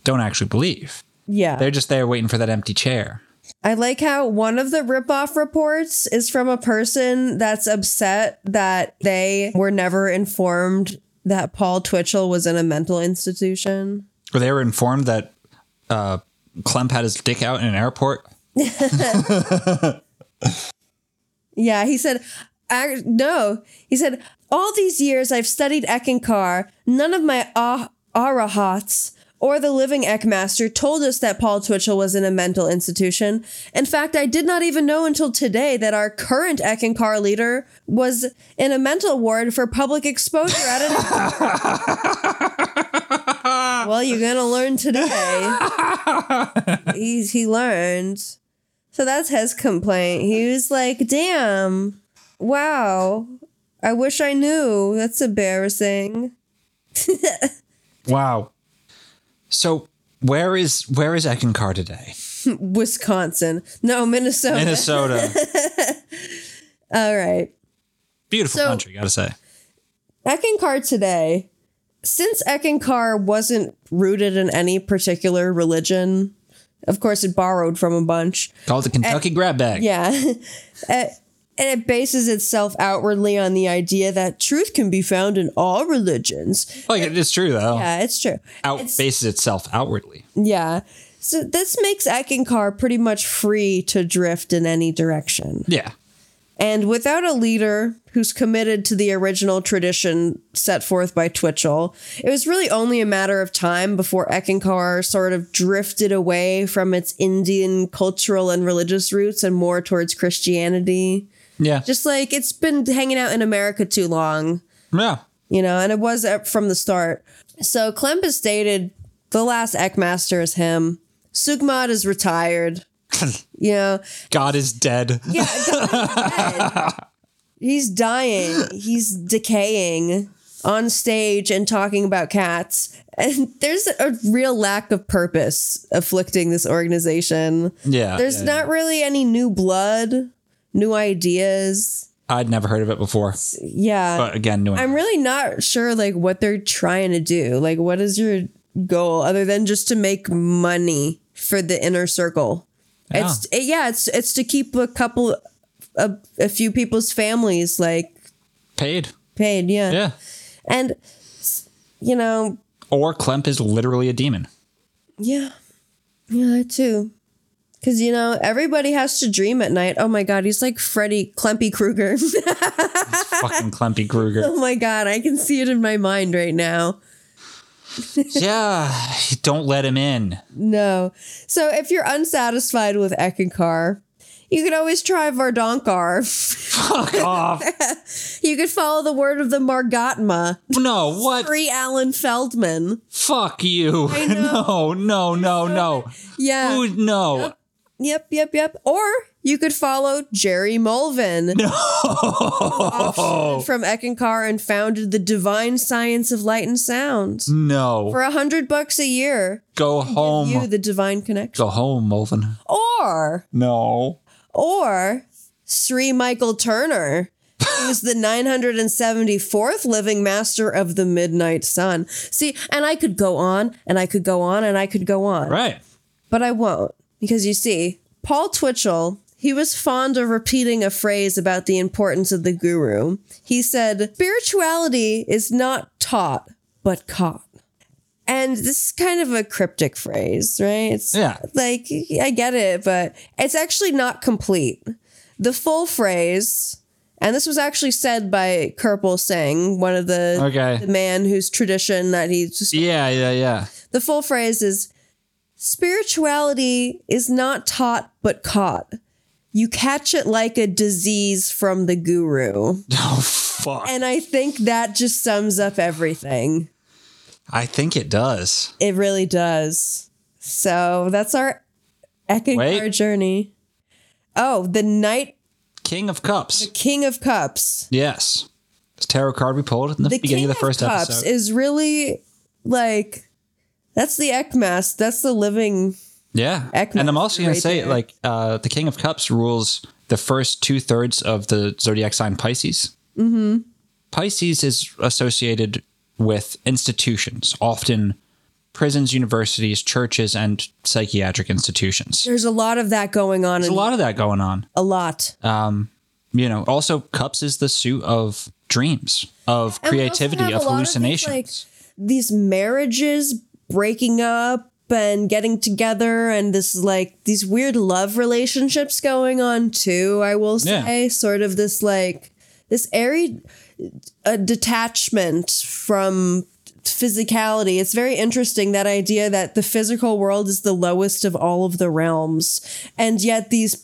[SPEAKER 1] don't actually believe.
[SPEAKER 2] yeah.
[SPEAKER 1] They're just there waiting for that empty chair.
[SPEAKER 2] I like how one of the ripoff reports is from a person that's upset that they were never informed that Paul Twitchell was in a mental institution.
[SPEAKER 1] Or they were informed that uh, Clemp had his dick out in an airport.
[SPEAKER 2] Yeah, he said, I, no, he said, all these years I've studied Ekankar, none of my ah, arahats or the living Ekmaster told us that Paul Twitchell was in a mental institution. In fact, I did not even know until today that our current Ekankar leader was in a mental ward for public exposure at an. well, you're going to learn today. He's, he learned. So that's his complaint. He was like, damn, wow, I wish I knew. That's embarrassing.
[SPEAKER 1] Wow. So where is where is Eckankar
[SPEAKER 2] [laughs]
[SPEAKER 1] today?
[SPEAKER 2] Wisconsin. No, Minnesota.
[SPEAKER 1] Minnesota.
[SPEAKER 2] [laughs] All right.
[SPEAKER 1] Beautiful
[SPEAKER 2] So-
[SPEAKER 1] country, gotta say.
[SPEAKER 2] Eckankar today. Since Eckankar wasn't rooted in any particular religion, of course, it borrowed from a bunch.
[SPEAKER 1] Called the Kentucky Grab Bag.
[SPEAKER 2] Yeah. [laughs] Uh, and it bases itself outwardly on the idea that truth can be found in all religions.
[SPEAKER 1] Like it is true though.
[SPEAKER 2] Yeah, it's Mm. true.
[SPEAKER 1] Out bases itself outwardly.
[SPEAKER 2] Yeah. So this makes Eckankar pretty much free to drift in any direction.
[SPEAKER 1] Yeah.
[SPEAKER 2] And without a leader who's committed to the original tradition set forth by Twitchell, it was really only a matter of time before Eckankar sort of drifted away from its Indian cultural and religious roots and more towards Christianity.
[SPEAKER 1] Yeah.
[SPEAKER 2] Just like it's been hanging out in America too long.
[SPEAKER 1] yeah.
[SPEAKER 2] you know, and it was uh, from the start. So Klemp is dated. The last Eckmaster is him. Sugmod is
[SPEAKER 1] [laughs]
[SPEAKER 2] retired. you know,
[SPEAKER 1] God is dead.
[SPEAKER 2] yeah, God is dead. he's dying. He's decaying on stage and talking about cats. And [laughs] there's a real lack of purpose afflicting this organization.
[SPEAKER 1] [laughs] Yeah,
[SPEAKER 2] There's
[SPEAKER 1] yeah,
[SPEAKER 2] not really any new blood, new ideas.
[SPEAKER 1] I'd never heard of it before.
[SPEAKER 2] Yeah.
[SPEAKER 1] But again, New
[SPEAKER 2] I'm really not sure like what they're trying to do. Like what is your goal other than just to make money for the inner circle?
[SPEAKER 1] Yeah.
[SPEAKER 2] It's it- yeah, it's it's to keep a couple a, a few people's families like
[SPEAKER 1] paid.
[SPEAKER 2] paid, yeah.
[SPEAKER 1] Yeah.
[SPEAKER 2] And you know,
[SPEAKER 1] Or Klemp is literally a
[SPEAKER 2] [laughs]
[SPEAKER 1] demon.
[SPEAKER 2] yeah. Yeah, that too. Cause you know, everybody has to dream at night. Oh my god, he's like Freddy Klempy Krueger. [laughs]
[SPEAKER 1] Fucking Klempy Kruger.
[SPEAKER 2] oh my god, I can see it in my mind right now.
[SPEAKER 1] yeah. Don't let him in.
[SPEAKER 2] No. So if you're unsatisfied with Ekankar, you can always try Vardonkar.
[SPEAKER 1] Fuck off.
[SPEAKER 2] [laughs] You could follow the word of the Margatma.
[SPEAKER 1] No, what?
[SPEAKER 2] Free Alan Feldman.
[SPEAKER 1] Fuck you. [laughs] No, no, no, no.
[SPEAKER 2] Yeah.
[SPEAKER 1] Who- no.
[SPEAKER 2] Yep, yep, yep. Or you could follow Jerry
[SPEAKER 1] [laughs]
[SPEAKER 2] Mulvin.
[SPEAKER 1] No.
[SPEAKER 2] From Ekankar and founded the Divine Science of Light and Sound.
[SPEAKER 1] No.
[SPEAKER 2] For a hundred bucks a year,
[SPEAKER 1] Go
[SPEAKER 2] you
[SPEAKER 1] home.
[SPEAKER 2] the divine connection.
[SPEAKER 1] Go home, Mulvin.
[SPEAKER 2] Or
[SPEAKER 1] No.
[SPEAKER 2] or Sri Michael Turner, who's the 974th living master of the Midnight Sun. See, and I could go on and I could go on and I could go on,
[SPEAKER 1] Right.
[SPEAKER 2] but I won't because you see, Paul Twitchell. He was fond of repeating a phrase about the importance of the guru. He said, Spirituality is not taught, but caught. And this is kind of a cryptic phrase, right? It's
[SPEAKER 1] Yeah.
[SPEAKER 2] like I get it, but it's actually not complete. The full phrase, and this was actually said by Kirpal Singh, one of the,
[SPEAKER 1] Okay.
[SPEAKER 2] the man whose tradition that he just
[SPEAKER 1] Yeah, yeah, yeah. [laughs]
[SPEAKER 2] the full phrase is spirituality is not taught but caught. You catch it like a disease from the guru.
[SPEAKER 1] Oh, fuck.
[SPEAKER 2] And I think that just sums up everything.
[SPEAKER 1] I think it does.
[SPEAKER 2] It really does. So that's our Ekankar
[SPEAKER 1] Wait.
[SPEAKER 2] journey. Oh, the Knight
[SPEAKER 1] King of Cups.
[SPEAKER 2] King of Cups.
[SPEAKER 1] Yes. It's a tarot card we pulled in the,
[SPEAKER 2] The
[SPEAKER 1] beginning
[SPEAKER 2] King
[SPEAKER 1] of the first
[SPEAKER 2] Cups
[SPEAKER 1] episode.
[SPEAKER 2] is really like that's the Ekmas. That's the living.
[SPEAKER 1] yeah.
[SPEAKER 2] Ekman
[SPEAKER 1] and I'm also going
[SPEAKER 2] right
[SPEAKER 1] to say,
[SPEAKER 2] there.
[SPEAKER 1] like, uh, the King of Cups rules the first two thirds of the zodiac sign Pisces.
[SPEAKER 2] hmm
[SPEAKER 1] Pisces is associated with institutions, often prisons, universities, churches, and psychiatric institutions.
[SPEAKER 2] There's a lot of that going on.
[SPEAKER 1] There's a
[SPEAKER 2] in-
[SPEAKER 1] lot of that going on.
[SPEAKER 2] a lot.
[SPEAKER 1] Um, you know, also cups is the suit of dreams, of
[SPEAKER 2] And we also
[SPEAKER 1] creativity,
[SPEAKER 2] have
[SPEAKER 1] of
[SPEAKER 2] a lot these,
[SPEAKER 1] hallucination.
[SPEAKER 2] like these marriages breaking up and getting together, and this like these weird love relationships going on too. I will
[SPEAKER 1] Yeah.
[SPEAKER 2] say, sort of this like this airy uh, detachment from physicality. It's very interesting that idea that the physical world is the lowest of all of the realms, and yet these.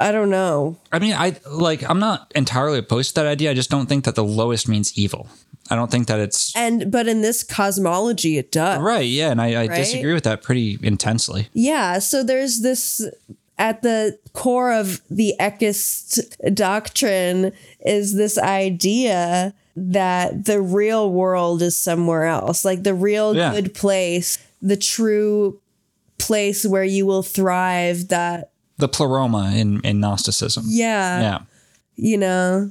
[SPEAKER 2] I don't know.
[SPEAKER 1] I mean, I like I'm not entirely opposed to that idea. I just don't think that the lowest means evil. I don't think that it's
[SPEAKER 2] And but in this cosmology it does.
[SPEAKER 1] right. Yeah, and I, I
[SPEAKER 2] Right?
[SPEAKER 1] disagree with that pretty intensely.
[SPEAKER 2] Yeah, so there's this at the core of the Ekist doctrine is this idea that the real world is somewhere else, like the real
[SPEAKER 1] Yeah.
[SPEAKER 2] good place, the true place where you will thrive. That
[SPEAKER 1] The pleroma in in Gnosticism.
[SPEAKER 2] yeah,
[SPEAKER 1] yeah.
[SPEAKER 2] you know,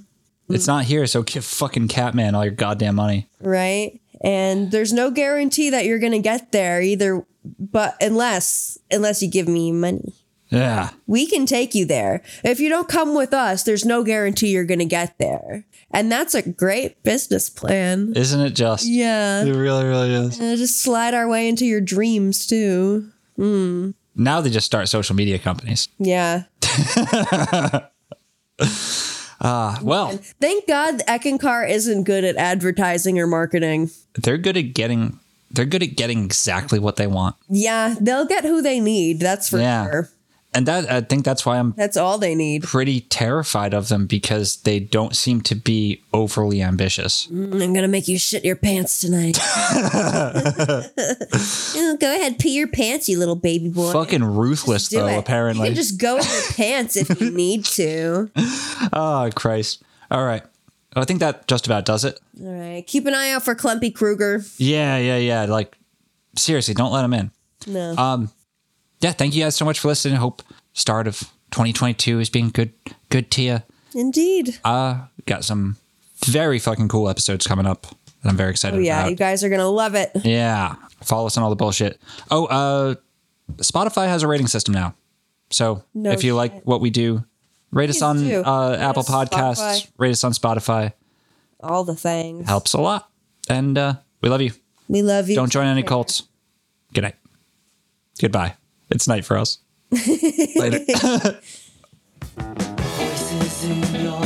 [SPEAKER 1] It's not here, so give fucking Catman all your goddamn money.
[SPEAKER 2] right? And there's no guarantee that you're gonna get there either, but unless unless you give me money.
[SPEAKER 1] Yeah.
[SPEAKER 2] we can take you there. If you don't come with us, there's no guarantee you're going to get there. And that's a great business plan.
[SPEAKER 1] Isn't it just?
[SPEAKER 2] Yeah.
[SPEAKER 1] It really, really is.
[SPEAKER 2] And just slide our way into your dreams too. Mm.
[SPEAKER 1] Now they just start social media companies.
[SPEAKER 2] Yeah.
[SPEAKER 1] Ah, well,
[SPEAKER 2] Thank God Ekankar isn't good at advertising or marketing.
[SPEAKER 1] they're good at getting they're good at getting exactly what they want.
[SPEAKER 2] Yeah, they'll get who they need. That's for
[SPEAKER 1] Yeah.
[SPEAKER 2] sure.
[SPEAKER 1] And that I think that's why I'm
[SPEAKER 2] That's all they need.
[SPEAKER 1] pretty terrified of them because they don't seem to be overly ambitious.
[SPEAKER 2] Mm, I'm gonna make you shit your pants tonight. Oh, go ahead, pee your pants, you little baby boy.
[SPEAKER 1] Fucking ruthless
[SPEAKER 2] Do
[SPEAKER 1] though,
[SPEAKER 2] it.
[SPEAKER 1] oh, apparently.
[SPEAKER 2] you can just go in your pants if you need to.
[SPEAKER 1] oh Christ! All right, I think that just about does it.
[SPEAKER 2] All right, keep an eye out for Clumpy Kruger.
[SPEAKER 1] Yeah, yeah, yeah. Like seriously, don't let them in.
[SPEAKER 2] No,
[SPEAKER 1] Um, yeah, thank you guys so much for listening. Hope start of 2022 is being good, good to you.
[SPEAKER 2] indeed.
[SPEAKER 1] Uh, got some very fucking cool episodes coming up that I'm very excited
[SPEAKER 2] Oh yeah,
[SPEAKER 1] about.
[SPEAKER 2] you guys are gonna love it.
[SPEAKER 1] Yeah. Follow us on all the bullshit. Oh, uh Spotify has a rating system now. So
[SPEAKER 2] No
[SPEAKER 1] if you like what we do, rate us
[SPEAKER 2] Please
[SPEAKER 1] on
[SPEAKER 2] do.
[SPEAKER 1] uh,
[SPEAKER 2] Rate
[SPEAKER 1] Apple
[SPEAKER 2] us on
[SPEAKER 1] Podcasts,
[SPEAKER 2] Spotify.
[SPEAKER 1] rate us on Spotify.
[SPEAKER 2] All the things.
[SPEAKER 1] Helps a lot. And uh we love you.
[SPEAKER 2] We love you.
[SPEAKER 1] Don't join any cults. Good night. Goodbye. It's [laughs] night for us. Later.
[SPEAKER 4] Voices in your